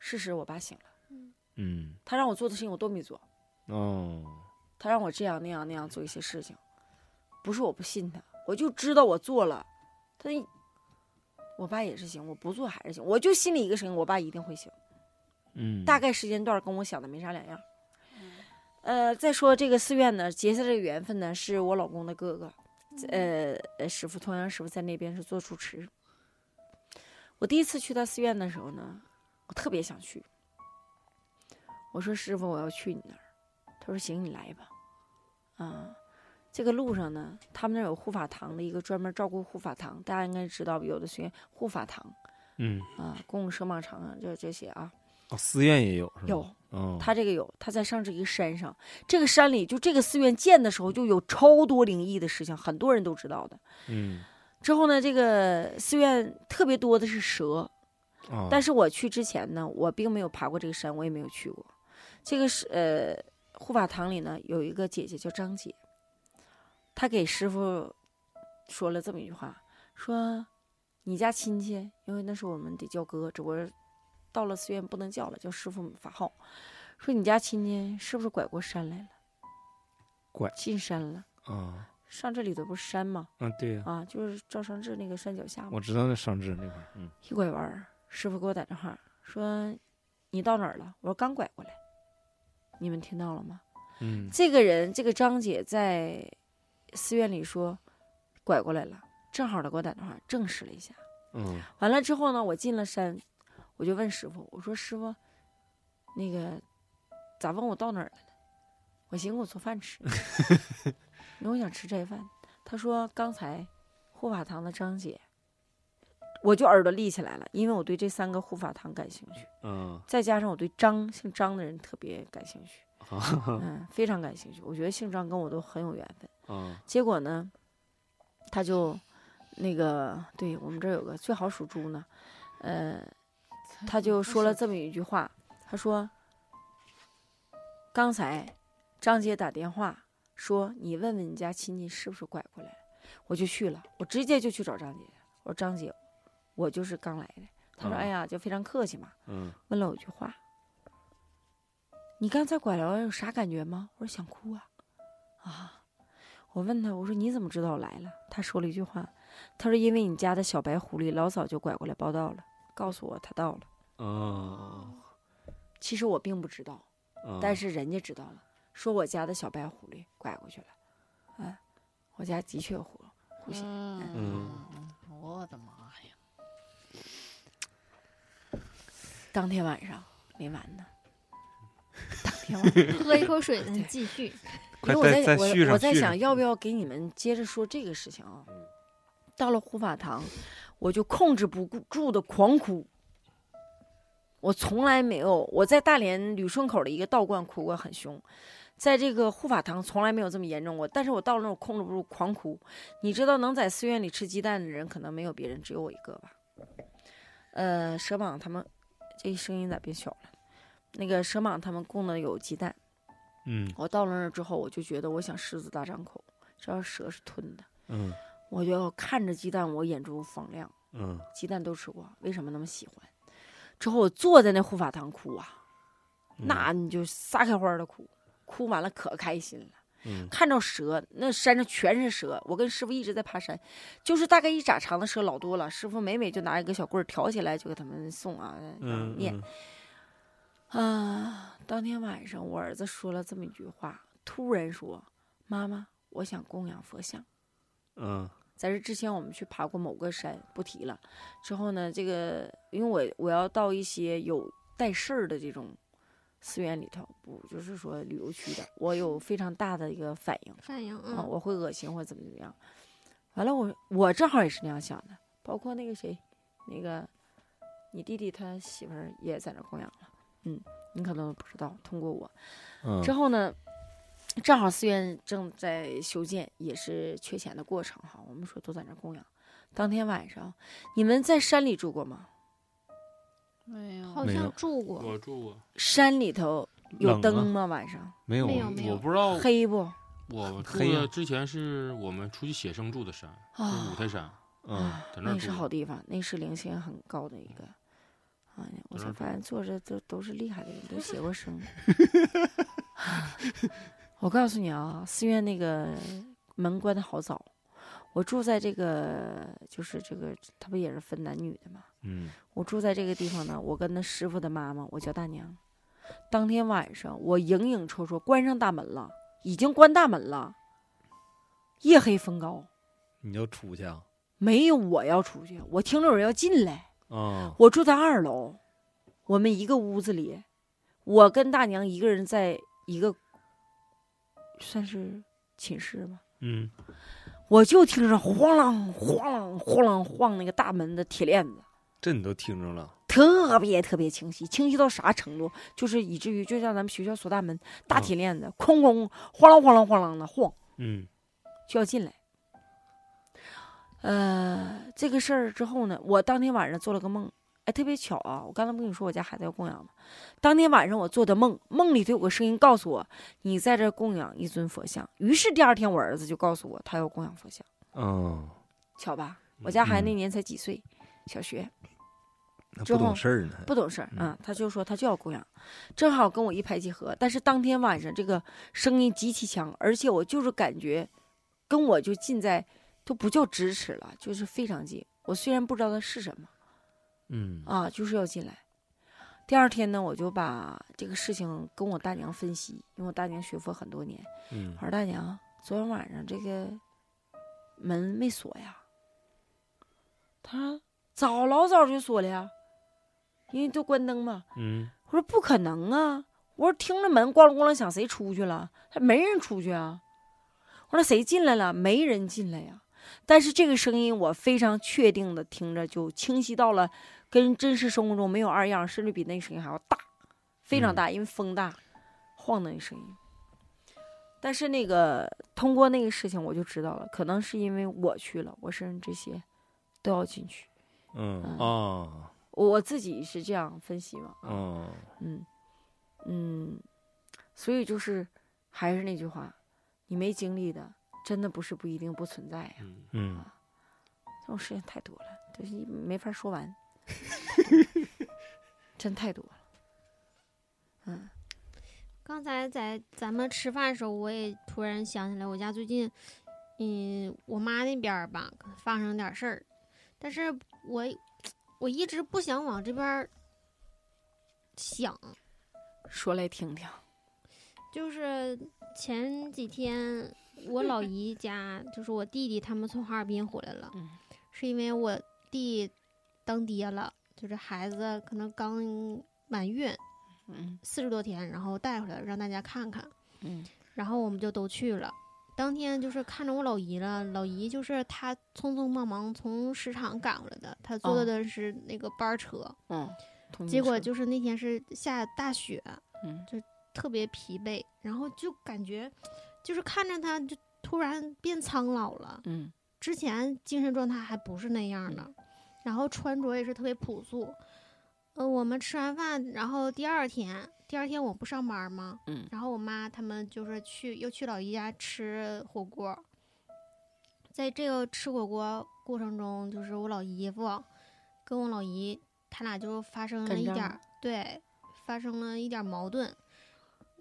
[SPEAKER 4] 事实我爸醒了，
[SPEAKER 1] 嗯
[SPEAKER 4] 他让我做的事情我都没做，
[SPEAKER 1] 嗯哦
[SPEAKER 4] 他让我这样那样那样做一些事情，不是我不信他，我就知道我做了，他一，我爸也是行，我不做还是行，我就心里一个声音，我爸一定会醒。
[SPEAKER 1] 嗯
[SPEAKER 4] 大概时间段跟我想的没啥两样。呃，再说这个寺院呢，结下这个缘分呢，是我老公的哥哥，呃，呃师傅，同样师傅在那边是做主持。我第一次去他寺院的时候呢，我特别想去。我说师傅，我要去你那儿。他说行，你来吧。啊，这个路上呢，他们那儿有护法堂的一个专门照顾护法堂，大家应该知道，有的寺院护法堂
[SPEAKER 1] 嗯
[SPEAKER 4] 啊，供舍马场啊，这这些啊，
[SPEAKER 1] 哦，寺院也有是吗？
[SPEAKER 4] 有。
[SPEAKER 1] 哦，
[SPEAKER 4] 他这个有，他在上这一个山上，这个山里就这个寺院建的时候就有超多灵异的事情，很多人都知道的。
[SPEAKER 1] 嗯
[SPEAKER 4] 之后呢，这个寺院特别多的是蛇，
[SPEAKER 1] 啊，
[SPEAKER 4] 但
[SPEAKER 1] 是
[SPEAKER 4] 是我去之前呢，我并没有爬过这个山，我也没有去过。这个是呃，护法堂里呢有一个姐姐叫张姐，她给师傅说了这么一句话，说你家亲戚，因为那时候我们得叫哥，只不过到了寺院不能叫了，叫师傅法号。说你家亲戚是不是拐过山来了？
[SPEAKER 1] 拐
[SPEAKER 4] 进山了，
[SPEAKER 1] 啊
[SPEAKER 4] 上这里头不是山吗？
[SPEAKER 1] 啊对呀，
[SPEAKER 4] 啊，就是赵尚志那个山脚下嘛。
[SPEAKER 1] 我知道那商治那块儿，嗯
[SPEAKER 4] 一拐弯儿，师傅给我打电话说：“你到哪儿了？”我说：“刚拐过来。”你们听到了吗？
[SPEAKER 1] 嗯
[SPEAKER 4] 这个人，这个张姐在寺院里说拐过来了，正好他给我打电话证实了一下。
[SPEAKER 1] 嗯
[SPEAKER 4] 完了之后呢，我进了山，我就问师傅：“我说师傅，那个咋问我到哪儿了呢？”我寻思我做饭吃，因为我想吃斋饭。他说刚才护法堂的张姐，我就耳朵立起来了，因为我对这三个护法堂感兴趣，
[SPEAKER 1] 嗯，
[SPEAKER 4] 再加上我对张姓张的人特别感兴趣，
[SPEAKER 1] 哈哈
[SPEAKER 4] 嗯，非常感兴趣。我觉得姓张跟我都很有缘分。
[SPEAKER 1] 嗯
[SPEAKER 4] 结果呢，他就那个，对我们这儿有个最好属猪呢，呃，他就说了这么一句话，他说：“刚才张姐打电话说你问问你家亲戚是不是拐过来了，我就去了，我直接就去找张姐，我说张姐，我就是刚来的。”他说：“
[SPEAKER 1] 嗯
[SPEAKER 4] 哎呀，就非常客气嘛。”
[SPEAKER 1] 嗯
[SPEAKER 4] 问了我一句话：“你刚才拐来有啥感觉吗？”我说：“想哭啊，啊！”我问他：“我说你怎么知道我来了？”他说了一句话：“他说因为你家的小白狐狸老早就拐过来报道了，告诉我他到了。
[SPEAKER 1] 嗯，
[SPEAKER 4] 其实我并不知道，
[SPEAKER 1] 嗯
[SPEAKER 4] 但是人家知道了，说我家的小白狐狸拐过去了。哎，我家的确有狐狐仙。
[SPEAKER 2] 嗯，我的妈呀！
[SPEAKER 4] 当天晚上没完呢，当天晚上。”
[SPEAKER 3] 喝一口水，咱继续。
[SPEAKER 4] 因为我
[SPEAKER 1] 快
[SPEAKER 4] 在
[SPEAKER 1] 再再续
[SPEAKER 4] 我
[SPEAKER 1] 上
[SPEAKER 4] 我在
[SPEAKER 1] 续
[SPEAKER 4] 想
[SPEAKER 1] 上嗯
[SPEAKER 4] 要不要给你们接着说这个事情啊。到了护法堂，我就控制不住的狂哭。我从来没有我在大连旅顺口的一个道观哭过很凶，在这个护法堂从来没有这么严重过。但是我到了那儿我控制不住狂哭，你知道能在寺院里吃鸡蛋的人可能没有别人，只有我一个吧。呃，蛇蟒他们，这声音咋变小了？那个蛇蟒他们供的有鸡蛋。
[SPEAKER 1] 嗯
[SPEAKER 4] 我到了那儿之后，我就觉得我想狮子大张口，这要蛇是吞的。
[SPEAKER 1] 嗯
[SPEAKER 4] 我就看着鸡蛋，我眼珠放亮，
[SPEAKER 1] 嗯
[SPEAKER 4] 鸡蛋都吃过，为什么那么喜欢？之后我坐在那护法堂哭啊，那你就撒开欢儿的哭，哭完了可开心了。
[SPEAKER 1] 嗯
[SPEAKER 4] 看着蛇，那山上全是蛇。我跟师傅一直在爬山，就是大概一拃长的蛇老多了。师傅每每就拿一个小棍儿挑起来，就给他们送啊，
[SPEAKER 1] 嗯
[SPEAKER 4] 念。
[SPEAKER 1] 嗯
[SPEAKER 4] 啊，当天晚上我儿子说了这么一句话，突然说：“妈妈，我想供养佛像。
[SPEAKER 1] 嗯”
[SPEAKER 4] 在这之前，我们去爬过某个山，不提了。之后呢，这个因为我我要到一些有带事儿的这种寺院里头，不就是说旅游区的，我有非常大的一个反应。
[SPEAKER 3] 范阳，
[SPEAKER 4] 啊，
[SPEAKER 3] 嗯，
[SPEAKER 4] 我会恶心或怎么怎么样。完了我，我正好也是那样想的，包括那个谁，那个你弟弟他媳妇儿也在那儿供养了，嗯，你可能不知道，通过我。
[SPEAKER 1] 嗯
[SPEAKER 4] 之后呢，正好寺院正在修建，也是缺钱的过程哈，我们说都在那儿供养。当天晚上，你们在山里住过吗？
[SPEAKER 2] 没
[SPEAKER 4] 嗯
[SPEAKER 2] 有，
[SPEAKER 3] 好
[SPEAKER 1] 没
[SPEAKER 3] 像
[SPEAKER 1] 有
[SPEAKER 3] 住过，
[SPEAKER 5] 我住过，
[SPEAKER 4] 山里头有
[SPEAKER 1] 冷啊
[SPEAKER 4] 灯
[SPEAKER 1] 吗？
[SPEAKER 4] 吗？晚上
[SPEAKER 1] 没有
[SPEAKER 3] 没
[SPEAKER 1] 啊
[SPEAKER 3] 有没
[SPEAKER 5] 我
[SPEAKER 3] 有，
[SPEAKER 5] 不知道
[SPEAKER 4] 黑不？
[SPEAKER 5] 我住
[SPEAKER 1] 黑呀
[SPEAKER 5] 的之前是我们出去写生住的山，
[SPEAKER 4] 啊
[SPEAKER 5] 是五台山，
[SPEAKER 1] 嗯
[SPEAKER 4] 啊
[SPEAKER 5] 在那儿
[SPEAKER 4] 那是
[SPEAKER 5] 住
[SPEAKER 4] 好地方，那是灵性很高的一个。啊，我
[SPEAKER 5] 在那
[SPEAKER 4] 才
[SPEAKER 5] 儿
[SPEAKER 4] 发现坐着都都是厉害的 [LAUGHS] 人，都
[SPEAKER 5] [LAUGHS]
[SPEAKER 4] 写过生。我告诉你啊，寺院那个门关的好早。我住在这个，就是这个，他不也是分男女的吗？
[SPEAKER 1] 嗯
[SPEAKER 4] 我住在这个地方呢，我跟那师傅的妈妈，我叫大娘。当天晚上，我影影绰绰关上大门了，已经关大门了。夜黑风高，
[SPEAKER 1] 你要出去啊？
[SPEAKER 4] 没有我要出去，我听着有人要进来。
[SPEAKER 1] 啊
[SPEAKER 4] 我住在二楼，我们一个屋子里，我跟大娘一个人在一个算是寝室吧，
[SPEAKER 1] 嗯
[SPEAKER 4] 我就听着晃啷晃啷晃啷晃那个大门的铁链子。
[SPEAKER 1] 这你都听着了，
[SPEAKER 4] 特别特别清晰，清晰到啥程度？就是以至于就像咱们学校锁大门，大铁链子哐哐晃啷晃啷晃啷的晃，
[SPEAKER 1] 嗯
[SPEAKER 4] 就要进来。呃，这个事儿之后呢，我当天晚上做了个梦，哎，特别巧啊！我刚才不跟你说我家孩子要供养吗？当天晚上我做的梦，梦里头有个声音告诉我，你在这儿供养一尊佛像。于是第二天我儿子就告诉我，他要供养佛像，
[SPEAKER 1] 嗯，
[SPEAKER 4] 巧吧？我家孩子那
[SPEAKER 1] 嗯
[SPEAKER 4] 年才几岁，小学。
[SPEAKER 1] 那
[SPEAKER 4] 之
[SPEAKER 1] 不
[SPEAKER 4] 后
[SPEAKER 1] 懂事儿呢，
[SPEAKER 4] 不懂事儿
[SPEAKER 1] 嗯
[SPEAKER 4] 啊，他就说他就要供养，正好跟我一拍即合。但是当天晚上这个声音极其强，而且我就是感觉跟我就近在都不叫咫尺了，就是非常近。我虽然不知道它是什么
[SPEAKER 1] 嗯
[SPEAKER 4] 啊，就是要进来。第二天呢，我就把这个事情跟我大娘分析，因为我大娘学佛很多年，
[SPEAKER 1] 嗯
[SPEAKER 4] 我说大娘，昨天晚上这个门没锁呀？她说早老早就锁了呀，因为都关灯嘛。
[SPEAKER 1] 嗯
[SPEAKER 4] 我说不可能啊！我说听着门咣啷咣啷响，谁出去了？还没人出去啊！我说谁进来了？没人进来呀。但是这个声音我非常确定的听着就清晰到了，跟真实生活中没有二样，甚至比那个声音还要大，非常大，因为风大晃的那声音。但是那个通过那个事情我就知道了，可能是因为我去了，我身上这些都要进去。
[SPEAKER 1] 嗯
[SPEAKER 4] 嗯
[SPEAKER 1] 啊
[SPEAKER 4] 我我自己是这样分析嘛，啊
[SPEAKER 1] 嗯
[SPEAKER 4] 嗯嗯，所以就是还是那句话，你没经历的，真的不是不一定不存在呀、
[SPEAKER 5] 嗯，
[SPEAKER 1] 嗯
[SPEAKER 4] 这种事情太多了，就是一没法说 [LAUGHS] 完，真太多了。嗯，
[SPEAKER 3] 刚才在咱们吃饭的时候，我也突然想起来，我家最近，嗯，我妈那边儿吧发生点事儿，但是我我一直不想往这边儿想，
[SPEAKER 4] 说来听听。
[SPEAKER 3] 就是前几天我老姨家，就是我弟弟他们从哈尔滨回来了，
[SPEAKER 4] 嗯
[SPEAKER 3] 是因为我弟当爹了，就是孩子可能刚满月
[SPEAKER 4] 嗯
[SPEAKER 3] 四十多天，然后带回来让大家看看。
[SPEAKER 4] 嗯
[SPEAKER 3] 然后我们就都去了。当天就是看着我老姨了，老姨就是她匆匆忙忙从市场赶回来的，她坐
[SPEAKER 4] 哦
[SPEAKER 3] 的是那个班儿车，
[SPEAKER 4] 嗯，同
[SPEAKER 3] 结
[SPEAKER 4] 意
[SPEAKER 3] 果
[SPEAKER 4] 是
[SPEAKER 3] 就是那天是下大雪，
[SPEAKER 4] 嗯
[SPEAKER 3] 特别疲惫，然后就感觉就是看着她就突然变苍老了，
[SPEAKER 4] 嗯
[SPEAKER 3] 之前精神状态还不是那样的，然后穿着也是特别朴素。呃，我们吃完饭，然后第二天，第二天我不上班嘛，
[SPEAKER 4] 嗯
[SPEAKER 3] 然后我妈他们就是去又去老姨家吃火锅，在这个吃火锅过程中，就是我老姨夫跟我老姨他俩就发生了
[SPEAKER 4] 干
[SPEAKER 3] 一
[SPEAKER 4] 仗
[SPEAKER 3] 点
[SPEAKER 4] 了
[SPEAKER 3] 儿对，发生了一点儿矛盾。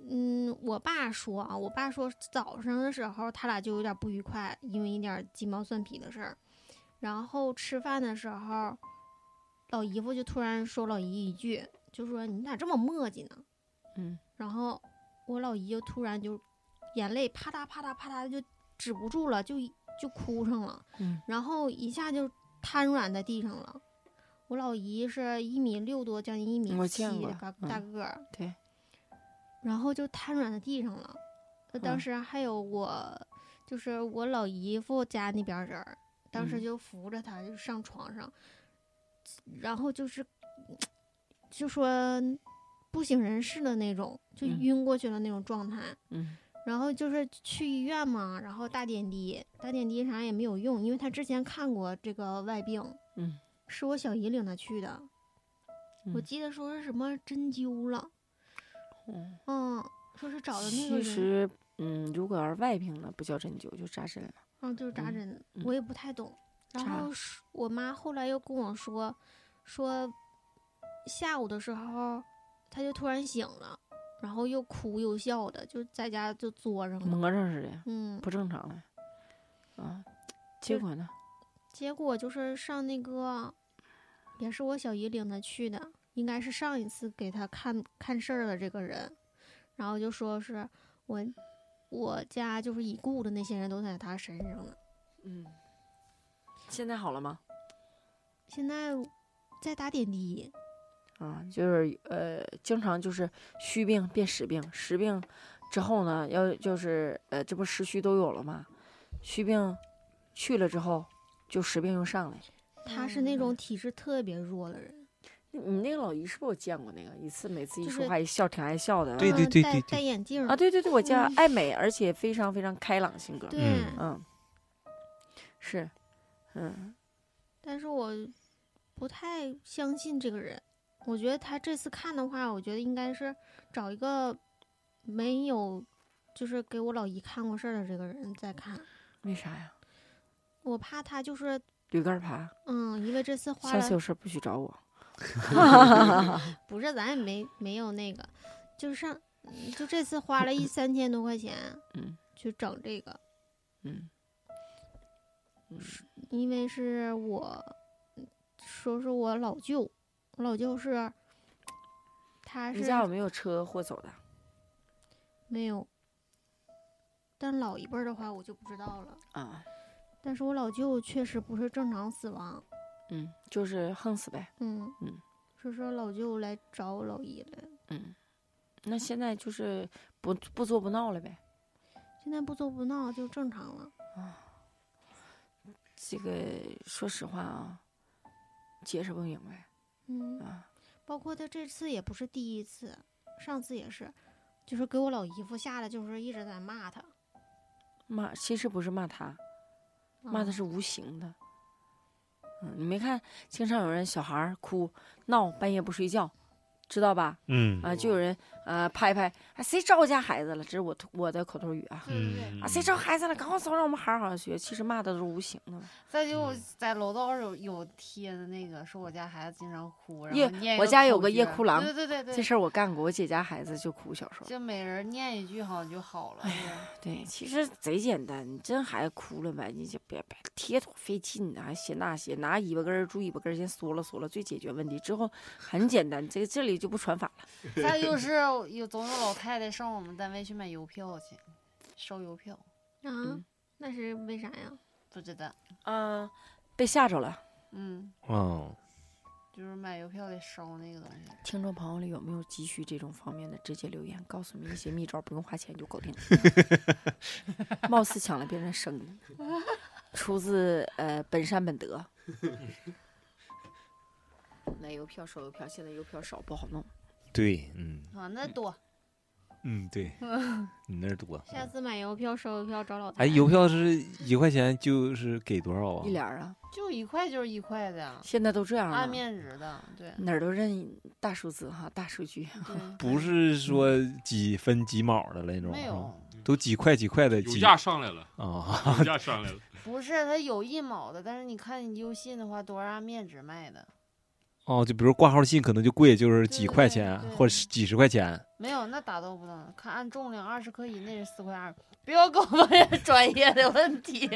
[SPEAKER 3] 嗯，我爸说啊，我爸说早上的时候他俩就有点不愉快，因为一点鸡毛蒜皮的事儿。然后吃饭的时候，老姨夫就突然说老姨一句，就说你咋这么磨叽呢？
[SPEAKER 4] 嗯
[SPEAKER 3] 然后我老姨就突然就眼泪啪嗒啪嗒啪嗒就止不住了，就就哭上了，
[SPEAKER 4] 嗯
[SPEAKER 3] 然后一下就瘫软在地上了。我老姨是一米六多，将近一米
[SPEAKER 4] 我
[SPEAKER 3] 七
[SPEAKER 4] 见过
[SPEAKER 3] 的大大
[SPEAKER 4] 嗯
[SPEAKER 3] 个儿，
[SPEAKER 4] 对，
[SPEAKER 3] 然后就瘫软在地上了。呃当
[SPEAKER 4] 嗯
[SPEAKER 3] 时还有我，就是我老姨夫家那边儿人儿，当时
[SPEAKER 4] 嗯
[SPEAKER 3] 就扶着他就上床上，然后就是就说不省人事的那种，就
[SPEAKER 4] 嗯
[SPEAKER 3] 晕过去了那种状态。
[SPEAKER 4] 嗯
[SPEAKER 3] 然后就是去医院嘛，然后打点滴，打点滴啥也没有用，因为他之前看过这个外病，
[SPEAKER 4] 嗯，
[SPEAKER 3] 是我小姨领他去的，我
[SPEAKER 4] 嗯
[SPEAKER 3] 记得说是什么针灸了，
[SPEAKER 4] 嗯，
[SPEAKER 3] 嗯，说是找的那个人，
[SPEAKER 4] 其实嗯，如果要是外病了，不叫针灸，就扎针了。
[SPEAKER 3] 嗯，就是扎
[SPEAKER 4] 嗯
[SPEAKER 3] 针，
[SPEAKER 4] 嗯
[SPEAKER 3] 我也不太懂。然
[SPEAKER 4] 扎
[SPEAKER 3] 后是我妈后来又跟我说，说下午的时候，她就突然醒了，然后又哭又笑的，就在家就作上了，
[SPEAKER 4] 魔怔似的，
[SPEAKER 3] 嗯，
[SPEAKER 4] 不正常了。啊，
[SPEAKER 3] 就
[SPEAKER 4] 结果呢？
[SPEAKER 3] 结果就是上那个，也是我小姨领她去的，应该是上一次给她看看事儿的这个人，然后就说是我我家就是已故的那些人都在她身上了。
[SPEAKER 4] 嗯，现在好了吗？
[SPEAKER 3] 现在在打点滴，
[SPEAKER 4] 啊，就是呃，经常就是虚病变实病，实病之后呢，要就是呃，这不实虚都有了吗？虚病去了之后，就实病又上来。
[SPEAKER 3] 她是那种体质特别弱的人，
[SPEAKER 4] 你那个老姨是不是我见过那个？一次每次一
[SPEAKER 3] 就
[SPEAKER 4] 说
[SPEAKER 3] 是
[SPEAKER 4] 话一笑，挺爱笑的。啊
[SPEAKER 1] 对对
[SPEAKER 3] 嗯
[SPEAKER 1] 对
[SPEAKER 3] 戴
[SPEAKER 1] 对对
[SPEAKER 3] 戴眼镜儿
[SPEAKER 4] 啊，，对对对，我见
[SPEAKER 3] 嗯
[SPEAKER 4] 爱美，而且非常非常开朗性格。
[SPEAKER 3] 对，
[SPEAKER 1] 嗯
[SPEAKER 4] 嗯，是，嗯
[SPEAKER 3] 但是我不太相信这个人。我觉得他这次看的话，我觉得应该是找一个没有，就是给我老姨看过事儿的这个人再看。
[SPEAKER 4] 为啥呀？
[SPEAKER 3] 我怕他就是，
[SPEAKER 4] 驴肝儿爬，
[SPEAKER 3] 嗯，因为这次花
[SPEAKER 4] 下次有
[SPEAKER 3] 了，
[SPEAKER 4] 事儿不许找我。
[SPEAKER 3] 不是咱也没没有那个，就是上，嗯就这次花了一三千多块钱
[SPEAKER 4] 嗯
[SPEAKER 3] 去整这个，
[SPEAKER 4] 嗯嗯
[SPEAKER 3] 因为是我，嗯说是我老舅，我老舅是，他
[SPEAKER 4] 你
[SPEAKER 3] 是
[SPEAKER 4] 家有没有车祸走的？
[SPEAKER 3] 没有。但老一辈儿的话，我就不知道了。
[SPEAKER 4] 啊，
[SPEAKER 3] 但是我老舅确实不是正常死亡，
[SPEAKER 4] 嗯，就是横死呗。
[SPEAKER 3] 嗯
[SPEAKER 4] 嗯，
[SPEAKER 3] 是说老舅来找我老姨来，
[SPEAKER 4] 嗯，那现在就是不不作不闹了呗。
[SPEAKER 3] 现在不作不闹就正常了。
[SPEAKER 4] 这个说实话啊，解释不明白
[SPEAKER 3] 嗯，
[SPEAKER 4] 啊。
[SPEAKER 3] 包括他这次也不是第一次，上次也是，就是给我老姨夫吓得，就是一直在骂他，
[SPEAKER 4] 骂其实不是骂他，骂他
[SPEAKER 3] 嗯
[SPEAKER 4] 是无形的。嗯，你没看经常有人小孩儿哭闹，半夜不睡觉，知道吧？
[SPEAKER 1] 嗯
[SPEAKER 4] 啊，就有人啊拍一拍，啊谁招我家孩子了？这是我我的口头语啊。
[SPEAKER 2] 对对
[SPEAKER 1] 嗯
[SPEAKER 2] 对。
[SPEAKER 4] 啊，谁招孩子了？赶快走，让我们孩儿好好学。其实骂的都是无形的嘛。
[SPEAKER 2] 再就
[SPEAKER 1] 嗯
[SPEAKER 2] 在楼道有有贴的那个，说我家孩子经常哭，然
[SPEAKER 4] 夜
[SPEAKER 2] 后念一
[SPEAKER 4] 我家有
[SPEAKER 2] 口
[SPEAKER 4] 个夜
[SPEAKER 2] 诀
[SPEAKER 4] 哭郎
[SPEAKER 2] 对对对
[SPEAKER 4] 这
[SPEAKER 2] 对，
[SPEAKER 4] 事儿我干过，我姐家孩子就哭小时候。
[SPEAKER 2] 就每人念一句好像就好
[SPEAKER 4] 哎
[SPEAKER 2] 了。是吧
[SPEAKER 4] 对，其实贼简单，你真孩子哭了呗，你就别别贴多费劲呢，还写那些，拿尾巴根儿、猪尾巴根儿先缩了缩了，最解决问题。之后 [LAUGHS] 很简单，这个这里就不传法了。
[SPEAKER 2] 再就是有总有老太太上我们单位去买邮票去，收邮票，
[SPEAKER 3] 啊
[SPEAKER 4] 嗯，
[SPEAKER 3] 那是为啥呀？
[SPEAKER 2] 不知道，
[SPEAKER 4] 嗯、被吓着了。
[SPEAKER 2] 嗯，
[SPEAKER 1] 哦，
[SPEAKER 2] 就是买邮票得收那个东西。
[SPEAKER 4] 听众朋友里有没有急需这种方面的？直接留言告诉我们一些秘招，不用花钱就搞定了。貌似抢了别人的生意，出自呃本山本德。买邮票收邮票，现在邮票少不好弄。
[SPEAKER 1] 对，嗯
[SPEAKER 2] 啊，那多
[SPEAKER 1] 嗯，对，你那儿多。
[SPEAKER 3] 下次买邮票收邮票找老太
[SPEAKER 1] 哎，邮票是一块钱，就是给多少啊？
[SPEAKER 4] 一联儿啊，
[SPEAKER 2] 就一块就是一块的呀，
[SPEAKER 4] 现在都这样了。
[SPEAKER 2] 按面值的，
[SPEAKER 4] [LAUGHS]
[SPEAKER 2] 对
[SPEAKER 4] 哪儿都认大数字哈，大数据。
[SPEAKER 2] 对，
[SPEAKER 1] 不是说几分几毛的了那种，
[SPEAKER 2] 没
[SPEAKER 1] 是
[SPEAKER 2] 有
[SPEAKER 1] 吧，嗯都几块几块的
[SPEAKER 5] 油
[SPEAKER 1] 几
[SPEAKER 5] 价上来了，
[SPEAKER 1] 啊，
[SPEAKER 5] 油价上来了，
[SPEAKER 2] 不是它有一毛的，但是你看你优信的话，都是按面值卖的。
[SPEAKER 1] 哦，就比如挂号信可能就贵，就是几块钱
[SPEAKER 2] 对对对
[SPEAKER 1] 或者是几十块钱，
[SPEAKER 2] 没有，那打斗不能看按重量，二十克以内是四块二。不要给我 [LAUGHS] 问人专业的问 [LAUGHS] 题。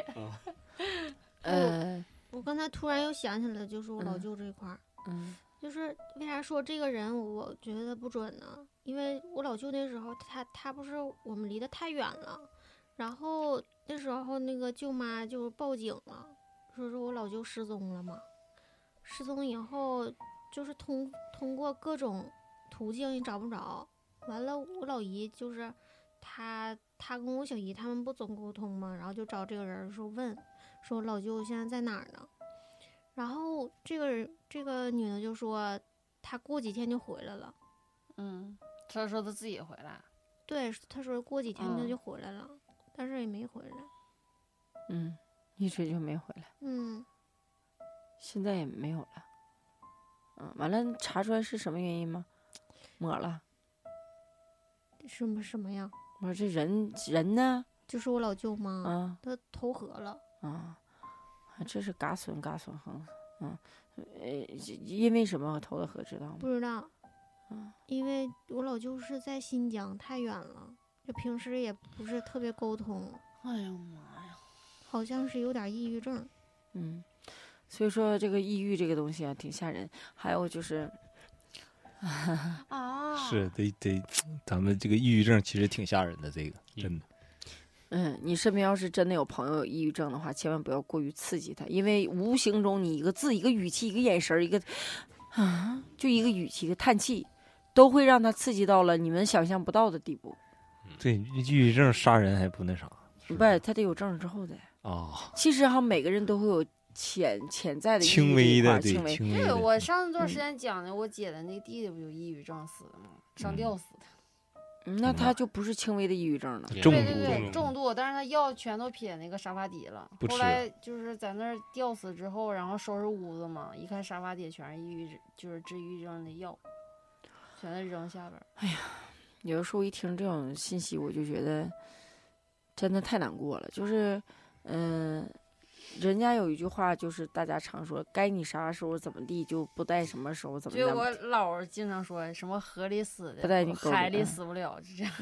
[SPEAKER 4] 呃，
[SPEAKER 3] 我刚才突然又想起来，就是我老
[SPEAKER 4] 嗯
[SPEAKER 3] 舅这一块儿，
[SPEAKER 4] 嗯，
[SPEAKER 3] 就是为啥说这个人我觉得不准呢？因为我老舅那时候他他不是我们离得太远了，然后那时候那个舅妈就报警了，说是我老舅失踪了嘛。失踪以后，就是通通过各种途径也找不着。完了，我老姨就是她，她跟我小姨他们不总沟通嘛，然后就找这个人说问，说老舅现在在哪儿呢？然后这个人这个女的就说，她过几天就回来了。
[SPEAKER 2] 嗯，他说他自己回来，
[SPEAKER 3] 对，她说过几天她
[SPEAKER 4] 嗯
[SPEAKER 3] 就回来了，但是也没回来。
[SPEAKER 4] 嗯，一直就没回来，
[SPEAKER 3] 嗯，
[SPEAKER 4] 现在也没有了。嗯，完了，查出来是什么原因吗？抹了。
[SPEAKER 3] 什么什么呀？
[SPEAKER 4] 我说这人人呢？
[SPEAKER 3] 就是我老舅嘛，
[SPEAKER 4] 啊
[SPEAKER 3] 她投河了。
[SPEAKER 4] 啊，还真是嘎损嘎损横。嗯，呃，因为什么投的河知道吗？
[SPEAKER 3] 不知道
[SPEAKER 4] 啊，
[SPEAKER 3] 因为我老舅是在新疆，太远了，就平时也不是特别沟通，
[SPEAKER 2] 哎呀妈呀，
[SPEAKER 3] 好像是有点抑郁症。
[SPEAKER 4] 嗯，所以说这个抑郁这个东西啊，挺吓人。还有就是，
[SPEAKER 2] 啊，
[SPEAKER 1] 是得得，咱们这个抑郁症其实挺吓人的，这个
[SPEAKER 5] 嗯
[SPEAKER 1] 真的，
[SPEAKER 4] 嗯，你身边要是真的有朋友有抑郁症的话，千万不要过于刺激他，因为无形中你一个字、一个语气、一个眼神儿、一个啊，就一个语气、一个叹气，都会让他刺激到了你们想象不到的地步。
[SPEAKER 1] 对，抑郁症杀人还不那啥
[SPEAKER 4] 不是，他得有症儿之后的。
[SPEAKER 1] 啊，
[SPEAKER 4] 其实哈，每个人都会有潜潜在的抑郁
[SPEAKER 1] 轻
[SPEAKER 4] 这一
[SPEAKER 1] 微
[SPEAKER 4] 块
[SPEAKER 1] 的
[SPEAKER 4] 儿
[SPEAKER 1] 对
[SPEAKER 4] 轻微。
[SPEAKER 1] 轻微
[SPEAKER 2] 对
[SPEAKER 1] 的，嗯
[SPEAKER 2] 我上段时间讲的，我姐的那弟弟不就抑郁症死的吗？上吊死的，
[SPEAKER 4] 嗯那他就不是轻微的抑郁症了。
[SPEAKER 1] [LAUGHS] 重
[SPEAKER 2] 对
[SPEAKER 1] 度
[SPEAKER 2] 对对，
[SPEAKER 5] 重
[SPEAKER 2] 重度，但是他药全都撇那个沙发底了
[SPEAKER 1] 不。
[SPEAKER 2] 后
[SPEAKER 1] 吃
[SPEAKER 2] 来就是在那儿吊死之后，然后收拾屋子嘛，一看沙发底全是抑郁，就是治抑郁症的药，全都扔下边儿。
[SPEAKER 4] 有的时候一听这种信息，我就觉得真的太难过了。就是，嗯、人家有一句话，就是大家常说，该你啥时候怎么地，就不带什么时候怎么
[SPEAKER 2] 所以我
[SPEAKER 4] 样。
[SPEAKER 2] 姥儿经常说什么河里死
[SPEAKER 4] 不带
[SPEAKER 2] 的
[SPEAKER 4] 你，沟
[SPEAKER 2] 海
[SPEAKER 4] 里
[SPEAKER 2] 里
[SPEAKER 4] 嗯
[SPEAKER 2] 死不了，就这样。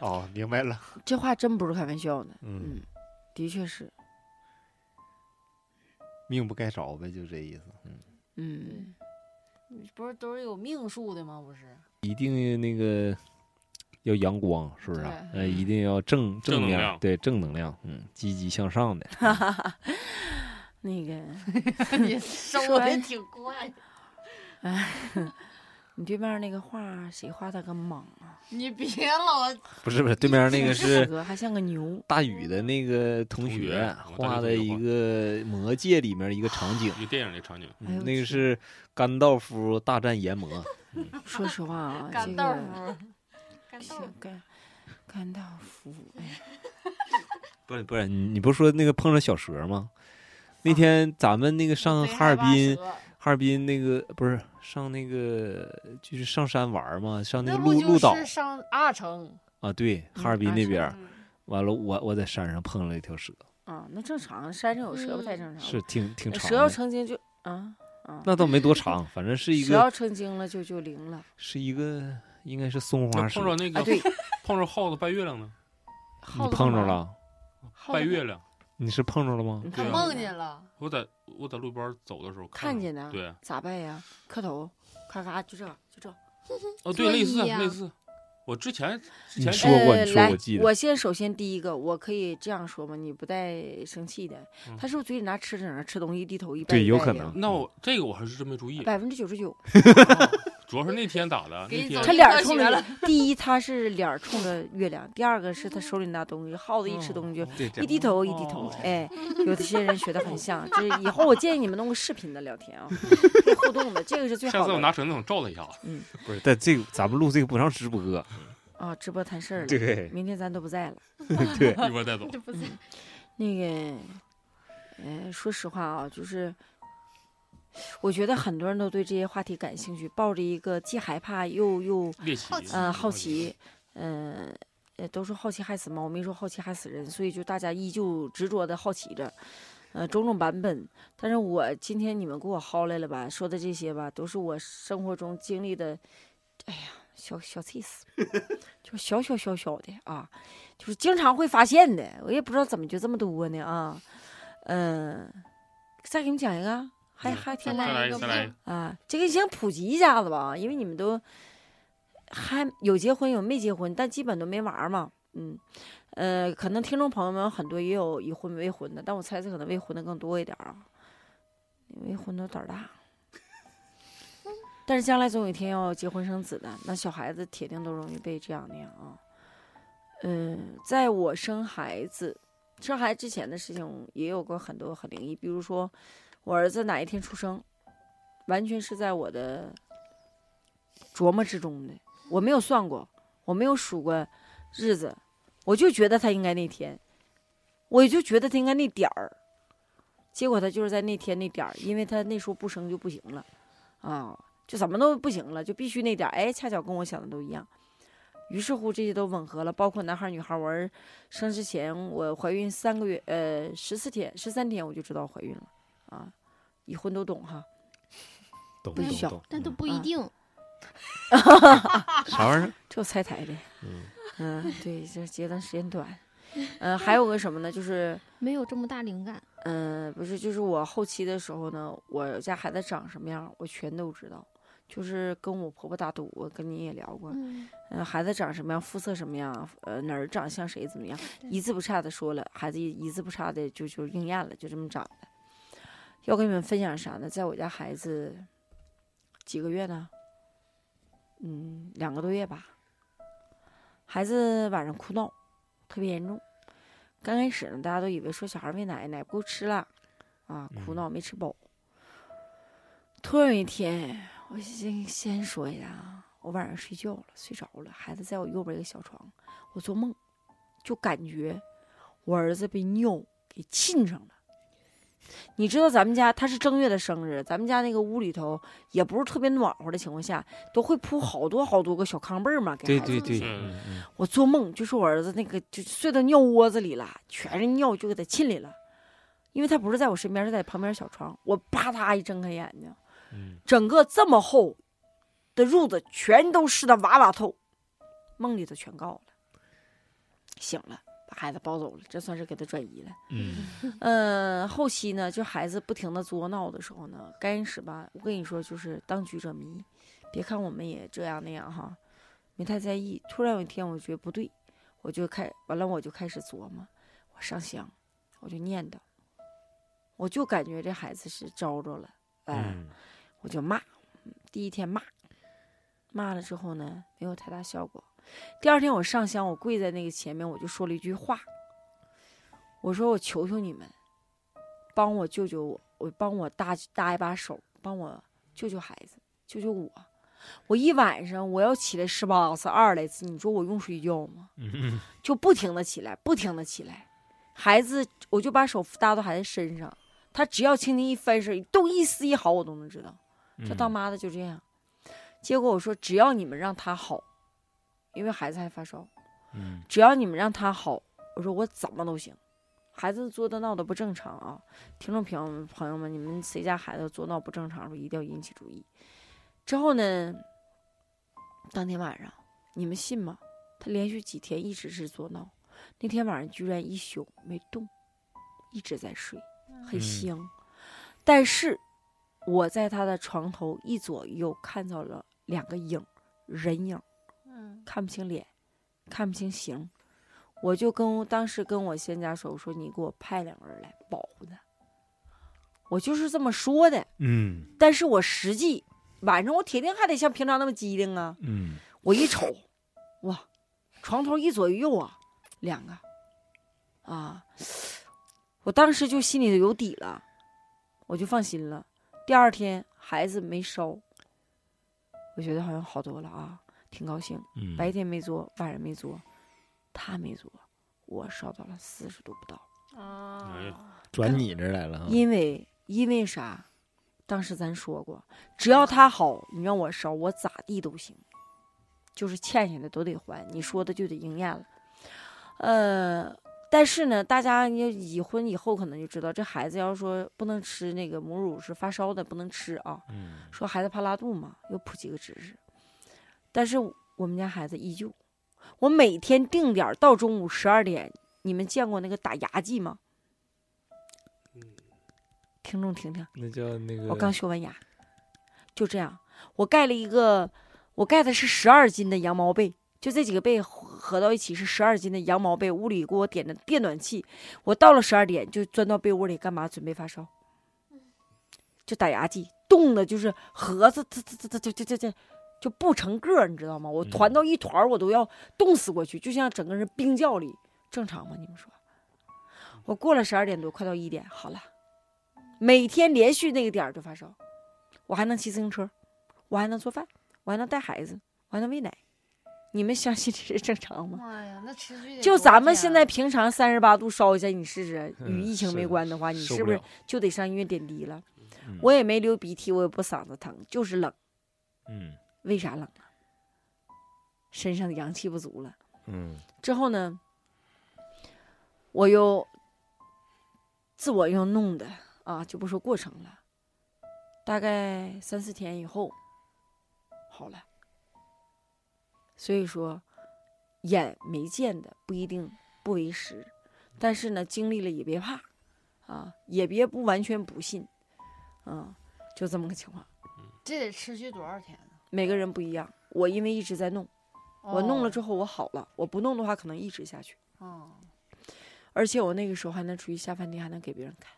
[SPEAKER 1] 哦，明白了，
[SPEAKER 4] 这话真不是开玩笑的，
[SPEAKER 1] 嗯，
[SPEAKER 4] 嗯，的确是，
[SPEAKER 1] 命不该着呗，就这意思，嗯，
[SPEAKER 4] 嗯，
[SPEAKER 2] 不是都是有命数的吗？不是，
[SPEAKER 4] [LAUGHS]
[SPEAKER 1] 一定那个要阳光，是不是啊？
[SPEAKER 2] 对
[SPEAKER 1] 呃，一定要正
[SPEAKER 5] 正
[SPEAKER 1] 正
[SPEAKER 5] 能
[SPEAKER 1] 面，
[SPEAKER 5] 量
[SPEAKER 1] 对正能量，嗯，积极向上的，
[SPEAKER 4] [LAUGHS] 那个，
[SPEAKER 2] 你收
[SPEAKER 4] 说
[SPEAKER 2] 的
[SPEAKER 4] 完
[SPEAKER 2] 挺快。
[SPEAKER 4] 你对面那个画谁画的个蟒啊？
[SPEAKER 2] 你别老
[SPEAKER 1] [LAUGHS] 不是不是，对面那个是
[SPEAKER 4] 蛇还像个牛，
[SPEAKER 1] [LAUGHS] 大宇的那个同
[SPEAKER 5] 同
[SPEAKER 1] 学
[SPEAKER 5] 学
[SPEAKER 1] 画的一个《魔戒》里面一个场景，
[SPEAKER 5] 一个电影的场景，
[SPEAKER 4] 哎呦
[SPEAKER 1] 嗯那个
[SPEAKER 4] 我去
[SPEAKER 1] 是甘道夫大战炎魔。
[SPEAKER 4] 说实
[SPEAKER 2] [LAUGHS]
[SPEAKER 4] 话啊，这
[SPEAKER 2] 干豆
[SPEAKER 4] 个
[SPEAKER 3] 干
[SPEAKER 2] 腐，
[SPEAKER 4] [LAUGHS]
[SPEAKER 3] 豆
[SPEAKER 4] 行干干道夫，哎呀
[SPEAKER 1] 不是不是，你你不是说那个碰上小蛇吗？
[SPEAKER 4] 啊
[SPEAKER 1] 那天咱们那个上
[SPEAKER 2] 贼
[SPEAKER 1] 哈尔
[SPEAKER 2] 害怕
[SPEAKER 1] 滨，
[SPEAKER 2] 蛇
[SPEAKER 1] 哈尔滨那个不是上那个就是上山玩儿嘛，上那
[SPEAKER 2] 那
[SPEAKER 1] 个
[SPEAKER 2] 不
[SPEAKER 1] 鹿鹿
[SPEAKER 2] 就
[SPEAKER 1] 岛
[SPEAKER 2] 是上阿城？
[SPEAKER 1] 啊，对，
[SPEAKER 4] 嗯
[SPEAKER 1] 哈尔滨
[SPEAKER 4] 啊
[SPEAKER 1] 那
[SPEAKER 4] 是
[SPEAKER 1] 边儿。
[SPEAKER 2] 嗯
[SPEAKER 1] 完了，我我在山上碰了一条蛇，
[SPEAKER 4] 啊，那正常，山上有蛇不太正常。
[SPEAKER 1] 是挺挺长
[SPEAKER 4] 蛇要
[SPEAKER 1] 的，
[SPEAKER 4] 成精就啊啊，
[SPEAKER 1] 那倒没多
[SPEAKER 4] [LAUGHS]
[SPEAKER 1] 长，反正是一
[SPEAKER 4] 蛇
[SPEAKER 1] 个
[SPEAKER 4] 要成精了就就灵了。
[SPEAKER 1] 是一个应该是松花
[SPEAKER 5] 那
[SPEAKER 1] 蛇
[SPEAKER 5] 碰，着那
[SPEAKER 4] 啊，
[SPEAKER 5] 个
[SPEAKER 4] 对，
[SPEAKER 5] 碰着耗子拜月亮呢，
[SPEAKER 4] 耗
[SPEAKER 1] [LAUGHS] 你
[SPEAKER 4] 子
[SPEAKER 1] 碰
[SPEAKER 4] 干
[SPEAKER 1] 着
[SPEAKER 4] 嘛，
[SPEAKER 1] 了？
[SPEAKER 4] 嗯耗子
[SPEAKER 5] 拜
[SPEAKER 4] 干
[SPEAKER 5] 月亮，
[SPEAKER 1] 你是碰着了吗？
[SPEAKER 4] 你
[SPEAKER 2] 他
[SPEAKER 5] 对啊
[SPEAKER 2] 梦见了，
[SPEAKER 5] 我在我在路边走的时候
[SPEAKER 4] 看
[SPEAKER 5] 着
[SPEAKER 4] 见的，啊
[SPEAKER 5] 对，
[SPEAKER 4] 咋办呀？磕头，咔咔，就这，就这。
[SPEAKER 3] 座
[SPEAKER 5] 哦，对，类
[SPEAKER 3] 椅
[SPEAKER 5] 似
[SPEAKER 4] 啊
[SPEAKER 3] 呀
[SPEAKER 5] 类似，我之前之
[SPEAKER 1] 你
[SPEAKER 5] 前
[SPEAKER 1] 说过
[SPEAKER 4] 呃
[SPEAKER 1] 你说
[SPEAKER 4] 来
[SPEAKER 1] 我记得
[SPEAKER 4] 我先首先第一个，我可以这样说吗？你不带生气的，
[SPEAKER 5] 嗯
[SPEAKER 4] 他是不是嘴里拿吃的，拿吃东西，低头一拜
[SPEAKER 1] 对
[SPEAKER 4] 一
[SPEAKER 1] 有
[SPEAKER 4] 拜
[SPEAKER 1] 可
[SPEAKER 4] 的
[SPEAKER 1] 能嗯
[SPEAKER 5] 那我这个我还是真没注意，
[SPEAKER 4] 百分之九十九，
[SPEAKER 5] 哦 [LAUGHS] 主要是那天咋的？
[SPEAKER 2] 给
[SPEAKER 5] 那
[SPEAKER 2] 你走
[SPEAKER 5] 天
[SPEAKER 4] 他
[SPEAKER 2] 一
[SPEAKER 4] 脸
[SPEAKER 2] 科
[SPEAKER 4] 儿冲
[SPEAKER 2] 学
[SPEAKER 4] 着
[SPEAKER 2] 了
[SPEAKER 4] 月，第一他是脸儿冲着月亮，第二个是他手里拿东西，耗子一
[SPEAKER 5] 嗯
[SPEAKER 4] 吃东西就
[SPEAKER 1] 对
[SPEAKER 4] 一低头一低头
[SPEAKER 5] 哦，
[SPEAKER 4] 哎，有些人学的很像，就是以后我建议你们弄个视频的聊天
[SPEAKER 5] [LAUGHS]
[SPEAKER 4] 啊，可以互动的，这个是最
[SPEAKER 5] 下
[SPEAKER 4] 好
[SPEAKER 5] 次我
[SPEAKER 4] 的
[SPEAKER 5] 拿绳子我照他一下子。
[SPEAKER 1] 不是，但这个咱们录这个不让直播，
[SPEAKER 4] 啊，直播谈事 [LAUGHS] 儿了，
[SPEAKER 1] 对
[SPEAKER 4] 明天咱都不在了。
[SPEAKER 1] 对，
[SPEAKER 5] 一会儿再
[SPEAKER 4] [LAUGHS]
[SPEAKER 3] [LAUGHS]
[SPEAKER 5] 走。
[SPEAKER 3] 就不在。
[SPEAKER 4] 那个，呃，说实话啊，就是我觉得很多人都对这些话题感兴趣，抱着一个既害怕又又
[SPEAKER 5] 猎奇
[SPEAKER 3] 好
[SPEAKER 5] 嗯
[SPEAKER 3] 奇，
[SPEAKER 4] 呃好奇，嗯、呃，都说好奇害死猫，没说好奇害死人，所以就大家依旧执着的好奇着。呃，种种版本，但是我今天你们给我薅来了吧，说的这些吧，都是我生活中经历的，哎呀，小小 case，就小小小小的啊，就是经常会发现的，我也不知道怎么就这么多呢啊，嗯、再给你们讲一个，还
[SPEAKER 5] 嗯
[SPEAKER 4] 还
[SPEAKER 5] 再
[SPEAKER 4] 挺
[SPEAKER 5] 再
[SPEAKER 4] 好
[SPEAKER 5] 来
[SPEAKER 3] 一个
[SPEAKER 5] 再来
[SPEAKER 3] 梦
[SPEAKER 4] 啊，这个先普及一下子吧，啊因为你们都还有结婚有没结婚，但基本都没娃儿嘛。嗯，呃，可能听众朋友们很多也有已婚未婚的，但我猜测可能未婚的更多一点儿啊。未婚都胆儿大，但是将来总有一天要结婚生子的，那小孩子铁定都容易被这样那样啊。嗯，在我生孩子、生孩子之前的事情也有过很多很灵异，比如说我儿子哪一天出生，完全是在我的琢磨之中的。我没有算过，我没有数过日子，我就觉得他应该那天，我就觉得他应该那点儿。结果他就是在那天那点儿，因为他那时候不生就不行了，啊，就怎么都不行了，就必须那点儿。哎，恰巧跟我想的都一样。于是乎，这些都吻合了，包括男孩儿女孩儿。我儿生之前，我怀孕三个月，呃，十四天、十三天我就知道怀孕了，啊，已婚都懂哈。
[SPEAKER 1] 懂
[SPEAKER 4] 不
[SPEAKER 1] 懂
[SPEAKER 4] 小
[SPEAKER 1] 懂，
[SPEAKER 3] 但都
[SPEAKER 1] 嗯
[SPEAKER 3] 不一
[SPEAKER 4] 啊
[SPEAKER 3] 定，
[SPEAKER 1] 啥玩意儿？
[SPEAKER 4] 这我猜猜的。
[SPEAKER 1] 嗯
[SPEAKER 4] [LAUGHS] 嗯，对，这结的时间短。嗯、还有个什么呢？就是，
[SPEAKER 3] 没有这么大灵感。
[SPEAKER 4] 嗯、不是，就是我后期的时候呢，我家孩子长什么样，我全都知道。就是跟我婆婆打赌，我跟你也聊过，
[SPEAKER 3] 嗯，
[SPEAKER 4] 嗯、孩子长什么样，肤色什么样，呃，哪儿长像谁怎么样，一字不差的说了，孩子一一字不差的就就应验了，就这么长的。要跟你们分享啥呢？在我家孩子几个月呢？嗯，两个多月吧。孩子晚上哭闹，特别严重。刚开始呢，大家都以为说小孩喂奶，奶不够吃了，啊，哭闹没吃饱。突然有一天，我先先说一下啊，我晚上睡觉了，睡着了，孩子在我右边一个小床，我做梦就感觉我儿子被尿给浸上了。你知道咱们家他是正月的生日，咱们家那个屋里头也不是特别暖和的情况下，都会铺好多好多个小炕被儿嘛，给
[SPEAKER 1] 对
[SPEAKER 4] 孩子
[SPEAKER 1] 对对，
[SPEAKER 5] 嗯
[SPEAKER 1] 嗯嗯
[SPEAKER 4] 我做梦就是我儿子那个就睡到尿窝子里了，全是尿就给他浸里了，因为他不是在我身边，是在旁边小床。我啪嗒一睁开眼睛，
[SPEAKER 1] 嗯，
[SPEAKER 4] 整个这么厚的褥子全都湿的哇哇透，梦里头全告了。醒了，把孩子抱走了，这算是给他转移了。
[SPEAKER 1] 嗯，
[SPEAKER 4] 嗯，后期呢，就孩子不停的作闹的时候呢，刚开始吧，我跟你说，就是当局者迷，别看我们也这样那样哈，没太在意。突然有一天，我觉得不对，我就开完了，我就开始琢磨，我上香，我就念叨，我就感觉这孩子是招着了，哎、
[SPEAKER 1] 嗯
[SPEAKER 4] 我就骂，第一天骂，骂了之后呢，没有太大效果。第二天我上香，我跪在那个前面，我就说了一句话，我说我求求你们，帮我救救我，我帮我搭搭一把手，帮我救救孩子，救救我。我一晚上我要起来十八次、二来次，你说我用睡觉吗？
[SPEAKER 1] 嗯
[SPEAKER 4] 就不停的起来，不停的起来。孩子，我就把手搭到孩子身上，他只要轻轻一翻身，一动一丝一毫，我都能知道。
[SPEAKER 1] 嗯
[SPEAKER 4] 这当妈的就这样。结果我说，只要你们让他好，因为孩子还发烧，
[SPEAKER 1] 嗯
[SPEAKER 4] 只要你们让他好，我说我怎么都行。孩子作的闹的不正常啊，听众朋友们朋友们，你们谁家孩子作闹不正常的时候，一定要引起注意。之后呢，当天晚上，你们信吗？他连续几天一直是作闹，那天晚上居然一宿没动，一直在睡，很
[SPEAKER 1] 嗯
[SPEAKER 4] 香。但是我在他的床头一左一右看到了两个影儿，人影儿。
[SPEAKER 2] 嗯
[SPEAKER 4] 看不清脸，看不清形，我就跟当时跟我仙家说，我说你给我派两个人来保护他，我就是这么说的。
[SPEAKER 1] 嗯
[SPEAKER 4] 但是我实际晚上我铁定还得像平常那么机灵啊。
[SPEAKER 1] 嗯
[SPEAKER 4] 我一瞅，哇，床头一左一右啊，两个，啊，我当时就心里有底了，我就放心了。第二天孩子没烧，我觉得好像好多了啊，挺高兴。
[SPEAKER 5] 嗯，
[SPEAKER 4] 白天没做，晚上没做，他没做，我烧到了四十度不到。
[SPEAKER 2] 啊，
[SPEAKER 1] 转你这儿来了啊，
[SPEAKER 4] 因为因为啥？当时咱说过，只要他好，你让我烧，我咋地都行，就是欠下的都得还。你说的就得应验了。呃，但是呢，大家你已婚以后可能就知道，这孩子要说不能吃那个母乳是发烧的，不能吃啊。
[SPEAKER 5] 嗯
[SPEAKER 4] 说孩子怕拉肚嘛，又普及个知识。但是我们家孩子依旧，我每天定点儿到中午十二点，你们见过那个打牙祭吗？
[SPEAKER 5] 嗯
[SPEAKER 4] 听众听听，
[SPEAKER 1] 那叫那个
[SPEAKER 4] 我刚修完牙，就这样，我盖了一个，我盖的是十二斤的羊毛被，就这几个被合合到一起是十二斤的羊毛被，屋里给我点的电暖气，我到了十二点就钻到被窝里干嘛？准备发烧，就打牙祭，冻的就是盒子，这这这这这这这就不成个儿，你知道吗？我
[SPEAKER 5] 嗯
[SPEAKER 4] 团到一团儿，我都要冻死过去，就像整个人冰窖里，正常吗？你们说？我过了十二点多，快到一点，好了。每天连续那个点儿就发烧，我还能骑自行车，我还能做饭，我还能带孩子，我还能喂奶。你们相信这是正常吗？
[SPEAKER 2] 妈呀，那持续得
[SPEAKER 4] [LAUGHS] 就
[SPEAKER 2] 多
[SPEAKER 4] 咱们
[SPEAKER 2] 久
[SPEAKER 4] 现
[SPEAKER 2] 啊
[SPEAKER 4] 在平常三十八度烧一下，你试试，
[SPEAKER 1] 嗯
[SPEAKER 4] 与疫情
[SPEAKER 1] 是
[SPEAKER 4] 没
[SPEAKER 1] 的
[SPEAKER 4] 关的话，你
[SPEAKER 1] 受
[SPEAKER 4] 是
[SPEAKER 1] 不
[SPEAKER 4] 不是
[SPEAKER 1] 了
[SPEAKER 4] 就得上医院点滴了？
[SPEAKER 1] 嗯
[SPEAKER 4] 我也没流鼻涕，我也不嗓子疼，就是冷。
[SPEAKER 1] 嗯
[SPEAKER 4] 为啥冷啊？身上的阳气不足了。
[SPEAKER 1] 嗯
[SPEAKER 4] 之后呢，我又自我又弄的啊，就不说过程了。大概三四天以后，好了。所以说，眼没见的不一定不为实，但是呢，经历了也别怕，啊，也别不完全不信，嗯，就这么个情况。
[SPEAKER 2] 这得持续多少天呢？
[SPEAKER 4] 每个人不一样，我因为一直在弄，我弄了之
[SPEAKER 2] 后，
[SPEAKER 4] 后我好了，我不弄的话可能一直下去。
[SPEAKER 2] 哦
[SPEAKER 4] 而且我那个时候还能出去下饭店，还能给别人看。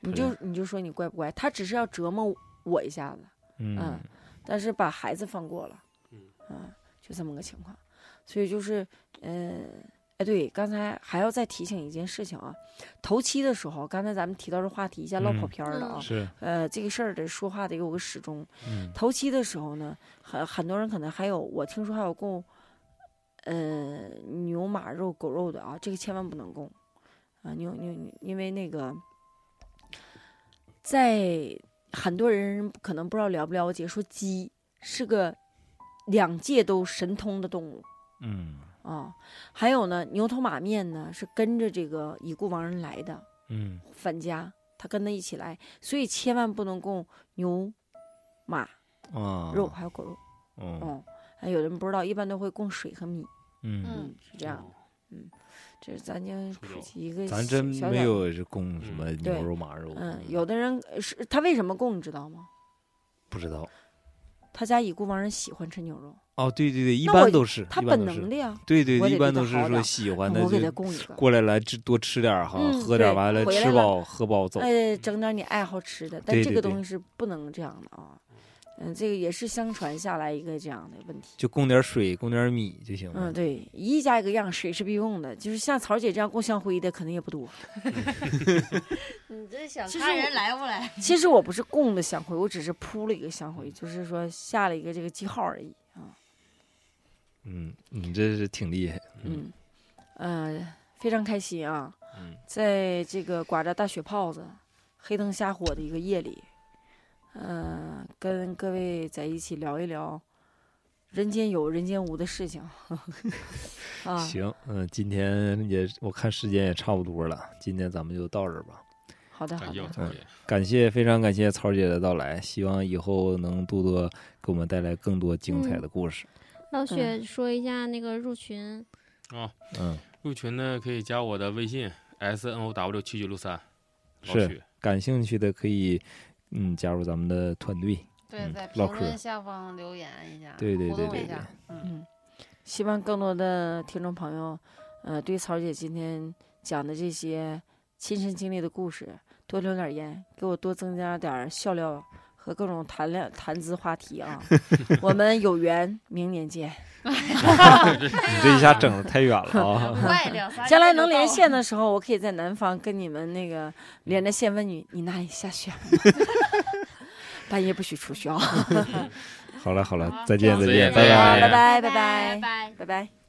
[SPEAKER 4] 你就你就说你怪不怪？他只是要折磨我一下子，嗯
[SPEAKER 1] 嗯，
[SPEAKER 4] 但是把孩子放过了，
[SPEAKER 5] 嗯
[SPEAKER 4] 啊，就这么个情况。所以就是，嗯、哎，对，刚才还要再提醒一件事情啊，头七的时候，刚才咱们提到这话题，一下唠跑
[SPEAKER 1] 嗯
[SPEAKER 4] 偏儿了啊。
[SPEAKER 1] 是
[SPEAKER 4] 呃，这个事儿得说话得有个始终。
[SPEAKER 1] 嗯
[SPEAKER 4] 头七的时候呢，很很多人可能还有，我听说还有供，呃，牛马肉、狗肉的啊，这个千万不能供啊！牛牛，因为那个，在很多人可能不知道了不了解，说鸡是个两界都神通的动物
[SPEAKER 1] 嗯
[SPEAKER 4] 啊。还有呢，牛头马面呢是跟着这个已故亡人来的，
[SPEAKER 1] 嗯
[SPEAKER 4] 返家，他跟他一起来，所以千万不能供牛、马
[SPEAKER 1] 啊
[SPEAKER 4] 肉还有狗肉。
[SPEAKER 1] 嗯
[SPEAKER 4] 嗯，哎，有人不知道，一般都会供水和米，
[SPEAKER 1] 嗯，
[SPEAKER 2] 嗯，
[SPEAKER 4] 是这样。
[SPEAKER 5] 哦
[SPEAKER 4] 这是咱就普
[SPEAKER 5] 不知道
[SPEAKER 4] 及一个
[SPEAKER 1] 咱
[SPEAKER 4] 小
[SPEAKER 1] 真
[SPEAKER 4] 小
[SPEAKER 1] 没
[SPEAKER 4] 点儿
[SPEAKER 1] 有是供什么
[SPEAKER 4] 对
[SPEAKER 1] 牛肉马肉，
[SPEAKER 4] 嗯，有的人呃是他为什么供你知道吗？
[SPEAKER 1] 不知道
[SPEAKER 4] 他家已故亡人喜欢吃牛肉，
[SPEAKER 1] 哦，对对对，一
[SPEAKER 4] 那
[SPEAKER 1] 般
[SPEAKER 4] 我
[SPEAKER 1] 都是
[SPEAKER 4] 他
[SPEAKER 1] 一般
[SPEAKER 4] 本
[SPEAKER 1] 都是
[SPEAKER 4] 能的呀，
[SPEAKER 1] 对对，
[SPEAKER 4] 我
[SPEAKER 1] 对
[SPEAKER 4] 得
[SPEAKER 1] 一般
[SPEAKER 4] 对他
[SPEAKER 1] 都是
[SPEAKER 4] 好
[SPEAKER 1] 说
[SPEAKER 4] 点
[SPEAKER 1] 喜欢的
[SPEAKER 4] 我给他
[SPEAKER 1] 就
[SPEAKER 4] 供一个。
[SPEAKER 1] 过来来吃多吃点儿哈，
[SPEAKER 4] 嗯
[SPEAKER 1] 喝点儿
[SPEAKER 4] 对
[SPEAKER 1] 完了
[SPEAKER 4] 回来
[SPEAKER 1] 吃
[SPEAKER 4] 了哎
[SPEAKER 1] 饱喝饱走。嗯
[SPEAKER 4] 哎，整点儿你爱好吃的，但
[SPEAKER 1] 对
[SPEAKER 4] 这
[SPEAKER 1] 对
[SPEAKER 4] 个
[SPEAKER 1] 对
[SPEAKER 4] 东西是不能这样的啊。嗯，这个也是相传下来一个这样的问题。
[SPEAKER 1] 就供点水，供点米就行了。
[SPEAKER 4] 嗯，对，一家一个样，水是必用的。就是像曹姐这样供香灰的，可能也不多。
[SPEAKER 2] 你这想
[SPEAKER 4] 其实看人我
[SPEAKER 2] 来不来？
[SPEAKER 4] 其实我不是供的香灰，我只是铺了一个香灰，就是说下了一个这个记号而已啊。
[SPEAKER 1] 嗯，你这是挺厉害。
[SPEAKER 4] 嗯，呃，非常开心啊，
[SPEAKER 1] 嗯
[SPEAKER 4] 在这个刮着大雪泡子、黑灯瞎火的一个夜里，嗯、跟各位在一起聊一聊人间有人间无的事情 [LAUGHS] 啊。
[SPEAKER 1] 行，嗯，今天也我看时间也差不多了，今天咱们就到这儿吧。
[SPEAKER 4] 好的，好
[SPEAKER 5] 嗯感谢
[SPEAKER 4] 的
[SPEAKER 5] 我，曹姐，
[SPEAKER 1] 感谢，非常感谢曹姐的到来，希望以后能多多给我们带来更多精
[SPEAKER 5] 嗯
[SPEAKER 1] 彩的故事。
[SPEAKER 3] 老雪说一下那个入群，
[SPEAKER 1] 嗯，
[SPEAKER 5] 哦入群呢可以加我的微信 s n o w 七九六三，老
[SPEAKER 1] 是
[SPEAKER 5] 许，
[SPEAKER 1] 感兴趣的可以嗯加入咱们的团队。
[SPEAKER 2] 对，
[SPEAKER 1] 嗯
[SPEAKER 2] 在
[SPEAKER 1] 唠
[SPEAKER 2] 评
[SPEAKER 1] 嗑
[SPEAKER 2] 论下方留言一下，
[SPEAKER 1] 对对
[SPEAKER 2] 互
[SPEAKER 1] 对
[SPEAKER 2] 动
[SPEAKER 1] 对
[SPEAKER 2] 一下。嗯，
[SPEAKER 4] 嗯，希望更多的听众朋友，呃，对曹姐今天讲的这些亲身经历的故事多留点言，给我多增加点儿笑料和各种谈恋谈资话题啊。我们有缘，明年见。
[SPEAKER 1] 你这一下整的太远了
[SPEAKER 2] [LAUGHS]
[SPEAKER 1] 啊！ [LAUGHS]
[SPEAKER 2] 快两三，
[SPEAKER 4] 将来能连。线的时候，我可以在南方跟你们那个连着线问你，你那里下雪了 [LAUGHS] 吗？半夜不许出去啊！
[SPEAKER 1] 好了好了
[SPEAKER 2] 好，
[SPEAKER 1] 再见
[SPEAKER 5] 好
[SPEAKER 1] 再
[SPEAKER 5] 再
[SPEAKER 1] 见，
[SPEAKER 5] 见
[SPEAKER 1] 拜
[SPEAKER 5] 再见
[SPEAKER 1] 拜
[SPEAKER 4] 拜拜拜
[SPEAKER 3] 拜
[SPEAKER 4] 拜
[SPEAKER 3] 拜。
[SPEAKER 4] 拜拜。